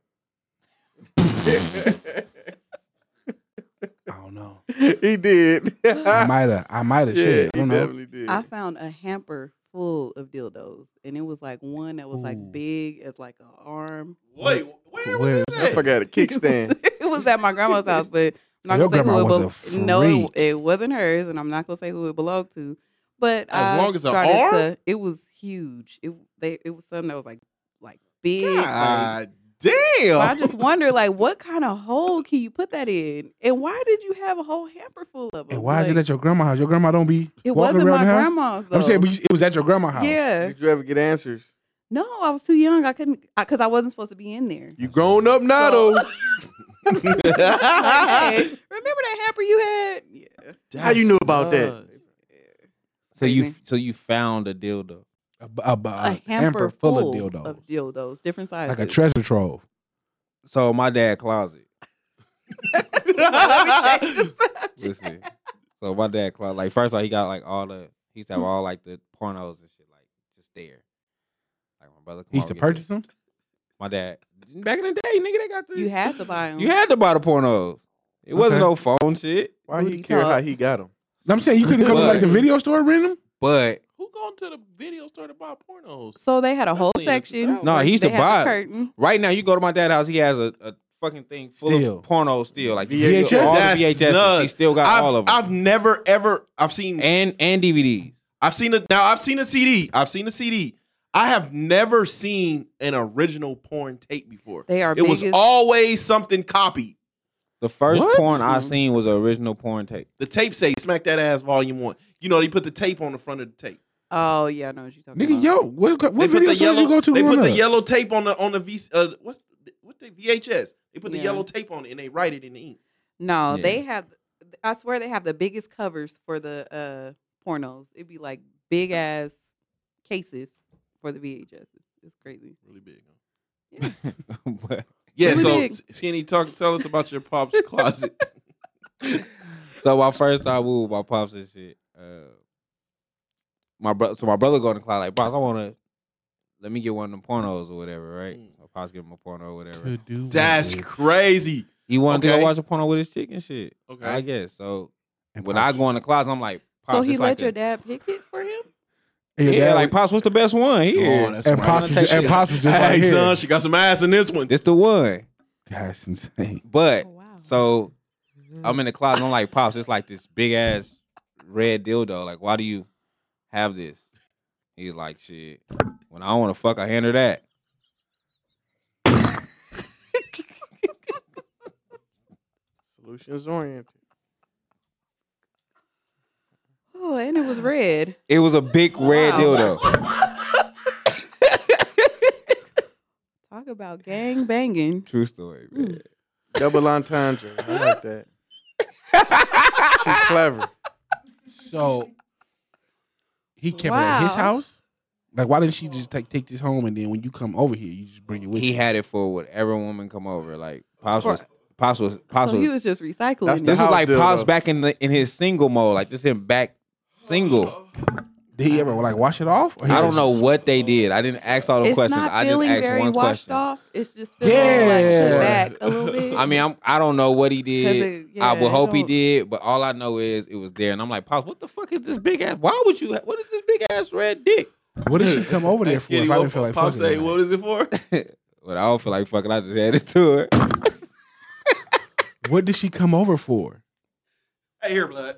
Speaker 2: I don't know.
Speaker 4: he did.
Speaker 2: I might have. I might have.
Speaker 4: yeah,
Speaker 2: shit. I
Speaker 4: he
Speaker 2: don't know.
Speaker 4: definitely did.
Speaker 3: I found a hamper full of dildos, and it was like one that was
Speaker 2: Ooh.
Speaker 3: like big as like an arm.
Speaker 1: Wait, where was
Speaker 2: Where-
Speaker 1: this
Speaker 4: I
Speaker 1: at?
Speaker 4: forgot a kickstand.
Speaker 3: it was at my grandma's house, but I'm not
Speaker 2: Your
Speaker 3: gonna say
Speaker 2: grandma
Speaker 3: who it
Speaker 2: was
Speaker 3: belonged.
Speaker 2: a
Speaker 3: No,
Speaker 2: freak.
Speaker 3: it, it wasn't hers, and I'm not gonna say who it belonged to. But
Speaker 1: As
Speaker 3: I
Speaker 1: long as a
Speaker 3: started
Speaker 1: arm?
Speaker 3: to- it was huge. It they it was something that was like like big. like-
Speaker 1: God
Speaker 3: but I
Speaker 1: damn.
Speaker 3: just wonder like what kind of hole can you put that in, and why did you have a whole hamper full of them?
Speaker 2: And why is it
Speaker 3: Like,
Speaker 2: at your grandma's house? Your grandma don't be
Speaker 3: It
Speaker 2: walking
Speaker 3: wasn't
Speaker 2: around
Speaker 3: my
Speaker 2: the house?
Speaker 3: grandma's though.
Speaker 2: I'm saying, but you, it was at your grandma's house.
Speaker 3: yeah.
Speaker 4: Did you ever get answers?
Speaker 3: No, I was too young. I couldn't because I, wasn't supposed to be in there.
Speaker 4: You grown up now,
Speaker 3: So-
Speaker 4: though.
Speaker 3: Like, hey, remember that hamper you had? Yeah.
Speaker 4: How you knew about that?
Speaker 1: nuts.
Speaker 5: So you
Speaker 3: Crazy.
Speaker 5: so you found a dildo.
Speaker 2: A, b- a b-
Speaker 3: a,
Speaker 2: a
Speaker 3: hamper, full, of dildos, different sizes.
Speaker 2: like a treasure trove.
Speaker 5: So my dad closet.
Speaker 3: Let me check this out.
Speaker 5: Listen. so my dad closet. Like first of all, he got like all the he used to
Speaker 2: Hmm.
Speaker 5: have all like the pornos and shit like just there. Like my brother. come
Speaker 2: He used to
Speaker 5: over, get
Speaker 2: purchase
Speaker 5: this.
Speaker 2: them.
Speaker 5: My dad back in the day, nigga, they got the
Speaker 3: You had to buy them.
Speaker 5: you had to buy the pornos. It wasn't
Speaker 2: Okay.
Speaker 5: no phone shit,
Speaker 4: Why
Speaker 3: Booty
Speaker 4: he care how
Speaker 3: talk.
Speaker 4: he got them?
Speaker 2: I'm saying you couldn't come to like the
Speaker 5: But-
Speaker 2: video store and rent them.
Speaker 5: but
Speaker 1: Who going to the video store to buy pornos?
Speaker 3: so they had a whole
Speaker 1: Especially in the
Speaker 3: section.
Speaker 1: 2000s.
Speaker 5: No, he used
Speaker 3: they
Speaker 5: to
Speaker 3: had the
Speaker 5: buy it.
Speaker 3: curtain.
Speaker 5: Right now, you go to my dad's house. He has a, a fucking thing full
Speaker 2: Still.
Speaker 5: of porno still, like you
Speaker 4: VHS?
Speaker 5: still- all
Speaker 1: That's
Speaker 5: the VHS. He
Speaker 1: nuts.
Speaker 5: still got
Speaker 1: I've,
Speaker 5: all of them,
Speaker 1: I've never ever I've seen
Speaker 5: and and DVDs.
Speaker 1: I've seen it now. I've seen a CD. I've seen a CD. I have never seen an original porn tape before.
Speaker 3: They are
Speaker 1: It was
Speaker 3: biggest-
Speaker 1: always something copied.
Speaker 5: The first
Speaker 2: What?
Speaker 5: porn I
Speaker 3: Mhm.
Speaker 5: seen was an original porn tape.
Speaker 1: The tape say "Smack That Ass Volume One." You know they put the tape on the front of the tape.
Speaker 3: Oh yeah, I know what you're talking
Speaker 2: Nigga,
Speaker 3: about.
Speaker 2: yo, what, what
Speaker 1: they put
Speaker 2: video
Speaker 1: the
Speaker 2: store
Speaker 1: yellow.
Speaker 2: did you go to?
Speaker 1: they
Speaker 2: growing
Speaker 1: put the
Speaker 2: up?
Speaker 1: yellow tape on the on the V. Uh, what's the, what the VHS? They put
Speaker 3: Yeah.
Speaker 1: the yellow tape on it and they write it in the ink.
Speaker 3: No,
Speaker 5: Yeah.
Speaker 3: they have. I swear they have the biggest covers for the uh pornos. It'd be like big ass cases for the VHS. It's crazy.
Speaker 1: Really big. Huh?
Speaker 5: But-
Speaker 1: Yeah.
Speaker 3: Really
Speaker 1: so
Speaker 3: big.
Speaker 1: S- skinny, talk. Tell us about your pop's closet.
Speaker 5: so my first time we were with my pops and shit. Uh, my brother, so my brother go in the cloud like, "Pops, I want to let me get one of them pornos or whatever, right?"
Speaker 1: Mm.
Speaker 5: My pops give him a porno or whatever.
Speaker 2: Could do
Speaker 1: That's
Speaker 2: with this.
Speaker 1: crazy.
Speaker 5: He wanted to
Speaker 1: Okay.
Speaker 5: go watch a porno with his chick and shit.
Speaker 1: Okay.
Speaker 5: I guess so.
Speaker 2: And
Speaker 5: when I
Speaker 2: pops-
Speaker 5: go in the closet, I'm like, Pops,
Speaker 3: so he
Speaker 5: it's
Speaker 3: let
Speaker 5: like
Speaker 3: your
Speaker 5: a-
Speaker 3: dad pick it for him.
Speaker 2: and your
Speaker 5: yeah,
Speaker 2: dad
Speaker 5: like
Speaker 2: would-
Speaker 5: pops, what's the best one here?
Speaker 1: that's
Speaker 2: and
Speaker 1: right.
Speaker 2: pops, was
Speaker 5: Take
Speaker 2: just, and
Speaker 5: shit.
Speaker 2: pops was just
Speaker 1: hey
Speaker 2: like,
Speaker 1: son,
Speaker 2: here.
Speaker 1: she got some ass in this one.
Speaker 5: This the one.
Speaker 2: That's insane.
Speaker 5: But
Speaker 3: Oh, wow.
Speaker 5: so I'm in the closet. and I'm like, pops, it's like this big ass red dildo. Like, why do you have this? He's like, shit. When I want to fuck, I hand her that.
Speaker 4: Solutions oriented.
Speaker 3: Oh, and it was red.
Speaker 5: It was a big red
Speaker 3: Wow.
Speaker 5: dildo.
Speaker 3: Talk about gang banging.
Speaker 5: True story,
Speaker 3: Hmm.
Speaker 5: man.
Speaker 4: Double entendre. I like that. She's clever.
Speaker 2: So he kept it at his
Speaker 3: Wow.
Speaker 2: house. Like, why didn't she just take take this home and then when you come over here, you just bring it with
Speaker 5: He
Speaker 2: you?
Speaker 5: had it for whatever woman come over. Like pops
Speaker 3: For-
Speaker 5: was, pops was, pops
Speaker 3: So
Speaker 5: was.
Speaker 3: he was just recycling.
Speaker 4: That's
Speaker 3: it.
Speaker 5: this is
Speaker 4: house
Speaker 5: like
Speaker 4: dildo.
Speaker 5: pops back in the, in his single mode. Like this him back single.
Speaker 2: Did he ever
Speaker 1: Uh,
Speaker 2: like wash it off? Or he
Speaker 5: I don't
Speaker 2: just-
Speaker 5: know what they did. I didn't ask all the
Speaker 3: it's
Speaker 5: questions.
Speaker 3: not
Speaker 5: I just
Speaker 3: feeling
Speaker 5: asked
Speaker 3: very
Speaker 5: one
Speaker 3: washed
Speaker 5: question.
Speaker 3: off. It's just feeling like
Speaker 2: Yeah.
Speaker 3: pulled back a little bit.
Speaker 5: I mean, I'm I don't know what he
Speaker 3: 'Cause
Speaker 5: did.
Speaker 3: it- yeah,
Speaker 5: I would
Speaker 3: it
Speaker 5: hope he
Speaker 3: don't-
Speaker 5: did, but all I know is it was there, and I'm like, Pops, what the fuck is this big ass? Why would you? ha- What is this big ass red dick?
Speaker 2: What did she come over there for?
Speaker 1: Skinny,
Speaker 2: If I
Speaker 1: what-
Speaker 2: didn't feel like
Speaker 1: Pop
Speaker 2: fucking.
Speaker 1: say,
Speaker 2: that
Speaker 1: what
Speaker 2: night?
Speaker 1: is it for?
Speaker 5: But I don't feel like fucking. I just had it to her.
Speaker 2: What did she come over for?
Speaker 1: Hey, here, blood.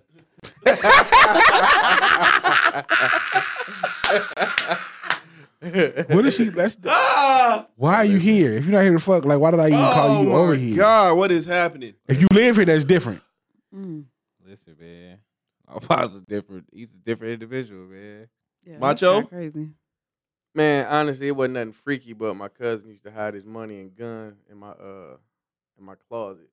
Speaker 2: What did she? That's
Speaker 1: Ah!
Speaker 2: why are you here? If you're not here to fuck, like why did I even
Speaker 1: Oh
Speaker 2: call you
Speaker 1: my
Speaker 2: over here?
Speaker 1: God, what is happening?
Speaker 2: If you live here, that's different.
Speaker 3: Mm,
Speaker 5: Listen, man, my Pops is different. He's a different individual, man.
Speaker 3: yeah, that's
Speaker 1: Macho?
Speaker 3: kinda crazy.
Speaker 4: Man, honestly, it wasn't nothing freaky, but my cousin used to hide his money and gun in my uh in my closet.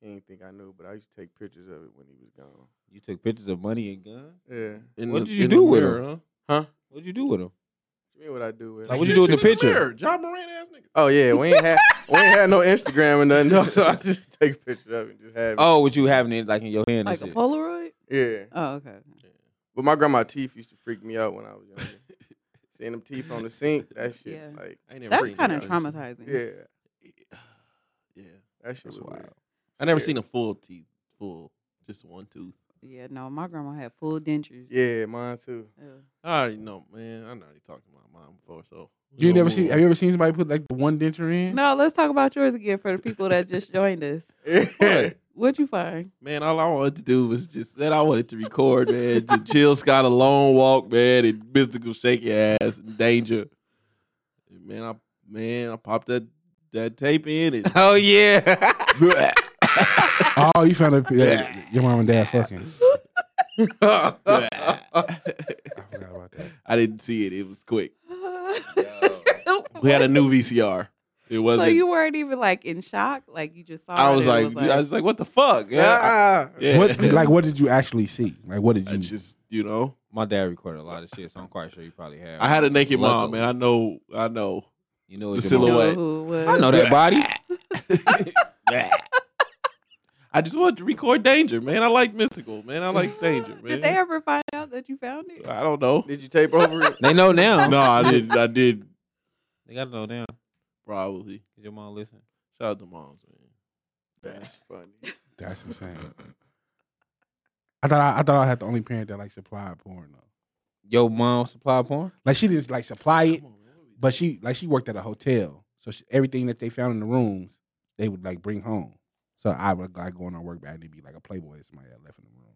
Speaker 4: He didn't think I knew, but I used to take pictures of it when he was gone.
Speaker 5: You took pictures of money and gun.
Speaker 4: Yeah.
Speaker 1: In
Speaker 5: What
Speaker 1: the-
Speaker 5: did you
Speaker 1: in the
Speaker 5: do with
Speaker 1: mirror,
Speaker 5: her?
Speaker 1: huh?
Speaker 4: Huh?
Speaker 5: What'd you do with him?
Speaker 4: You mean what I do with
Speaker 5: Like,
Speaker 4: it?
Speaker 5: what'd you do with the
Speaker 1: Pictures in
Speaker 5: picture?
Speaker 1: mirror. John Moran ass nigga.
Speaker 4: Oh yeah, we ain't had we ain't had no Instagram or nothing, though, so I just take pictures of it and just have it.
Speaker 5: Oh, what you having it like in your hand?
Speaker 3: Like a
Speaker 5: and shit.
Speaker 3: Polaroid?
Speaker 4: Yeah.
Speaker 3: Oh, okay. okay.
Speaker 4: But my grandma teeth used to freak me out when I was younger. Seeing them teeth on the sink, that shit.
Speaker 3: Yeah.
Speaker 4: Like,
Speaker 1: I ain't never
Speaker 3: That's
Speaker 1: seen
Speaker 3: kind of
Speaker 1: that.
Speaker 3: traumatizing.
Speaker 4: yeah,
Speaker 1: Yeah.
Speaker 4: that shit
Speaker 5: That's
Speaker 4: was
Speaker 5: wild.
Speaker 4: wild.
Speaker 1: I never
Speaker 4: Scary.
Speaker 1: seen a full teeth, full, just one tooth.
Speaker 3: Yeah, no, my grandma had full dentures.
Speaker 4: Yeah, mine too.
Speaker 3: Ugh.
Speaker 1: I already know, man. I already talked to my mom before, so.
Speaker 2: You ain't
Speaker 1: We'll
Speaker 2: never
Speaker 1: move
Speaker 2: seen?
Speaker 1: on.
Speaker 2: Have you ever seen somebody put like the one denture in?
Speaker 3: No, let's talk about yours again for the people that just joined us.
Speaker 5: Oh,
Speaker 4: Yeah.
Speaker 1: What?
Speaker 3: What'd you find?
Speaker 1: Man, all I wanted to do was just that I wanted to record, man. Just chill Scott a long walk, man, and mystical shake your ass and danger. And man, I man, I popped that that tape in and
Speaker 5: Oh yeah.
Speaker 2: Oh, you found out that your mom and dad fucking. I forgot about that.
Speaker 1: I didn't see it. It was quick. We
Speaker 3: so
Speaker 1: had a new VCR. It wasn't
Speaker 3: you weren't even like in shock, like you just saw.
Speaker 1: I
Speaker 3: it
Speaker 1: was like,
Speaker 3: and
Speaker 1: I was like, what the fuck? Yeah.
Speaker 4: Ah.
Speaker 1: I- yeah.
Speaker 2: What like what did you actually see? Like what did
Speaker 1: I
Speaker 2: you
Speaker 1: just, you know.
Speaker 5: My dad recorded a lot of shit, so I'm quite sure you probably have.
Speaker 1: I had a naked mom,
Speaker 5: Luckily.
Speaker 1: man. I know, I know.
Speaker 5: You know
Speaker 1: The
Speaker 5: it's
Speaker 3: you
Speaker 1: silhouette.
Speaker 5: silhouette.
Speaker 1: away.
Speaker 3: know who it was.
Speaker 5: I know that body.
Speaker 1: I just wanted to record danger, man. I like mystical, man. I like danger, man.
Speaker 3: Did they ever find out that you found it?
Speaker 1: I don't know.
Speaker 4: Did you tape over it?
Speaker 5: They know now.
Speaker 1: No, I did. I did
Speaker 5: They gotta know now.
Speaker 1: probably.
Speaker 5: Did your mom listen?
Speaker 1: Shout out to moms, man.
Speaker 4: That's funny.
Speaker 2: That's insane. I thought I, I thought I had the only parent that like supplied porn though.
Speaker 5: Your mom supply porn?
Speaker 2: Like she didn't like supply it, but she like she worked at a hotel, so she, everything that they found in the rooms, they would like bring home. So I would like going on work, but I didn't be like a playboy that somebody had left in the room.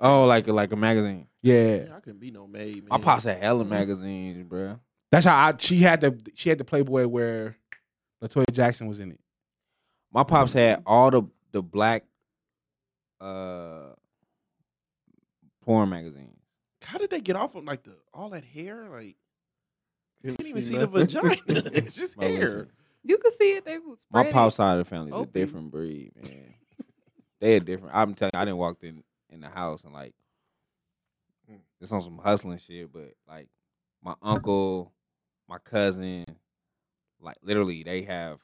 Speaker 5: Oh, like like a magazine.
Speaker 2: Yeah,
Speaker 1: Yeah, I couldn't be no maid, man.
Speaker 5: My pops had hella magazines, bruh.
Speaker 2: that's how I. She had the she had the Playboy where Latoya Jackson was in it.
Speaker 5: My pops had all the the black uh porn magazines.
Speaker 1: How did they get off on like the all that hair? Like you
Speaker 4: Couldn't
Speaker 1: can't even
Speaker 4: see
Speaker 1: see the
Speaker 4: nothing.
Speaker 1: vagina. It's just
Speaker 5: But listen,
Speaker 1: hair.
Speaker 3: You could see it. They was
Speaker 5: my
Speaker 3: spreading.
Speaker 5: pops side of the family is a
Speaker 3: Open.
Speaker 5: different breed, man. they a different. I'm telling you, I didn't walk in in the house and like
Speaker 2: Mm.
Speaker 5: it's on some hustling shit, but like my uncle, my cousin, like literally they have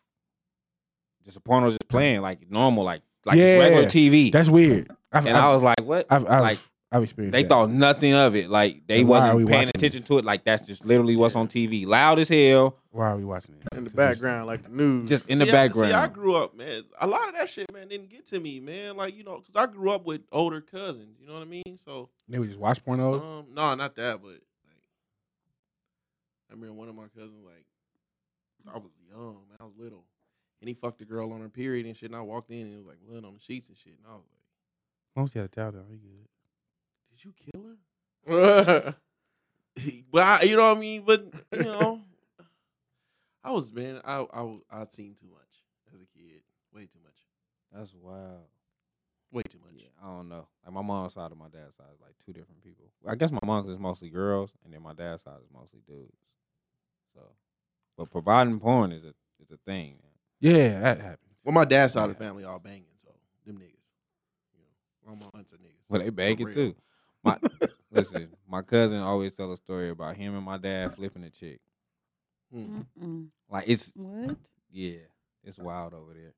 Speaker 5: just a porno just playing like normal, like like it's regular
Speaker 2: Yeah,
Speaker 5: TV.
Speaker 2: That's weird. I've,
Speaker 5: and I was like, what?
Speaker 2: I've, I've,
Speaker 5: like,
Speaker 2: I've experienced.
Speaker 5: They
Speaker 2: that.
Speaker 5: thought nothing of it. Like they
Speaker 2: Then why are we
Speaker 5: wasn't paying
Speaker 2: watching
Speaker 5: attention
Speaker 2: this?
Speaker 5: to it. Like that's just literally what's on TV. Loud as hell.
Speaker 2: Why are we watching it
Speaker 4: In the
Speaker 2: 'Cause it's-
Speaker 4: background, like the news.
Speaker 5: Just in the
Speaker 1: See, I-
Speaker 5: background.
Speaker 1: see, I grew up, man. A lot of that shit, man, didn't get to me, man. Like you know, because I grew up with older cousins. You know what I mean? So
Speaker 2: They would just watch porno.
Speaker 4: Uh-huh.
Speaker 1: Um, no, not that, but like, I remember one of my cousins, like, I was young, man, I was little, and he fucked a girl on her period and shit, and I walked in and it was like blood on the sheets and shit, and I was like,
Speaker 2: As long as you had a towel down, you good.
Speaker 1: did you kill her?
Speaker 4: background.
Speaker 1: but I, you know what I mean? But you know, I was man, I I was- I seen too much as a kid, way too much,
Speaker 5: That's wild.
Speaker 1: way too much.
Speaker 5: Yeah, I don't know. Like my mom's side and my dad's side is like two different people. I guess my mom's is mostly girls, and then my dad's side is mostly dudes. So, but providing porn is a is a thing.
Speaker 2: Yeah, that happened.
Speaker 1: Well, my dad's side of the family all banging, so them niggas, you know, all my aunts are niggas.
Speaker 5: Well, they bag
Speaker 1: For real.
Speaker 5: it too. My listen, my cousin always tell a story about him and my dad flipping a chick.
Speaker 1: Mm.
Speaker 3: Mm-mm.
Speaker 5: Like it's
Speaker 3: What?
Speaker 5: yeah, it's wild over there.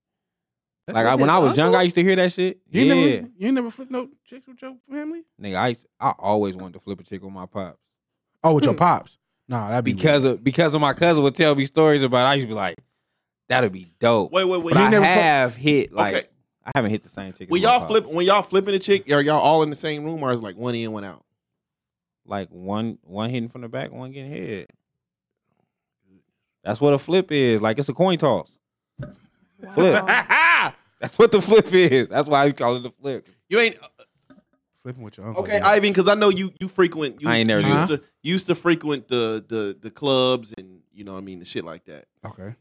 Speaker 2: That's
Speaker 5: like
Speaker 2: what
Speaker 5: I,
Speaker 2: they-
Speaker 5: when I was young,
Speaker 3: uncle?
Speaker 5: I used to hear that shit.
Speaker 2: You
Speaker 5: yeah,
Speaker 2: ain't never, you ain't never flipped no chicks with your family?
Speaker 5: nigga, I used- I always wanted to flip a chick with my pops.
Speaker 2: Oh, with your pops? Nah, that'd be
Speaker 5: because
Speaker 2: weird.
Speaker 5: of because of my cousin would tell me stories about. it, I used to be like, that'd be dope.
Speaker 1: Wait, wait, wait.
Speaker 5: but
Speaker 2: you
Speaker 5: I
Speaker 2: never fuck-
Speaker 5: have hit like
Speaker 1: Okay.
Speaker 5: I haven't hit the same chick. as
Speaker 1: When
Speaker 5: my
Speaker 1: y'all
Speaker 5: pop.
Speaker 1: flip, when y'all flipping a chick, are y'all all in the same room or is like one in, one out?
Speaker 5: like one one hitting from the back, one getting hit. That's what a flip is. Like it's a coin toss. Flip.
Speaker 3: Wow.
Speaker 5: That's what the flip is. That's why we call it a flip.
Speaker 1: You ain't
Speaker 2: flipping with your uncle.
Speaker 1: okay,
Speaker 2: yeah.
Speaker 1: Ivan, because I know you you frequent. You,
Speaker 5: I ain't never
Speaker 1: you
Speaker 5: did
Speaker 1: used to you used to frequent the the the clubs and you know what I mean the shit like that.
Speaker 2: okay.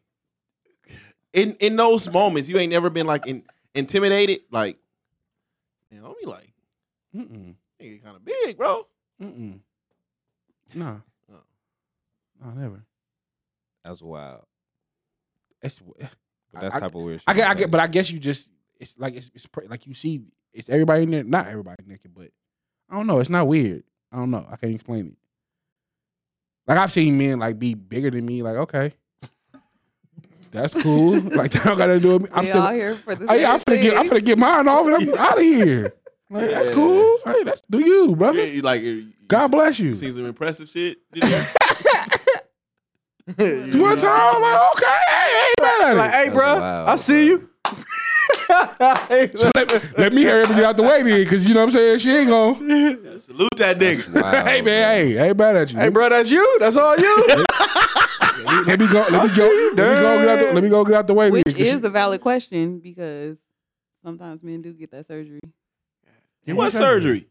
Speaker 1: In in those moments, you ain't never been like in, intimidated. Like, man, I'll be like,
Speaker 2: Mm-mm.
Speaker 1: nigga, kind of big, bro.
Speaker 2: Mm-mm. Nah.
Speaker 1: Oh.
Speaker 2: Nah, never.
Speaker 5: That's wild.
Speaker 2: It's,
Speaker 5: But that's
Speaker 2: I-
Speaker 5: type of weird.
Speaker 2: I
Speaker 5: shit.
Speaker 2: get, I get, but I guess you just it's like it's, it's pre- like you see it's everybody in there, not everybody naked, but I don't know. It's not weird. I don't know. I can't explain it. Like I've seen men like be bigger than me. Like okay, that's cool. like that don't got to do with me. I'm
Speaker 3: we
Speaker 2: still.
Speaker 3: all here for the
Speaker 2: I, yeah, I'm
Speaker 3: same
Speaker 2: finna get, I'm
Speaker 3: thing.
Speaker 2: finna get mine off, and I'm out of here. Like that's
Speaker 1: Yeah.
Speaker 2: cool. Hey, that's do you, brother.
Speaker 1: You, you like, you,
Speaker 2: God bless you.
Speaker 1: you seen some impressive shit. didn't you?
Speaker 4: You
Speaker 2: One
Speaker 4: know?
Speaker 2: time, I'm like okay, hey, hey, man.
Speaker 4: Like, hey,
Speaker 5: That's
Speaker 4: bro,
Speaker 5: wild,
Speaker 4: I see you.
Speaker 2: So let, let me hurry up and get out the way then, because you know what I'm saying? She ain't going.
Speaker 1: Yeah, salute that nigga.
Speaker 2: hey, man, hey, I ain't mad at you.
Speaker 4: hey, bro, that's you. That's all you.
Speaker 2: Let me go. Let me go. Let me go, get out the, let me go get out the way.
Speaker 3: Which
Speaker 2: then, 'cause
Speaker 3: is a valid question because sometimes men do get that surgery
Speaker 2: Yeah,
Speaker 1: what
Speaker 2: what
Speaker 1: surgery?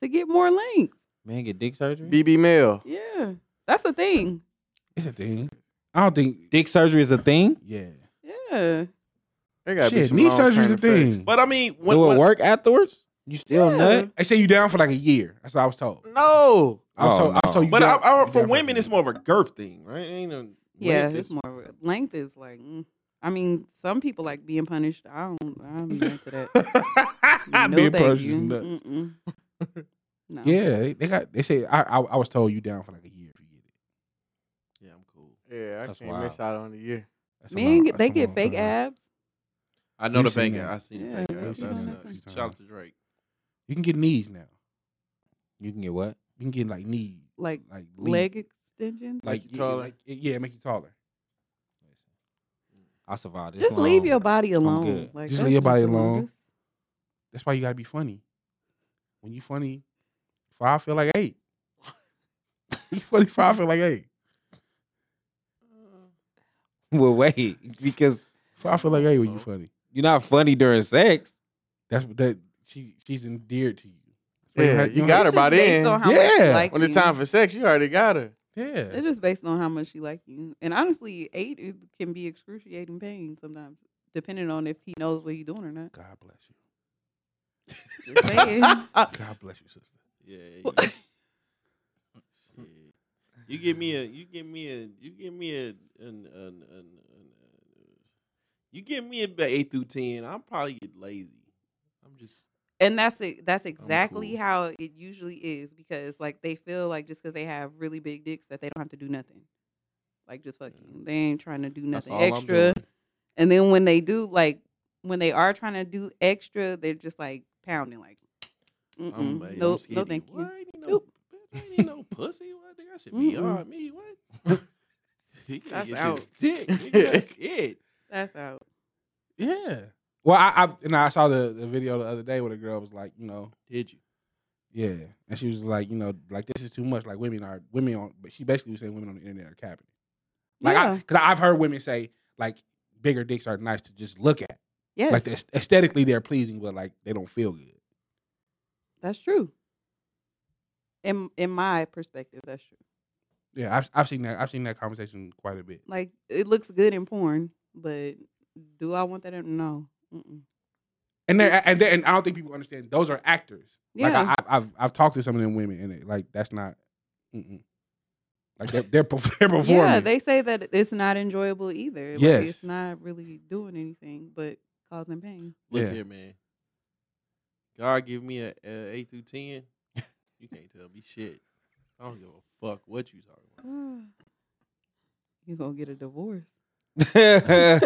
Speaker 3: to get more length.
Speaker 5: Man, get dick surgery.
Speaker 4: BB Mel.
Speaker 3: Yeah, that's the thing.
Speaker 2: It's a thing. I don't think.
Speaker 5: dick surgery is a thing.
Speaker 2: Yeah.
Speaker 3: Yeah,
Speaker 4: There gotta be
Speaker 2: Shit,
Speaker 4: some
Speaker 2: knee surgery's a
Speaker 4: long-term effects.
Speaker 2: thing.
Speaker 1: But I mean, when,
Speaker 5: Do it
Speaker 1: when-
Speaker 5: work afterwards? You still
Speaker 3: Yeah.
Speaker 5: nut?
Speaker 2: They say you down for like a year. That's what I was told.
Speaker 4: No.
Speaker 2: I was
Speaker 5: Oh,
Speaker 2: told. I
Speaker 5: no.
Speaker 2: was told you
Speaker 1: but
Speaker 2: down-
Speaker 1: I, I,
Speaker 2: you
Speaker 1: for
Speaker 2: down a
Speaker 1: women, it's
Speaker 2: year.
Speaker 1: more of a girth thing, right? It Ain't a
Speaker 3: yeah.
Speaker 1: length
Speaker 3: It's
Speaker 1: is-
Speaker 3: more length is like. mm. I mean, some people like being punished. I don't. I'm not into that. no,
Speaker 2: Being
Speaker 3: thank
Speaker 2: punished is
Speaker 3: you.
Speaker 2: nuts.
Speaker 3: Mm-mm. No.
Speaker 2: Yeah, they, they got. They say I, I. I was told you down for like a year if you get it.
Speaker 1: Yeah, I'm cool.
Speaker 4: Yeah, I
Speaker 5: That's
Speaker 4: can't
Speaker 5: wild.
Speaker 4: miss out on the year.
Speaker 2: That's a
Speaker 3: Men
Speaker 2: long-
Speaker 3: get they
Speaker 2: that's a
Speaker 3: get
Speaker 2: long
Speaker 3: fake
Speaker 2: time.
Speaker 3: abs.
Speaker 1: I know
Speaker 2: We've
Speaker 1: the
Speaker 2: seen
Speaker 1: fake.
Speaker 2: that.
Speaker 1: ass. I seen
Speaker 3: Yeah,
Speaker 1: the fake.
Speaker 3: we've
Speaker 1: ass.
Speaker 3: seen
Speaker 1: That's
Speaker 3: that
Speaker 1: nuts.
Speaker 2: too.
Speaker 1: Shout out to Drake.
Speaker 2: You can get knees now.
Speaker 5: You can get what?
Speaker 2: You can get like knee,
Speaker 3: Like
Speaker 2: like lean-
Speaker 3: leg extensions.
Speaker 2: like
Speaker 4: you
Speaker 2: yeah,
Speaker 4: taller.
Speaker 2: like- yeah, make you taller.
Speaker 5: I survived this.
Speaker 3: just leave
Speaker 5: long.
Speaker 3: your body alone.
Speaker 5: good.
Speaker 3: Like,
Speaker 2: Just
Speaker 3: that's
Speaker 2: leave your body
Speaker 3: the
Speaker 2: alone.
Speaker 3: longest-
Speaker 2: That's why you gotta be funny. When you funny, five feel like eight. you funny, five feel like eight.
Speaker 5: Well, wait, because
Speaker 2: Five feel like eight when you
Speaker 3: Uh-huh.
Speaker 2: funny.
Speaker 5: you're not funny during sex.
Speaker 2: That's what that she she's endeared to you. That's why
Speaker 4: Yeah,
Speaker 2: have-
Speaker 4: you
Speaker 2: don't
Speaker 4: got
Speaker 2: have-
Speaker 4: her
Speaker 3: It's just
Speaker 4: by
Speaker 3: based
Speaker 4: then.
Speaker 3: on how much she
Speaker 2: Yeah.
Speaker 3: like
Speaker 4: When it's
Speaker 3: you.
Speaker 4: time for sex, you already got her.
Speaker 2: Yeah,
Speaker 3: It's just based on how much she like you, and honestly, eight is, can be excruciating pain sometimes, depending on if he knows what he's doing or not.
Speaker 2: God bless you.
Speaker 3: Just saying.
Speaker 2: God bless you, sister.
Speaker 1: Yeah.
Speaker 3: Well,
Speaker 1: yeah. Shit. You give me a, you give me a, you give me a, an, an, an, an, uh, you give me a ba- eight through ten. I'll probably get lazy. I'm just
Speaker 3: and that's it. That's exactly
Speaker 1: cool.
Speaker 3: how it usually is because like they feel like just because they have really big dicks that they don't have to do nothing, like just fucking.
Speaker 1: Yeah.
Speaker 3: They ain't trying to do
Speaker 5: That's
Speaker 3: nothing
Speaker 5: all I'm
Speaker 3: extra.
Speaker 5: doing.
Speaker 3: And then when they do, like when they are trying to do extra, they're just like pounding, like,
Speaker 1: I'm,
Speaker 3: Mm-mm,
Speaker 1: ba-
Speaker 3: no,
Speaker 1: I'm skinny.
Speaker 3: no, thank
Speaker 1: What?
Speaker 3: you.
Speaker 1: Ain't no,
Speaker 3: Nope.
Speaker 1: bitch, I ain't need no pussy. What? Nigga, I should be
Speaker 3: Mm-mm.
Speaker 1: on me. What? He gotta
Speaker 4: That's
Speaker 1: get
Speaker 4: out.
Speaker 1: his Dick. nigga, that's it.
Speaker 3: That's out.
Speaker 2: Yeah. Well, I, I and I saw the, the video the other day where the girl was like, you know,
Speaker 1: Did you?
Speaker 2: yeah, and she was like, you know, like this is too much. Like women are women on, but she basically was saying women on the internet are capping. Like I,
Speaker 3: Yeah.
Speaker 2: because I've heard women say like bigger dicks are nice to just look at.
Speaker 3: Yes,
Speaker 2: Like the, aesthetically they're pleasing, but like they don't feel good.
Speaker 3: that's true. In in my perspective, that's true.
Speaker 2: Yeah, I've I've seen that I've seen that conversation quite a bit.
Speaker 3: Like it looks good in porn, but do I want that? In? No. Mm-mm.
Speaker 2: And they and they and I don't think people understand those are actors. Like
Speaker 3: Yeah.
Speaker 2: I, I, I've I've talked to some of them women and it, like that's not, mm-mm. like they're they're, perf- they're performing.
Speaker 3: Yeah, they say that it's not enjoyable either. Like,
Speaker 2: Yes.
Speaker 3: it's not really doing anything but causing pain.
Speaker 1: Look
Speaker 2: Yeah.
Speaker 1: here, man. God give me a, a eight through ten. you can't tell me shit. I don't give a fuck what you talking about.
Speaker 3: you gonna get a divorce.
Speaker 1: I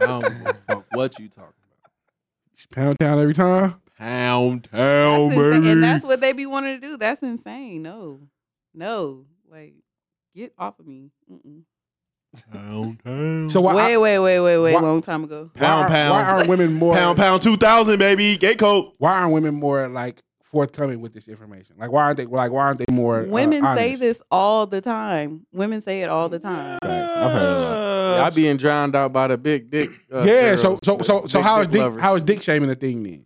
Speaker 1: don't give a fuck what you talking about.
Speaker 2: Just pound town every time.
Speaker 1: Pound town,
Speaker 3: That's insane.
Speaker 1: baby.
Speaker 3: And that's what they be wanting to do. That's insane. No, no, like get off of me. Mm-mm.
Speaker 1: pound town.
Speaker 2: So why
Speaker 3: Wait, wait, wait, wait, wait.
Speaker 2: why-
Speaker 3: Long time ago.
Speaker 2: why
Speaker 1: Pound,
Speaker 2: are-
Speaker 1: pound.
Speaker 2: Why aren't women more
Speaker 1: pound pound two thousand, baby. Gate code.
Speaker 2: Why aren't women more like forthcoming with this information? Like why aren't they like why aren't they more? uh,
Speaker 3: Women say
Speaker 2: honest?
Speaker 3: this all the time. Women say it all the time.
Speaker 5: I've heard a
Speaker 4: Y'all being drowned out by the big dick. uh,
Speaker 2: Uh, yeah. So
Speaker 4: girls,
Speaker 2: so
Speaker 4: the
Speaker 2: so so
Speaker 4: big
Speaker 2: how is dick
Speaker 4: lovers.
Speaker 2: how is dick shaming a thing then?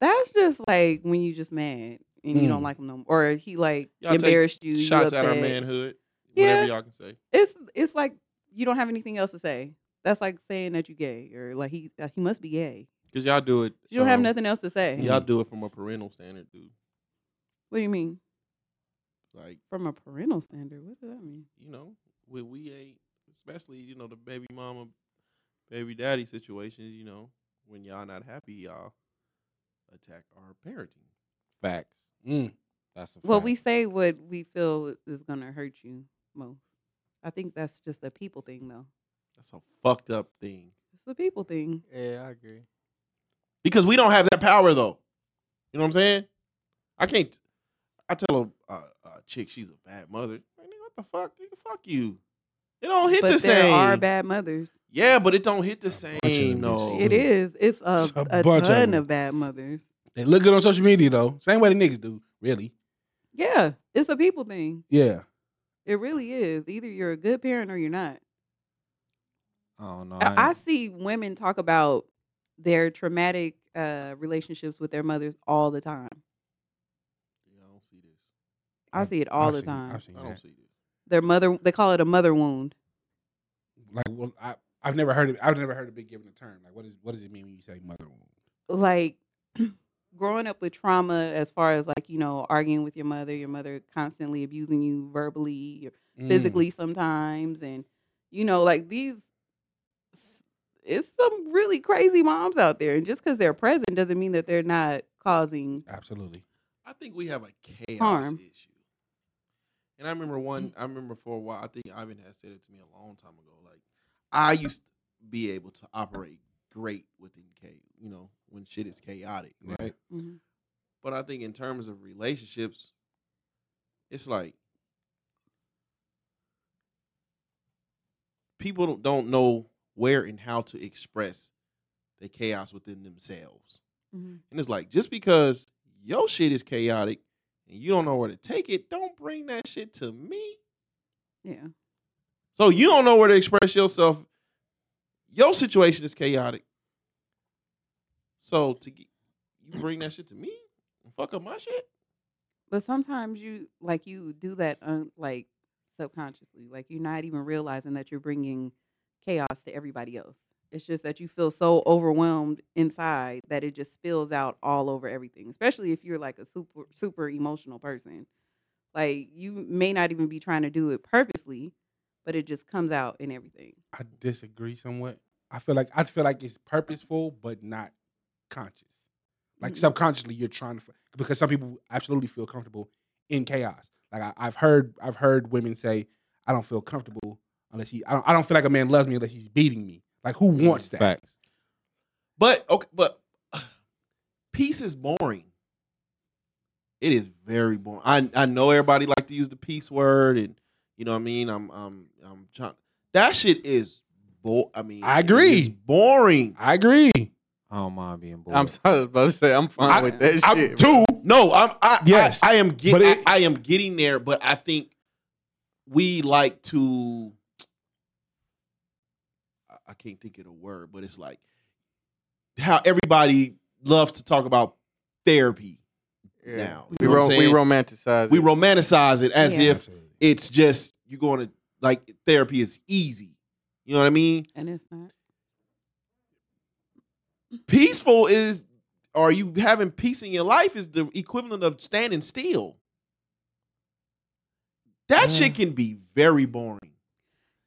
Speaker 3: That's just like when you just mad and you don't
Speaker 2: Mm.
Speaker 3: like him no more, or he like
Speaker 1: Y'all take
Speaker 3: embarrassed you. you
Speaker 1: shots at our
Speaker 3: upset.
Speaker 1: manhood.
Speaker 3: Yeah.
Speaker 1: Whatever y'all can say.
Speaker 3: it's it's like you don't have anything else to say. That's like saying that you gay or like he uh, he must be gay.
Speaker 1: Cause y'all do it.
Speaker 3: You don't have
Speaker 1: um,
Speaker 3: nothing else to say.
Speaker 1: Y'all do it from a parental standard, dude.
Speaker 3: What do you mean
Speaker 1: Like
Speaker 3: from a parental standard? What does that mean?
Speaker 1: you know, when we ain't, especially you know the baby mama, baby daddy situations. You know, when y'all not happy, y'all attack our parenting.
Speaker 5: Facts.
Speaker 2: Mm.
Speaker 5: That's a fact.
Speaker 3: Well, we say what we feel is gonna hurt you most. I think that's just a people thing, though.
Speaker 1: That's a fucked up thing
Speaker 3: It's a people thing.
Speaker 4: Yeah, I agree.
Speaker 1: because we don't have that power though. You know what I'm saying? I can't. I tell a, a, a chick she's a bad mother. Like, nigga, what the fuck? Nigga, fuck you. It don't hit
Speaker 3: but
Speaker 1: the
Speaker 3: there
Speaker 1: same.
Speaker 3: are bad mothers.
Speaker 1: yeah, but it don't hit the
Speaker 2: A bunch of
Speaker 1: same.
Speaker 2: them
Speaker 1: No,
Speaker 2: bitches.
Speaker 3: It
Speaker 2: Ooh.
Speaker 3: is. It's a,
Speaker 2: Oh. It's a
Speaker 3: a,
Speaker 2: bunch of
Speaker 3: ton
Speaker 2: them.
Speaker 3: of bad mothers.
Speaker 2: They look good on social media though. Same way the niggas do. Really?
Speaker 3: Yeah, it's a people thing.
Speaker 2: Yeah.
Speaker 3: It really is. Either you're a good parent or you're not.
Speaker 5: I don't know.
Speaker 3: I, I
Speaker 5: ain't-
Speaker 3: see women talk about their traumatic uh, relationships with their mothers all the time.
Speaker 1: Yeah, I don't see this.
Speaker 3: I
Speaker 2: I've-
Speaker 3: see it all
Speaker 2: I've
Speaker 3: the
Speaker 2: seen-
Speaker 3: time.
Speaker 2: I've seen
Speaker 1: I don't
Speaker 2: that.
Speaker 1: see this.
Speaker 3: Their mother, they call it a mother wound.
Speaker 2: Like, well, I I've never heard of I've never heard of it given a term. Like, what is what does it mean when you say mother wound?
Speaker 3: Like growing up with trauma, as far as like you know, arguing with your mother, your mother constantly abusing you
Speaker 2: Mm.
Speaker 3: verbally,
Speaker 5: Mm.
Speaker 3: physically sometimes and you know like these s- it's some really crazy moms out there and just because they're present doesn't mean that they're not causing
Speaker 2: Absolutely.
Speaker 1: I think we have a chaos
Speaker 3: Harm.
Speaker 1: issue. And I remember one. I remember for a while. I think Ivan had said it to me a long time ago. Like I used to be able to operate great within K. You know, when shit is chaotic,
Speaker 2: Yeah.
Speaker 1: right?
Speaker 2: Mm-hmm,
Speaker 1: But I think in terms of relationships, it's like people don't- don't know where and how to express the chaos within themselves.
Speaker 2: mm-hmm.
Speaker 1: And it's like just because your shit is chaotic and you don't know where to take it, don't bring that shit to me.
Speaker 3: yeah
Speaker 1: So you don't know where to express yourself. Your situation is chaotic. So to get, you bring that shit to me and fuck up my shit.
Speaker 3: but sometimes you like you do that un, like subconsciously like you're not even realizing that you're bringing chaos to everybody else it's just that you feel so overwhelmed inside that it just spills out all over everything especially if you're like a super super emotional person like you may not even be trying to do it purposely but it just comes out in everything
Speaker 2: I disagree somewhat. I feel like I feel like it's purposeful, but not conscious. Like
Speaker 3: Mhm.
Speaker 2: subconsciously, you're trying to because some people absolutely feel comfortable in chaos. Like I, I've heard, I've heard women say, "I don't feel comfortable unless he. I don't, I don't feel like a man loves me unless he's beating me." Like who
Speaker 3: Mm,
Speaker 2: wants that?
Speaker 5: Facts.
Speaker 1: But okay, but peace is boring. It is very boring. I I know everybody like to use the peace word, and you know what I mean. I'm I'm I'm trying. That shit is bo. I mean,
Speaker 2: I
Speaker 1: it
Speaker 2: agree.
Speaker 1: is boring.
Speaker 2: I agree.
Speaker 5: I don't mind being bored.
Speaker 4: I'm sorry, I was about to say I'm fine
Speaker 2: I-
Speaker 4: with that
Speaker 2: I'm
Speaker 4: shit. bro.
Speaker 2: too.
Speaker 1: No, I'm I
Speaker 2: Yes,
Speaker 1: I, I am
Speaker 2: but
Speaker 1: getting
Speaker 2: it-
Speaker 1: I, I am getting there, but I think we like to I- I can't think of the word, but it's like how everybody loves to talk about therapy
Speaker 4: Yeah.
Speaker 1: now. You
Speaker 4: We,
Speaker 1: know what
Speaker 4: ro-
Speaker 1: I'm
Speaker 4: we
Speaker 1: saying?
Speaker 4: romanticize.
Speaker 1: we
Speaker 4: it.
Speaker 1: romanticize it as
Speaker 3: Yeah.
Speaker 1: if it's just you're going to like therapy is easy. You know what I mean?
Speaker 3: and it's not
Speaker 1: Peaceful is or you having peace in your life is the equivalent of standing still. That shit can be very boring.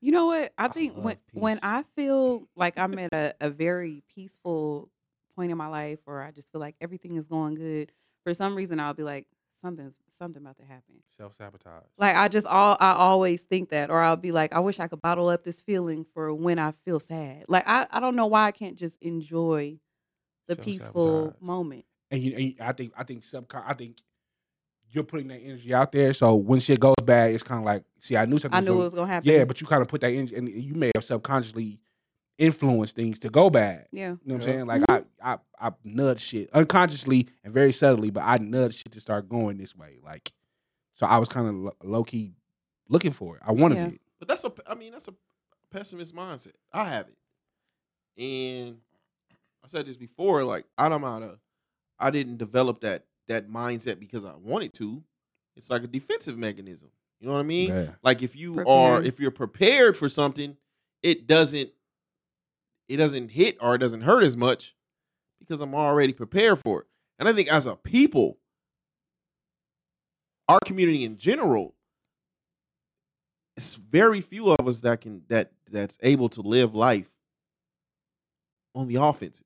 Speaker 3: You know what? I
Speaker 5: I
Speaker 3: think when
Speaker 5: love
Speaker 3: when
Speaker 5: peace.
Speaker 3: I feel like I'm at a, a very peaceful point in my life or I just feel like everything is going good, for some reason I'll be like, something's something about to happen.
Speaker 2: Self sabotage.
Speaker 3: Like I just all I always think that. Or I'll be like, I wish I could bottle up this feeling for when I feel sad. Like I, I don't know why I can't just enjoy the peaceful
Speaker 2: Self-sabotage.
Speaker 3: moment.
Speaker 2: and you, and you- I think I think subcon I think you're putting that energy out there. So when shit goes bad, it's kind of like, see, I knew something.
Speaker 3: I knew it
Speaker 2: gonna-
Speaker 3: was gonna happen.
Speaker 2: yeah, but you kind of put that energy, and you may have subconsciously influenced things to go bad.
Speaker 3: yeah.
Speaker 2: You know what
Speaker 4: Yeah.
Speaker 2: I'm saying? Like I, I, I nudge shit unconsciously and very subtly, but I nudge shit to start going this way. Like, so I was kind of lo- low key looking for it. I wanted
Speaker 3: Yeah.
Speaker 2: it.
Speaker 1: But that's a I mean that's a pessimist mindset. I have it. And I said this before like I don't know how to I didn't develop that that mindset because I wanted to. It's like a defensive mechanism. You know what I mean?
Speaker 2: Yeah.
Speaker 1: like if you are
Speaker 3: Prepared.
Speaker 1: if you're prepared for something it doesn't it doesn't hit or it doesn't hurt as much because i'm already prepared for it and i think as a people our community in general it's very few of us that can that that's able to live life on the offensive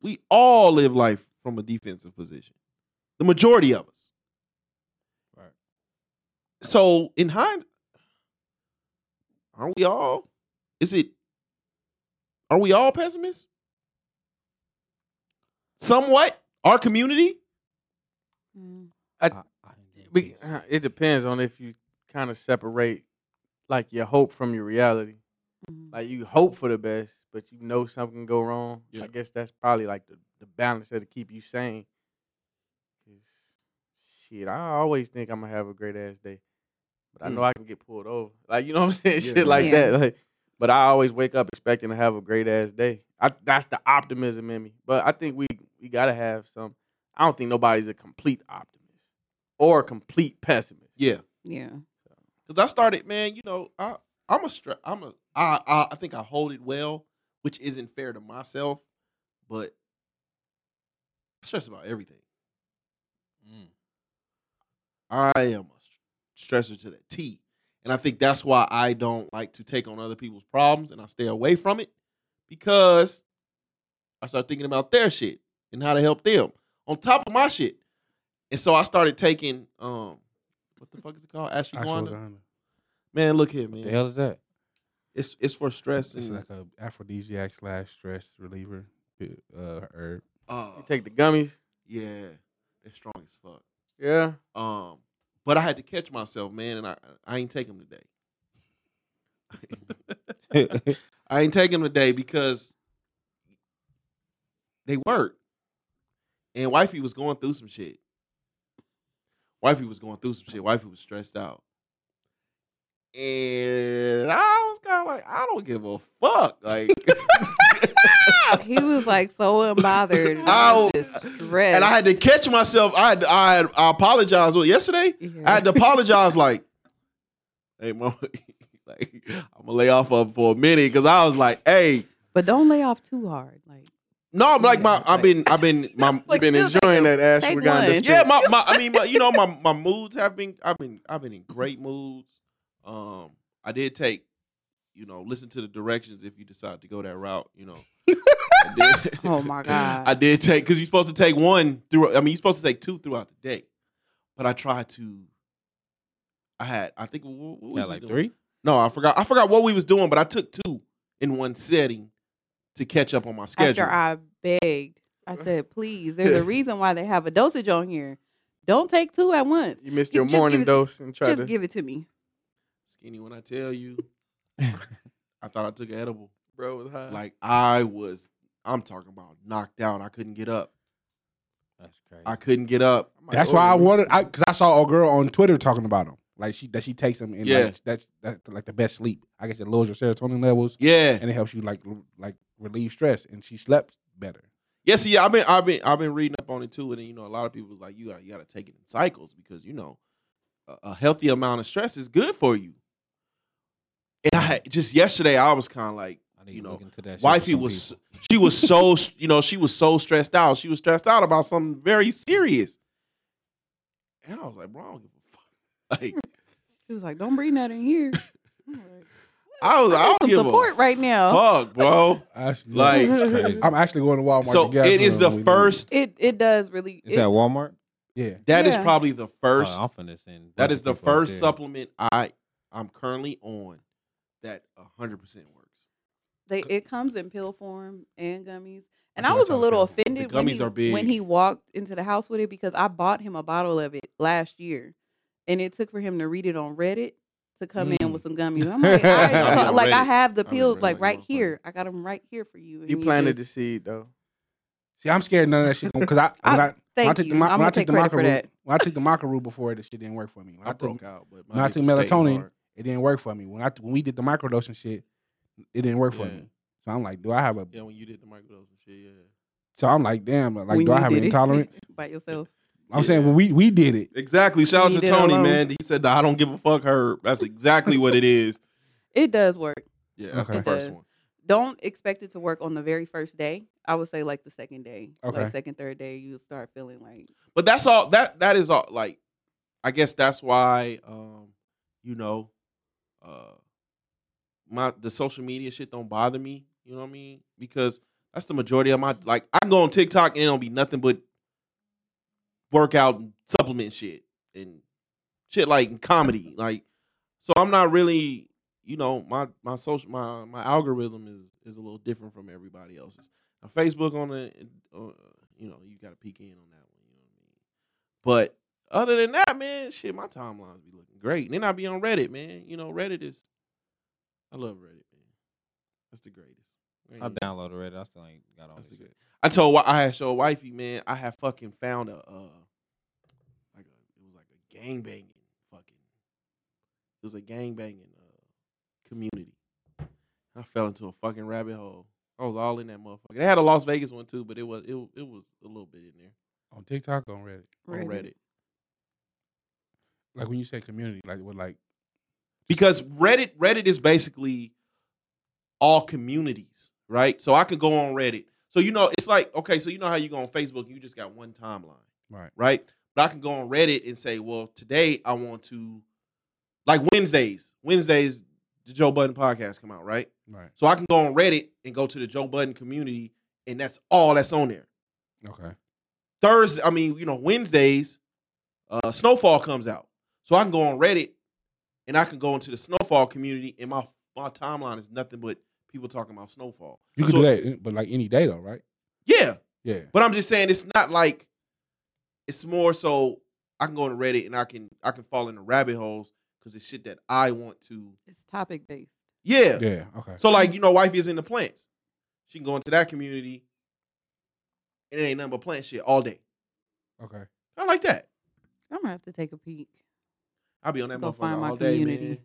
Speaker 1: we all live life from a defensive position the majority of us
Speaker 5: Right.
Speaker 1: so in hind aren't we all is it are we all pessimists somewhat our community
Speaker 3: Mm.
Speaker 5: I, I enjoy
Speaker 4: We,
Speaker 5: peace.
Speaker 4: uh, it depends on if you kind of separate like your hope from your reality.
Speaker 3: Mhm.
Speaker 4: Like you hope for the best, but you know something can go wrong.
Speaker 1: Yeah.
Speaker 4: I guess that's probably like the, the balance that'll keep you sane. 'Cause, shit, I always think I'm gonna have a great ass day, but I know I can get pulled over. Like you know what I'm saying?
Speaker 1: Hmm. Yeah.
Speaker 4: Shit like
Speaker 3: Yeah.
Speaker 4: that. Like But I always wake up expecting to have a great ass day. I, that's the optimism in me. But I think we we gotta have some. I don't think nobody's a complete optimist or a complete pessimist.
Speaker 1: Yeah.
Speaker 3: Yeah.
Speaker 1: Cause I started, man. You know, I I'm a stra- I'm a I, I I think I hold it well, which isn't fair to myself, but I stress about everything. I am a st- stressor to the T, and I think that's why I don't like to take on other people's problems and I stay away from it because I start thinking about their shit and how to help them on top of my shit, and so I started taking um. What the fuck is it called? Ashwagandha.
Speaker 2: Ashwagandha.
Speaker 1: Man, look here,
Speaker 5: What the
Speaker 1: man.
Speaker 5: hell is that?
Speaker 1: It's it's for stress
Speaker 2: It's
Speaker 1: and
Speaker 2: like a aphrodisiac slash stress reliever uh, herb.
Speaker 1: uh,
Speaker 4: You take the gummies.
Speaker 1: yeah, it's strong as fuck.
Speaker 4: Yeah.
Speaker 1: Um, but I had to catch myself, man, and I I ain't take 'em today. I ain't take 'em today because they work. And wifey was going through some shit. Wifey was going through some shit. Wifey was stressed out. And I was kind of like, I don't give a fuck. Like,
Speaker 3: He was like so unbothered. and
Speaker 1: I
Speaker 3: I was just stressed.
Speaker 1: and I had to catch myself. I had, I had, I apologized well, yesterday.
Speaker 3: Yeah.
Speaker 1: I had to apologize like, hey, mom, like I'm gonna lay off up for a minute because I was like, hey,
Speaker 3: but don't lay off too hard. Like
Speaker 1: no, I'm like my, I've been, I've been, my,
Speaker 3: Like,
Speaker 4: Been
Speaker 3: still take
Speaker 4: enjoying
Speaker 3: a-
Speaker 4: that ass.
Speaker 3: take
Speaker 4: We got
Speaker 3: one.
Speaker 1: yeah, my, my, I mean, my, you know, my, my moods have been, I've been, I've been in great moods. Um, I did take, you know, listen to the directions if you decide to go that route, you know. I did-
Speaker 3: Oh my God.
Speaker 1: I did take because you're supposed to take one through. I mean, you're supposed to take two throughout the day, but I tried to. I had, I think, what, what was
Speaker 5: Got
Speaker 1: we
Speaker 5: like
Speaker 1: doing?
Speaker 5: three?
Speaker 1: No, I forgot. I forgot what we was doing, but I took two in one setting to catch up on my schedule.
Speaker 3: after I begged, I said, please, there's a reason why they have a dosage on here. Don't take two at once.
Speaker 4: You missed
Speaker 3: You
Speaker 4: your
Speaker 3: just give
Speaker 4: morning
Speaker 3: it-
Speaker 4: dose and tried
Speaker 3: Just
Speaker 4: to.
Speaker 3: give it to me.
Speaker 1: Skinny, when I tell you, I thought I took an edible.
Speaker 4: Bro it was
Speaker 5: Uh-huh.
Speaker 4: high.
Speaker 1: Like I was, I'm talking about knocked out. I couldn't get up.
Speaker 5: That's crazy.
Speaker 1: I couldn't get up.
Speaker 4: I might
Speaker 2: That's
Speaker 1: oh,
Speaker 2: why I
Speaker 4: order it.
Speaker 2: wanted, I because I saw a girl on Twitter talking about them. Like she that she takes them and
Speaker 1: Yeah.
Speaker 2: like, that's that's like the best sleep. I guess it lowers your serotonin levels
Speaker 1: Yeah,
Speaker 2: and it helps you like l- like relieve stress and she slept better.
Speaker 1: yeah. See, I've been, I've been, I've been reading up on it too, and then, you know, a lot of people was like, you got, you got to take it in cycles because you know, a, a healthy amount of stress is good for you. And I had, just yesterday, I was kind of like,
Speaker 5: I need
Speaker 1: you
Speaker 5: to
Speaker 1: know,
Speaker 5: look into that shit for
Speaker 1: wifey
Speaker 5: some
Speaker 1: was
Speaker 5: people.
Speaker 1: she was so you know she was so stressed out she was stressed out about something very serious and i was like bro i don't give a fuck like
Speaker 3: He was like, don't bring that in here. I'm like,
Speaker 1: i was like, i
Speaker 3: need
Speaker 1: don't
Speaker 3: some
Speaker 1: give
Speaker 3: support
Speaker 1: a
Speaker 3: right now.
Speaker 1: fuck bro
Speaker 2: That's
Speaker 1: Like-
Speaker 2: that's crazy. I'm actually going to Walmart.
Speaker 1: so
Speaker 2: to gas
Speaker 1: it is
Speaker 2: one
Speaker 1: the
Speaker 2: when we leave.
Speaker 1: first
Speaker 3: It it does really.
Speaker 5: Is
Speaker 3: it-
Speaker 5: that Walmart?
Speaker 2: Yeah,
Speaker 1: That is
Speaker 3: Yeah.
Speaker 1: probably the first
Speaker 5: Oh, I'm finna send
Speaker 1: that
Speaker 5: bunch
Speaker 1: is
Speaker 5: of
Speaker 1: the
Speaker 5: people out
Speaker 1: first
Speaker 5: there.
Speaker 1: supplement i i'm currently on that 100% works
Speaker 3: they it comes in pill form and gummies. And
Speaker 2: I
Speaker 3: I,
Speaker 2: think I
Speaker 3: was
Speaker 2: saw
Speaker 3: a
Speaker 2: the pill
Speaker 3: little
Speaker 2: form. The
Speaker 3: offended when,
Speaker 1: gummies
Speaker 3: he,
Speaker 1: are big.
Speaker 3: when he walked into the house with it because I bought him a bottle of it last year, and it took for him to read it on Reddit to come in with some gummies. I'm like, I,
Speaker 2: I
Speaker 3: already
Speaker 2: read
Speaker 3: told-
Speaker 1: on
Speaker 3: like I
Speaker 1: Reddit.
Speaker 3: have the
Speaker 1: I read
Speaker 3: pills
Speaker 1: Reddit
Speaker 3: like
Speaker 1: like a
Speaker 3: right
Speaker 1: motherfucker.
Speaker 3: here. I got them right here for you. and
Speaker 4: You
Speaker 3: he
Speaker 4: planted the
Speaker 3: just-
Speaker 4: seed though.
Speaker 2: see, I'm scared of none of that shit because I when I, when I
Speaker 3: Thank
Speaker 2: took the
Speaker 3: you.
Speaker 2: mo-
Speaker 3: I'm
Speaker 2: when I
Speaker 3: gonna
Speaker 2: took
Speaker 3: take
Speaker 2: the
Speaker 3: credit for
Speaker 2: macaroon
Speaker 3: that.
Speaker 2: when I took the macaroon before, the shit didn't work for me. When
Speaker 1: i,
Speaker 2: I, took
Speaker 1: broke out but
Speaker 2: when I
Speaker 1: my
Speaker 2: took
Speaker 1: nigga stayed
Speaker 2: melatonin,
Speaker 1: hard.
Speaker 2: it didn't work for me. When I when we did the microdose and shit, it didn't work for
Speaker 1: Yeah.
Speaker 2: me. So I'm like, do I have a?
Speaker 1: yeah when you did the microdose and shit yeah
Speaker 2: So I'm like, damn, like
Speaker 3: When
Speaker 2: do I
Speaker 3: you
Speaker 2: have an
Speaker 3: did it.
Speaker 2: intolerance?
Speaker 3: by yourself.
Speaker 2: I'm saying well, we we did it.
Speaker 1: exactly shout out
Speaker 3: You
Speaker 1: to
Speaker 3: did it
Speaker 1: tony
Speaker 3: alone.
Speaker 1: man he said i don't give a fuck herb that's exactly what it is
Speaker 3: It does work.
Speaker 1: yeah that's
Speaker 2: Okay.
Speaker 1: the first
Speaker 3: Okay.
Speaker 1: one
Speaker 3: Don't expect it to work on the very first day. I would say like the second day,
Speaker 2: Okay.
Speaker 3: like second third day, you start feeling like
Speaker 1: but that's all that that is all like i guess that's why um you know uh my the social media shit don't bother me you know what i mean because that's the majority of my like i can go on tiktok and it don't be nothing but workout and supplement shit and shit like and comedy like so i'm not really you know my my social my my algorithm is is a little different from everybody else's now, facebook on the uh, you know you got to peek in on that one you know what i mean but other than that, man, shit, my timelines be looking great. And then I be on Reddit, man. You know, Reddit is I love Reddit, man. That's the greatest.
Speaker 5: I
Speaker 1: Reddit-
Speaker 5: downloaded Reddit. I still ain't got on
Speaker 1: That's the
Speaker 5: this shit.
Speaker 1: greatest. I told wi- I had showed wifey, man, I had fucking found a uh like a it was like a gang banging fucking it was a gang banging uh community. I fell into a fucking rabbit hole. I was all in that motherfucker. They had a Las Vegas one too, but it was it, it was a little bit in there
Speaker 2: on TikTok on Reddit.
Speaker 1: on
Speaker 3: Reddit.
Speaker 1: Reddit.
Speaker 2: Like when you say community, like what, like
Speaker 1: because Reddit Reddit is basically all communities, right? So I could go on Reddit. So you know, it's like okay, so you know how you go on Facebook, you just got one timeline,
Speaker 2: right?
Speaker 1: right? But I can go on Reddit and say, well, today I want to, like Wednesdays. Wednesdays, the Joe Budden podcast come out, right?
Speaker 2: Right.
Speaker 1: So I can go on Reddit and go to the Joe Budden community, and that's all that's on there.
Speaker 2: Okay.
Speaker 1: Thursday, I mean, you know, Wednesdays, uh, Snowfall comes out. So I can go on Reddit and I can go into the Snowfall community, and my my timeline is nothing but people talking about Snowfall.
Speaker 2: You could
Speaker 1: So-
Speaker 2: do that, eh, but like any day though, right?
Speaker 1: Yeah,
Speaker 2: Yeah.
Speaker 1: but I'm just saying it's not like it's more so I can go on Reddit and I can I can fall into rabbit holes because it's shit that I want to.
Speaker 3: It's topic based.
Speaker 1: Yeah.
Speaker 2: Yeah. Okay.
Speaker 1: So like you know, wife is in the plants. She can go into that community, and it ain't nothing but plant shit all day.
Speaker 2: Okay.
Speaker 1: I like that.
Speaker 3: I'm gonna have to take a peek.
Speaker 1: I'll be on that
Speaker 3: Go find
Speaker 1: motherfucker
Speaker 3: my
Speaker 1: all day,
Speaker 3: community.
Speaker 1: man.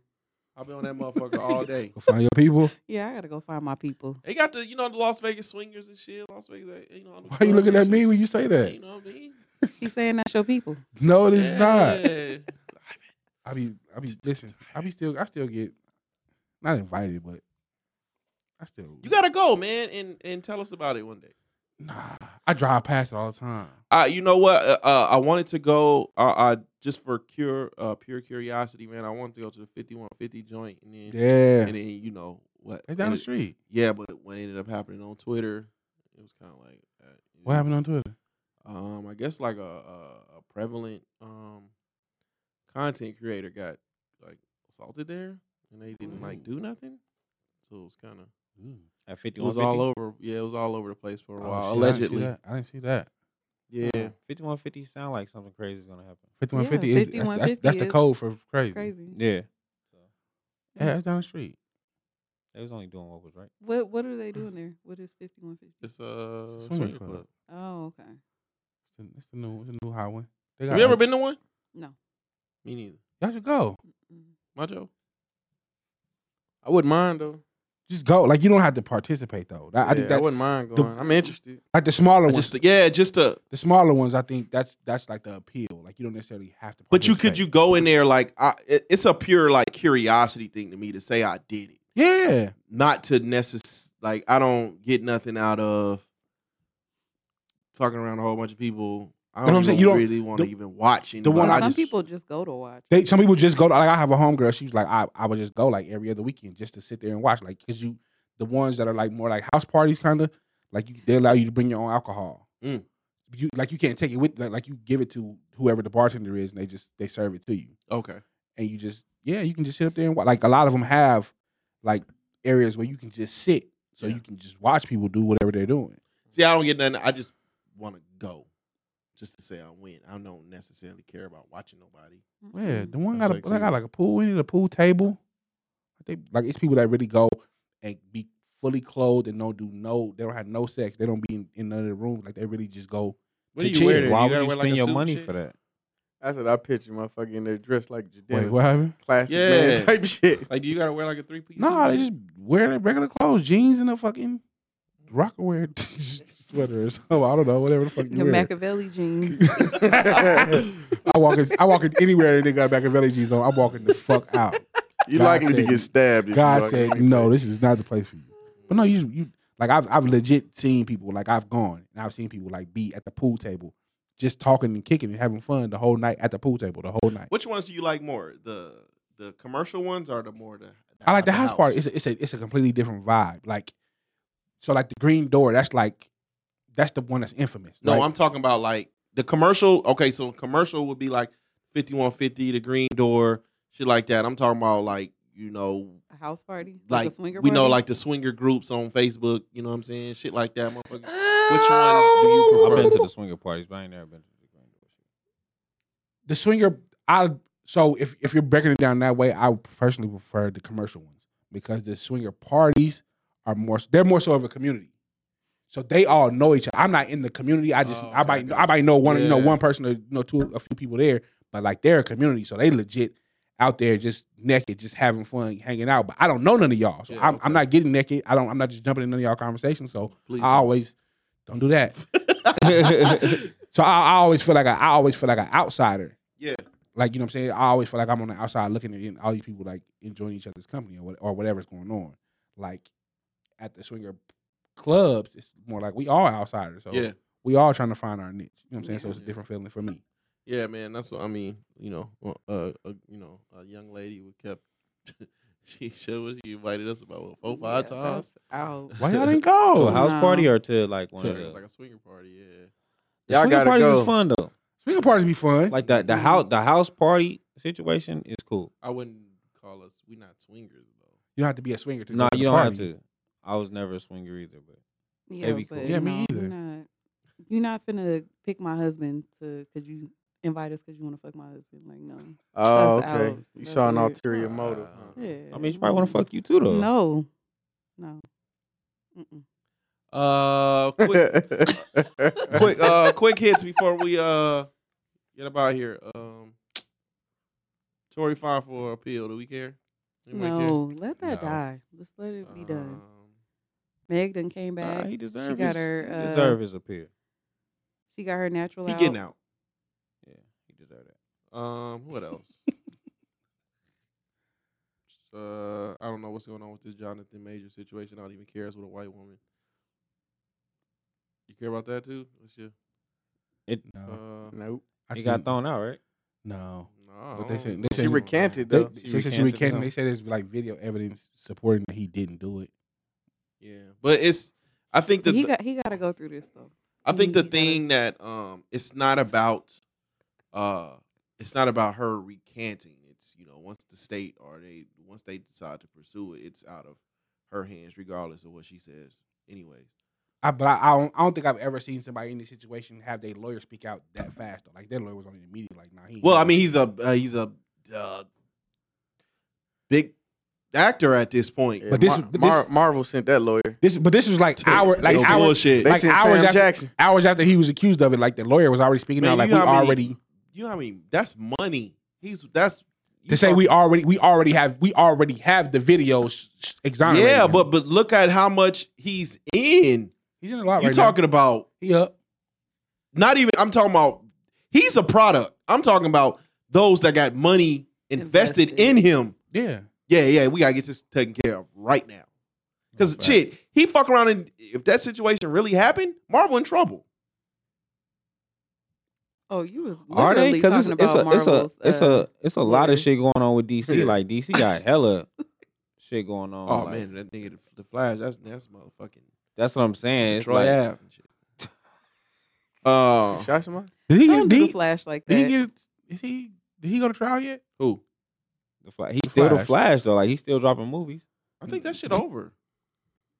Speaker 1: I'll be on that motherfucker all day.
Speaker 2: Go find your people.
Speaker 3: Yeah, I gotta go find my people.
Speaker 1: They got the you know the Las Vegas swingers and shit. Las Vegas, eh, you know. all the
Speaker 2: Why you
Speaker 1: clubs
Speaker 2: looking
Speaker 1: and
Speaker 2: at me
Speaker 1: shit.
Speaker 2: when you say
Speaker 1: You
Speaker 2: that?
Speaker 1: know what I mean?
Speaker 3: He's saying that's your people.
Speaker 2: No, it is not.
Speaker 1: Yeah.
Speaker 2: I be, I be, listen, I be still, I still get, not invited, but I still,
Speaker 1: You gotta go, man, and and tell us about it one day.
Speaker 2: nah, I drive past it all the time.
Speaker 1: Uh, you know what? Uh, uh, I wanted to go. Uh, uh, just for pure, uh, pure curiosity, man. I wanted to go to the fifty-one fifty joint, and then,
Speaker 2: Yeah.
Speaker 1: and then you know what?
Speaker 2: It's down the
Speaker 1: ended-
Speaker 2: street.
Speaker 1: Yeah, but what ended up happening on Twitter, it was kind of like uh,
Speaker 2: What happened on Twitter?
Speaker 1: Um, I guess like a, a, a prevalent um content creator got like assaulted there, and they didn't like do nothing. So it was kind of
Speaker 5: At
Speaker 1: it
Speaker 5: 51,
Speaker 1: was all over. Yeah, it was all over the place for a
Speaker 2: Oh,
Speaker 1: while.
Speaker 2: shit,
Speaker 1: allegedly,
Speaker 2: I didn't see that. Oh.
Speaker 1: yeah.
Speaker 5: 5150 sound like something crazy is gonna happen.
Speaker 2: Fifty-one fifty is that's- that's,
Speaker 3: 5150
Speaker 2: that's the
Speaker 3: is
Speaker 2: code for crazy.
Speaker 3: Crazy.
Speaker 5: Yeah. So
Speaker 2: Yeah, that's down the street.
Speaker 5: they was only doing what was right.
Speaker 3: What what are they doing there? What is fifty one fifty?
Speaker 1: It's a
Speaker 2: It's a
Speaker 1: swinger,
Speaker 2: swinger
Speaker 1: club.
Speaker 2: club.
Speaker 3: Oh, okay.
Speaker 2: It's the, it's the new, it's the new high one. They
Speaker 1: Have you ever
Speaker 2: like-
Speaker 1: been to one?
Speaker 3: No.
Speaker 1: Me neither.
Speaker 2: Y'all should go.
Speaker 3: Mm-mm.
Speaker 1: My Joe.
Speaker 4: I wouldn't mind though.
Speaker 2: Just go. Like you don't have to participate though. That- I
Speaker 4: Yeah,
Speaker 2: think
Speaker 4: I
Speaker 2: that's
Speaker 4: wouldn't mind
Speaker 2: the-
Speaker 4: going. I'm interested.
Speaker 2: like the smaller
Speaker 1: I
Speaker 2: ones.
Speaker 1: Just yeah, just a.
Speaker 2: the smaller ones, I think that's that's like the appeal. Like you don't necessarily have to.
Speaker 1: But you could you
Speaker 2: participate.
Speaker 1: go in there like I, it- it's a pure like curiosity thing to me to say I did it.
Speaker 2: Yeah,
Speaker 1: not to necess like I don't get nothing out of fucking around a whole bunch of people. I
Speaker 2: That's what
Speaker 1: don't,
Speaker 2: I'm saying.
Speaker 1: even
Speaker 2: You don't-
Speaker 1: really want to
Speaker 2: the-
Speaker 1: even watch anybody.
Speaker 2: one Well,
Speaker 3: Well,
Speaker 2: I
Speaker 3: some
Speaker 2: just-
Speaker 3: people just go to watch.
Speaker 2: they some people just go. To, like I have a homegirl. She was like, I I would just go like every other weekend just to sit there and watch. Like because you the ones that are like more like house parties kind of like you, they allow you to bring your own alcohol.
Speaker 1: Mm.
Speaker 2: You like you can't take it with like, like you give it to whoever the bartender is and they just they serve it to you
Speaker 1: okay,
Speaker 2: and you just yeah you can just sit up there and watch. Like a lot of them have like areas where you can just sit so
Speaker 1: Yeah.
Speaker 2: you can just watch people do whatever they're doing.
Speaker 1: see, I don't get nothing. I just want to go, just to say I went. I don't necessarily care about watching nobody.
Speaker 2: Yeah,
Speaker 3: Mm-mm.
Speaker 2: the one
Speaker 1: That's
Speaker 2: got a,
Speaker 1: like
Speaker 2: they got
Speaker 1: cheap.
Speaker 2: like a pool in it, a pool table. I think like it's people that really go and be fully clothed and don't do no, they don't have no sex. They don't be in, in none of the rooms. Like they really just go.
Speaker 1: What
Speaker 2: To
Speaker 1: do
Speaker 2: chill.
Speaker 1: you wear? there?
Speaker 5: Why
Speaker 1: gotta
Speaker 5: would you
Speaker 1: wear,
Speaker 5: spend
Speaker 1: like, a
Speaker 5: your
Speaker 1: suit and
Speaker 5: money
Speaker 1: shit?
Speaker 5: for that?
Speaker 4: That's what I picture motherfucker in there dressed like
Speaker 2: Wait,
Speaker 4: Jadena.
Speaker 2: what happened?
Speaker 4: Classic man
Speaker 1: Yeah.
Speaker 4: type shit.
Speaker 1: Like, do you gotta wear like a three piece?
Speaker 2: No, they just wear their regular clothes, jeans and a fucking rocker wear sweater or something. I don't know, whatever the fuck you
Speaker 3: Your
Speaker 2: wear.
Speaker 3: Machiavelli jeans.
Speaker 2: I walk in, I walk in anywhere and they got Machiavelli jeans on. I'm walking the fuck out.
Speaker 6: You
Speaker 2: God
Speaker 6: likely to
Speaker 2: said-
Speaker 6: get stabbed. if you
Speaker 2: God
Speaker 6: walk
Speaker 2: said,
Speaker 6: in.
Speaker 2: "No, this is not the place for you." But no, you you like I've I've legit seen people like I've gone and I've seen people like be at the pool table, just talking and kicking and having fun the whole night at the pool table the whole night.
Speaker 1: Which ones do you like more? The the commercial ones or the more the?
Speaker 2: I like the house party. It's a, it's a it's a completely different vibe. Like, so like the green door. That's like that's the one that's infamous.
Speaker 1: No,
Speaker 2: right?
Speaker 1: I'm talking about like the commercial. Okay, so commercial would be like 5150, the green door, shit like that. I'm talking about like, you know,
Speaker 3: a house party. Like,
Speaker 1: like
Speaker 3: a swinger
Speaker 1: we know
Speaker 3: party?
Speaker 1: like the swinger groups on Facebook, you know what I'm saying? Shit like that, motherfucker. Which one do you
Speaker 5: I've
Speaker 2: Oh.
Speaker 1: prefer?
Speaker 5: been to the swinger parties, but I ain't never been to the grand door shit.
Speaker 2: the swinger. I so if if you're breaking it down that way, I would personally prefer the commercial ones because the swinger parties are more. They're more so of a community, so they all know each other. I'm not in the community. I just
Speaker 7: Oh,
Speaker 2: I
Speaker 7: okay,
Speaker 2: might
Speaker 7: gotcha.
Speaker 2: I might know one you know
Speaker 1: Yeah.
Speaker 2: one person or you know two a few people there, but like they're a community, so they legit out there just naked, just having fun, hanging out. But I don't know none of y'all, so
Speaker 1: Yeah,
Speaker 2: I'm,
Speaker 1: okay.
Speaker 2: I'm not getting naked. I don't. I'm not just jumping in none of y'all conversations. So
Speaker 1: Please.
Speaker 2: I always don't do that.
Speaker 5: Right.
Speaker 2: So I, I always feel like I, I always feel like an outsider.
Speaker 1: Yeah.
Speaker 2: Like you know what I'm saying? I always feel like I'm on the outside looking at all these people like enjoying each other's company or, what, or whatever's going on. Like at the swinger clubs, it's more like we all outsiders. So
Speaker 1: yeah,
Speaker 2: we all trying to find our niche. You know what I'm saying? So
Speaker 1: Yeah.
Speaker 2: it's a different feeling for me.
Speaker 1: yeah, man. That's what I mean. You know, uh, uh, uh, you know, a young lady who kept. she showed us. She invited us about what, four, five
Speaker 3: Yeah,
Speaker 1: times.
Speaker 3: that's Out.
Speaker 2: Why y'all didn't
Speaker 5: to a
Speaker 2: go?
Speaker 5: house
Speaker 3: No.
Speaker 5: party or to like one
Speaker 1: So
Speaker 5: of
Speaker 1: It was
Speaker 5: the
Speaker 1: like a swinger party. Yeah.
Speaker 5: The
Speaker 4: Y'all
Speaker 5: swinger
Speaker 4: gotta
Speaker 5: parties
Speaker 4: go.
Speaker 5: is fun though.
Speaker 2: Swinger parties be fun.
Speaker 5: Like the the house the house party situation is cool.
Speaker 1: I wouldn't call us. We not swingers though.
Speaker 2: you don't have to be a swinger to
Speaker 5: No,
Speaker 2: go to
Speaker 5: you
Speaker 2: the
Speaker 5: don't have
Speaker 2: party.
Speaker 5: to. I was never a swinger either, but
Speaker 3: Yeah,
Speaker 5: be
Speaker 3: but
Speaker 5: cool.
Speaker 2: Yeah, me
Speaker 3: no,
Speaker 2: either.
Speaker 3: You're not, you're not finna pick my husband to because you invite us because you want to fuck my husband. Like no.
Speaker 4: Oh,
Speaker 3: That's
Speaker 4: okay.
Speaker 3: out.
Speaker 4: You
Speaker 3: That's
Speaker 4: saw an
Speaker 3: weird.
Speaker 4: ulterior motive.
Speaker 1: Uh,
Speaker 3: Yeah.
Speaker 5: I mean, she probably want to
Speaker 3: no.
Speaker 5: fuck you too though.
Speaker 3: No. No. Mm-mm.
Speaker 1: Uh, quick, quick, uh, quick hits before we uh get up out here. Um, Tory fine for appeal. Do we care? Anybody care?
Speaker 3: No. Let that
Speaker 7: No.
Speaker 3: die. Just let it be done.
Speaker 1: Um,
Speaker 3: Meg done came
Speaker 5: Uh, Nah,
Speaker 3: back.
Speaker 5: he deserved
Speaker 3: got
Speaker 5: his,
Speaker 3: her,
Speaker 5: he
Speaker 3: uh,
Speaker 5: deserve his appeal.
Speaker 3: she got her natural
Speaker 1: he
Speaker 3: out.
Speaker 1: getting out.
Speaker 5: Yeah, he deserved it.
Speaker 1: Um, what else? uh, I don't know what's going on with this Jonathan Major situation. I don't even care. It's with a white woman. You care about that too? What's your
Speaker 2: No,
Speaker 1: uh?
Speaker 4: nope.
Speaker 2: I
Speaker 5: He got
Speaker 2: shouldn't-
Speaker 5: thrown out, right?
Speaker 2: No,
Speaker 1: Nah,
Speaker 2: But they
Speaker 1: I
Speaker 2: said-
Speaker 1: don't
Speaker 2: they
Speaker 1: know.
Speaker 2: said
Speaker 4: She
Speaker 2: you-
Speaker 4: recanted
Speaker 2: They,
Speaker 4: though.
Speaker 5: She
Speaker 2: she said she
Speaker 5: recanted or
Speaker 2: recanted. They
Speaker 5: something?
Speaker 2: said there's like video evidence supporting that he didn't do it.
Speaker 1: Yeah, but it's. I think that
Speaker 3: he
Speaker 1: the-
Speaker 3: got he got to go through this though.
Speaker 1: I think
Speaker 3: he-
Speaker 1: the
Speaker 3: he gotta-
Speaker 1: thing that um, it's not about, uh, it's not about her recanting. It's you know once the state or they once they decide to pursue it, it's out of her hands, regardless of what she says. Anyways,
Speaker 2: I, but I, I, don't, I don't think I've ever seen somebody in this situation have their lawyer speak out that fast. Though. Like their lawyer was on the media, like, nah, he. ain't
Speaker 1: well, I
Speaker 2: doing
Speaker 1: mean
Speaker 2: it.
Speaker 1: he's a uh, he's a uh, big actor at this point.
Speaker 4: Yeah,
Speaker 2: But this-
Speaker 4: Mar-
Speaker 2: but this-
Speaker 4: Mar- Marvel sent that lawyer.
Speaker 2: This, but this was like hour, like
Speaker 1: No
Speaker 2: hour,
Speaker 1: bullshit.
Speaker 4: They
Speaker 2: Like
Speaker 4: sent
Speaker 2: hours
Speaker 4: Sam
Speaker 2: after-
Speaker 4: Jackson.
Speaker 2: hours after he was accused of it. Like the lawyer was already speaking
Speaker 1: Man,
Speaker 2: out. Like
Speaker 1: you
Speaker 2: we
Speaker 1: know how many-
Speaker 2: already
Speaker 1: you know what I mean? That's money. He's that's you
Speaker 2: to say
Speaker 1: talk-
Speaker 2: we already we already have we already have the videos sh- sh- exonerating.
Speaker 1: Yeah,
Speaker 2: him.
Speaker 1: but but look at how much he's in.
Speaker 2: he's in a lot.
Speaker 1: You
Speaker 2: right
Speaker 1: talking about
Speaker 2: Now. He up.
Speaker 1: not even I'm talking about he's a product. I'm talking about those that got money invested,
Speaker 3: Invested.
Speaker 1: in him.
Speaker 2: Yeah.
Speaker 1: Yeah, yeah, we gotta get this taken care of right now. Cause
Speaker 2: Right.
Speaker 1: shit, he fuck around and if that situation really happened, Marvel in trouble.
Speaker 3: Oh, you was
Speaker 5: Are
Speaker 3: literally
Speaker 5: they? Because
Speaker 3: talking
Speaker 5: it's, it's
Speaker 3: about
Speaker 5: a it's a
Speaker 3: Marvel's,
Speaker 5: it's
Speaker 3: uh,
Speaker 5: a it's a lot
Speaker 3: lawyer.
Speaker 5: of shit going on with DC.
Speaker 1: Yeah.
Speaker 5: Like DC got hella shit going on.
Speaker 1: Oh,
Speaker 5: like,
Speaker 1: man, that nigga the, the Flash, that's that's motherfucking
Speaker 5: that's what I'm saying. It's
Speaker 1: Troy
Speaker 5: like
Speaker 1: Ave and shit. Uh,
Speaker 4: Shot somebody?
Speaker 2: Did he
Speaker 3: Don't
Speaker 2: get?
Speaker 3: do the
Speaker 2: Did,
Speaker 3: flash like
Speaker 2: did he
Speaker 3: that.
Speaker 2: get? Is he? Did he go to trial yet?
Speaker 1: who?
Speaker 5: the Fla- he's still the
Speaker 2: Flash.
Speaker 5: Flash though. Like he's still dropping movies.
Speaker 1: I think that shit over.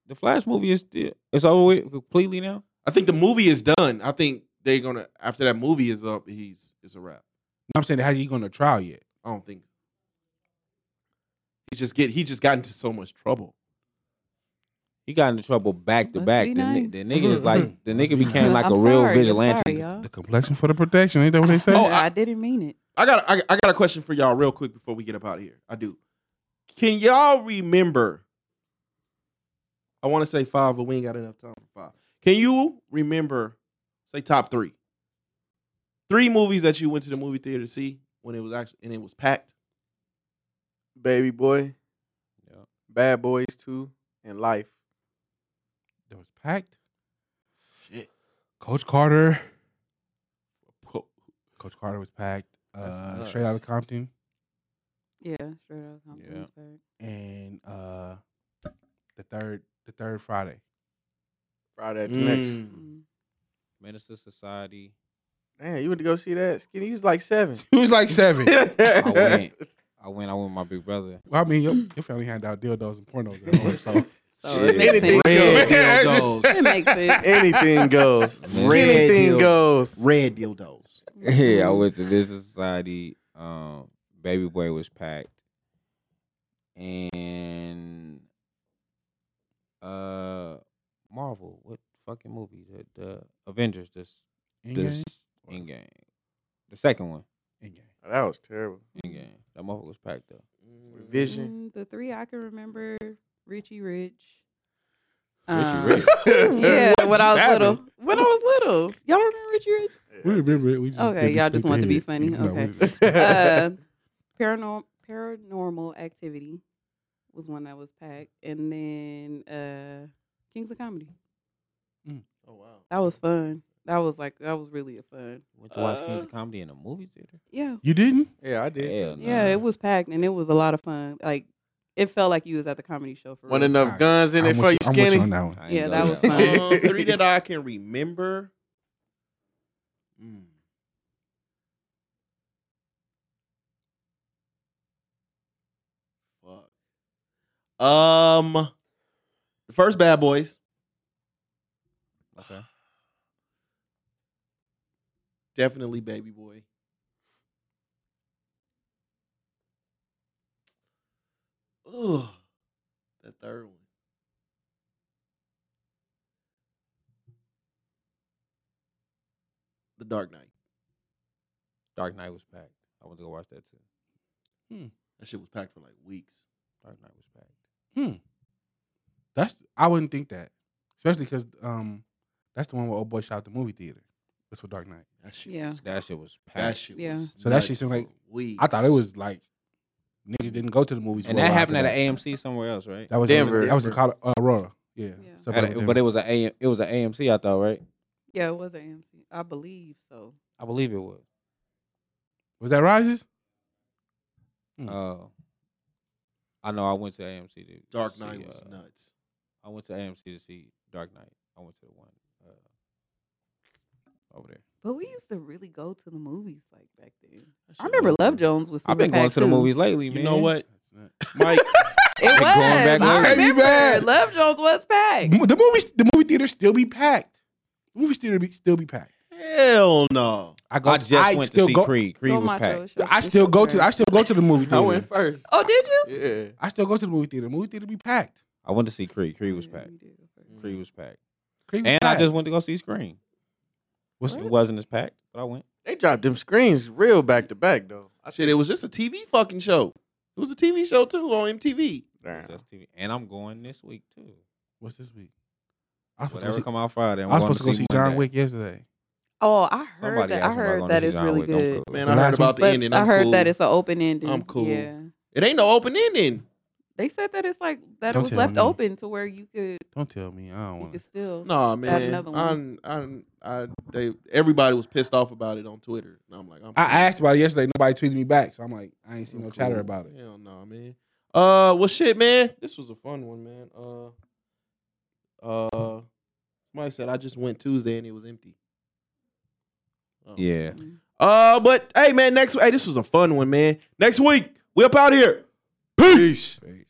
Speaker 5: The Flash movie is still it's over with completely now.
Speaker 1: I think the movie is done. I think they're gonna after that movie is up, he's it's a wrap.
Speaker 2: No, I'm saying has he gone to trial yet?
Speaker 1: I don't think he just get he just got into so much trouble.
Speaker 5: He got into trouble back to
Speaker 3: Must
Speaker 5: back.
Speaker 3: be
Speaker 5: The, ni-
Speaker 3: nice.
Speaker 5: the nigga is like the nigga
Speaker 2: be
Speaker 5: became
Speaker 2: nice.
Speaker 5: like
Speaker 3: I'm
Speaker 5: a real
Speaker 3: sorry, I'm
Speaker 5: vigilante.
Speaker 3: sorry, y'all.
Speaker 2: The complexion for the protection. Ain't that what they say?
Speaker 3: I,
Speaker 1: Oh,
Speaker 3: I, didn't mean it.
Speaker 1: I got I, I got a question for y'all real quick before we get up out of here. I do. Can y'all remember? I want to say five, but we ain't got enough time for five. Can you remember? Say top three. Three movies that you went to the movie theater to see when it was actually and it was packed.
Speaker 4: Baby boy.
Speaker 5: Yeah.
Speaker 4: Bad boys two and life.
Speaker 2: That was packed.
Speaker 1: Shit.
Speaker 2: Coach Carter.
Speaker 1: Whoa.
Speaker 2: Coach Carter was packed.
Speaker 1: That's
Speaker 2: Uh,
Speaker 1: nuts.
Speaker 2: straight out of Compton
Speaker 3: Yeah, straight out of Compton.
Speaker 5: Yeah.
Speaker 3: was bad.
Speaker 2: and uh, the third the third Friday.
Speaker 4: Friday at the next.
Speaker 1: Mm.
Speaker 3: Mm.
Speaker 5: Minister Society.
Speaker 4: Man, you went to go see that? Skinny, he was like seven.
Speaker 2: He was like seven.
Speaker 5: I went. I went. I went with my big brother.
Speaker 2: Well, I mean, your, your family hand out dildos and pornos at home, so
Speaker 3: So
Speaker 5: Shit.
Speaker 3: it makes
Speaker 4: Anything
Speaker 3: sense.
Speaker 6: Red
Speaker 2: Yeah.
Speaker 6: dildos.
Speaker 3: It makes sense.
Speaker 4: Anything goes.
Speaker 5: Red
Speaker 4: Anything
Speaker 6: deal.
Speaker 4: goes.
Speaker 6: Red dildos.
Speaker 5: yeah, I
Speaker 3: Mhm.
Speaker 5: went to Business Society. Um, Baby Boy was packed, and uh, Marvel. What fucking movie? The, the Avengers. This this in game. The second one.
Speaker 2: Endgame.
Speaker 4: Oh, That was terrible.
Speaker 5: In game. That motherfucker was packed though.
Speaker 4: Vision.
Speaker 3: Mm, the three I can remember: Richie Rich.
Speaker 5: Richie
Speaker 3: um,
Speaker 5: Rich.
Speaker 3: yeah, when I was
Speaker 2: happened?
Speaker 3: little. When I was little, y'all remember Richie Rich?
Speaker 2: We remember it. We just
Speaker 3: Okay,
Speaker 2: didn't
Speaker 3: y'all just
Speaker 2: speak
Speaker 3: want to be
Speaker 2: it.
Speaker 3: funny,
Speaker 2: No, we-
Speaker 3: Uh, paranormal Paranormal Activity was one that was packed, and then uh, Kings of Comedy.
Speaker 1: Oh wow.
Speaker 3: That was fun. That was like that was really a fun.
Speaker 5: Went to watch Kings
Speaker 1: Uh,
Speaker 5: of Comedy in a movie theater.
Speaker 3: Yeah,
Speaker 2: You didn't?
Speaker 4: Yeah, I did.
Speaker 5: Hell
Speaker 3: yeah,
Speaker 5: nah.
Speaker 3: it was packed, and it was a lot of fun. Like it felt like you was at the comedy show for
Speaker 4: One
Speaker 3: real.
Speaker 4: enough
Speaker 2: Alright,
Speaker 4: guns in
Speaker 2: I'm with
Speaker 4: it for you,
Speaker 2: I'm with
Speaker 4: skinny.
Speaker 2: on that one.
Speaker 5: I ain't
Speaker 3: Yeah,
Speaker 5: go
Speaker 3: that
Speaker 5: to
Speaker 3: was
Speaker 5: one.
Speaker 3: fun.
Speaker 1: um, three that I can remember. Mm. Fuck. Um, the first Bad Boys.
Speaker 5: Okay.
Speaker 1: Definitely Baby Boy. Ugh. That third one. The Dark Knight.
Speaker 5: Dark Knight was packed. I went to go watch that too.
Speaker 1: That shit was packed for like weeks.
Speaker 5: Dark Knight was packed.
Speaker 2: That's I wouldn't think that, especially because um, that's the one where old boy shot the movie theater. That's for Dark Knight.
Speaker 1: That shit
Speaker 3: Yeah.
Speaker 1: was
Speaker 5: That shit was packed.
Speaker 1: that shit
Speaker 3: Yeah.
Speaker 1: was
Speaker 2: So that shit
Speaker 1: nuts
Speaker 2: seemed
Speaker 1: for
Speaker 2: like-
Speaker 1: weeks.
Speaker 2: I thought it was like niggas didn't go to the movies.
Speaker 5: and
Speaker 2: for a
Speaker 5: that
Speaker 2: while
Speaker 5: happened at
Speaker 2: after
Speaker 5: an AMC somewhere else, right?
Speaker 2: That was
Speaker 4: Denver.
Speaker 2: That was in Col- uh, Aurora. Yeah.
Speaker 3: Yeah.
Speaker 2: So
Speaker 5: At a- but it was an AM, it was an AMC, I thought, right?
Speaker 3: Yeah, it was an AMC, I believe so.
Speaker 5: I believe it was.
Speaker 2: was that Rises? Hmm.
Speaker 5: Uh, I know I went to AMC to to
Speaker 1: Dark
Speaker 5: see,
Speaker 1: Knight was
Speaker 5: uh,
Speaker 1: nuts.
Speaker 5: I went to AMC to see Dark Knight. I went to the one uh, over there.
Speaker 3: But we used to really go to the movies like back then.
Speaker 1: That
Speaker 3: I
Speaker 1: shit
Speaker 3: remember
Speaker 1: was
Speaker 3: Love
Speaker 1: nuts.
Speaker 3: Jones was. Super
Speaker 5: I've been going
Speaker 3: packed,
Speaker 5: to the
Speaker 3: too.
Speaker 5: movies lately,
Speaker 1: You
Speaker 5: man.
Speaker 1: know what? Mike,
Speaker 3: It was.
Speaker 5: I've been going back
Speaker 3: I
Speaker 5: lately.
Speaker 2: Baby
Speaker 3: remember
Speaker 2: back.
Speaker 3: Love Jones was packed.
Speaker 2: Mo- The movie, the movie theater still be packed. The movie theater be, still be packed.
Speaker 1: hell no.
Speaker 2: I go.
Speaker 5: I just
Speaker 2: I
Speaker 5: went
Speaker 2: still
Speaker 5: to see
Speaker 2: go,
Speaker 5: Creed. Creed
Speaker 3: Don't
Speaker 5: was
Speaker 3: mind
Speaker 5: packed.
Speaker 3: your show-
Speaker 2: I
Speaker 3: your
Speaker 2: still
Speaker 3: show
Speaker 2: go to.
Speaker 3: trash.
Speaker 2: I still go to the movie
Speaker 4: I
Speaker 2: theater.
Speaker 4: went first.
Speaker 3: Oh, did you?
Speaker 4: Yeah.
Speaker 2: I still go to the movie theater. The movie theater be packed.
Speaker 5: I went to see Creed. Creed was
Speaker 3: Yeah,
Speaker 5: packed. Mm.
Speaker 3: you did go first.
Speaker 5: Creed was packed.
Speaker 2: Creed was
Speaker 5: And I
Speaker 2: packed.
Speaker 5: just went to go see Scream.
Speaker 2: What's-
Speaker 5: It wasn't as packed, but I went.
Speaker 4: They dropped them screens real back to back though. I
Speaker 1: Shit, it was just a TV fucking show. It was a TV show too on MTV.
Speaker 4: Damn.
Speaker 5: Just TV. And I'm going this week too.
Speaker 2: What's this week? I was supposed to
Speaker 5: Whatever
Speaker 2: see-
Speaker 5: come out Friday,
Speaker 2: I
Speaker 5: I'm
Speaker 2: was
Speaker 5: going
Speaker 2: supposed to go see John
Speaker 5: Monday.
Speaker 2: Wick yesterday.
Speaker 3: Oh, I heard
Speaker 5: Somebody
Speaker 3: that.
Speaker 5: asked
Speaker 3: I
Speaker 5: me if
Speaker 3: heard
Speaker 5: going
Speaker 3: that
Speaker 5: to see
Speaker 3: it's
Speaker 5: John
Speaker 3: really
Speaker 5: Wick. I'm
Speaker 3: good.
Speaker 5: cool.
Speaker 1: Man,
Speaker 2: The
Speaker 1: I
Speaker 2: last
Speaker 1: heard about the
Speaker 3: But
Speaker 1: ending.
Speaker 3: I
Speaker 1: I'm
Speaker 3: heard
Speaker 1: cool.
Speaker 3: that it's an open ending.
Speaker 1: I'm cool.
Speaker 3: Yeah,
Speaker 1: It ain't no open ending.
Speaker 3: they said that it's like that
Speaker 2: Don't
Speaker 3: it was
Speaker 2: tell
Speaker 3: left
Speaker 2: me.
Speaker 3: open to where you could
Speaker 2: Don't tell me. I don't
Speaker 3: you
Speaker 2: want
Speaker 3: could
Speaker 2: to.
Speaker 3: still.
Speaker 1: Nah, man.
Speaker 3: another
Speaker 1: I, I, I, they, everybody was pissed off about it on Twitter, and I'm like, I'm
Speaker 2: I
Speaker 1: cool.
Speaker 2: asked about it yesterday. Nobody tweeted me back, so I'm like, I ain't seen
Speaker 1: I'm
Speaker 2: no
Speaker 1: cool.
Speaker 2: chatter about it.
Speaker 1: Hell no, man. Uh, well, shit, man. This was a fun one, man. Uh, uh, somebody said I just went Tuesday and it was empty. Oh.
Speaker 5: Yeah.
Speaker 1: Uh, but hey, man. Next, hey, this was a fun one, man. Next week, we up out here. Peace.
Speaker 5: Peace.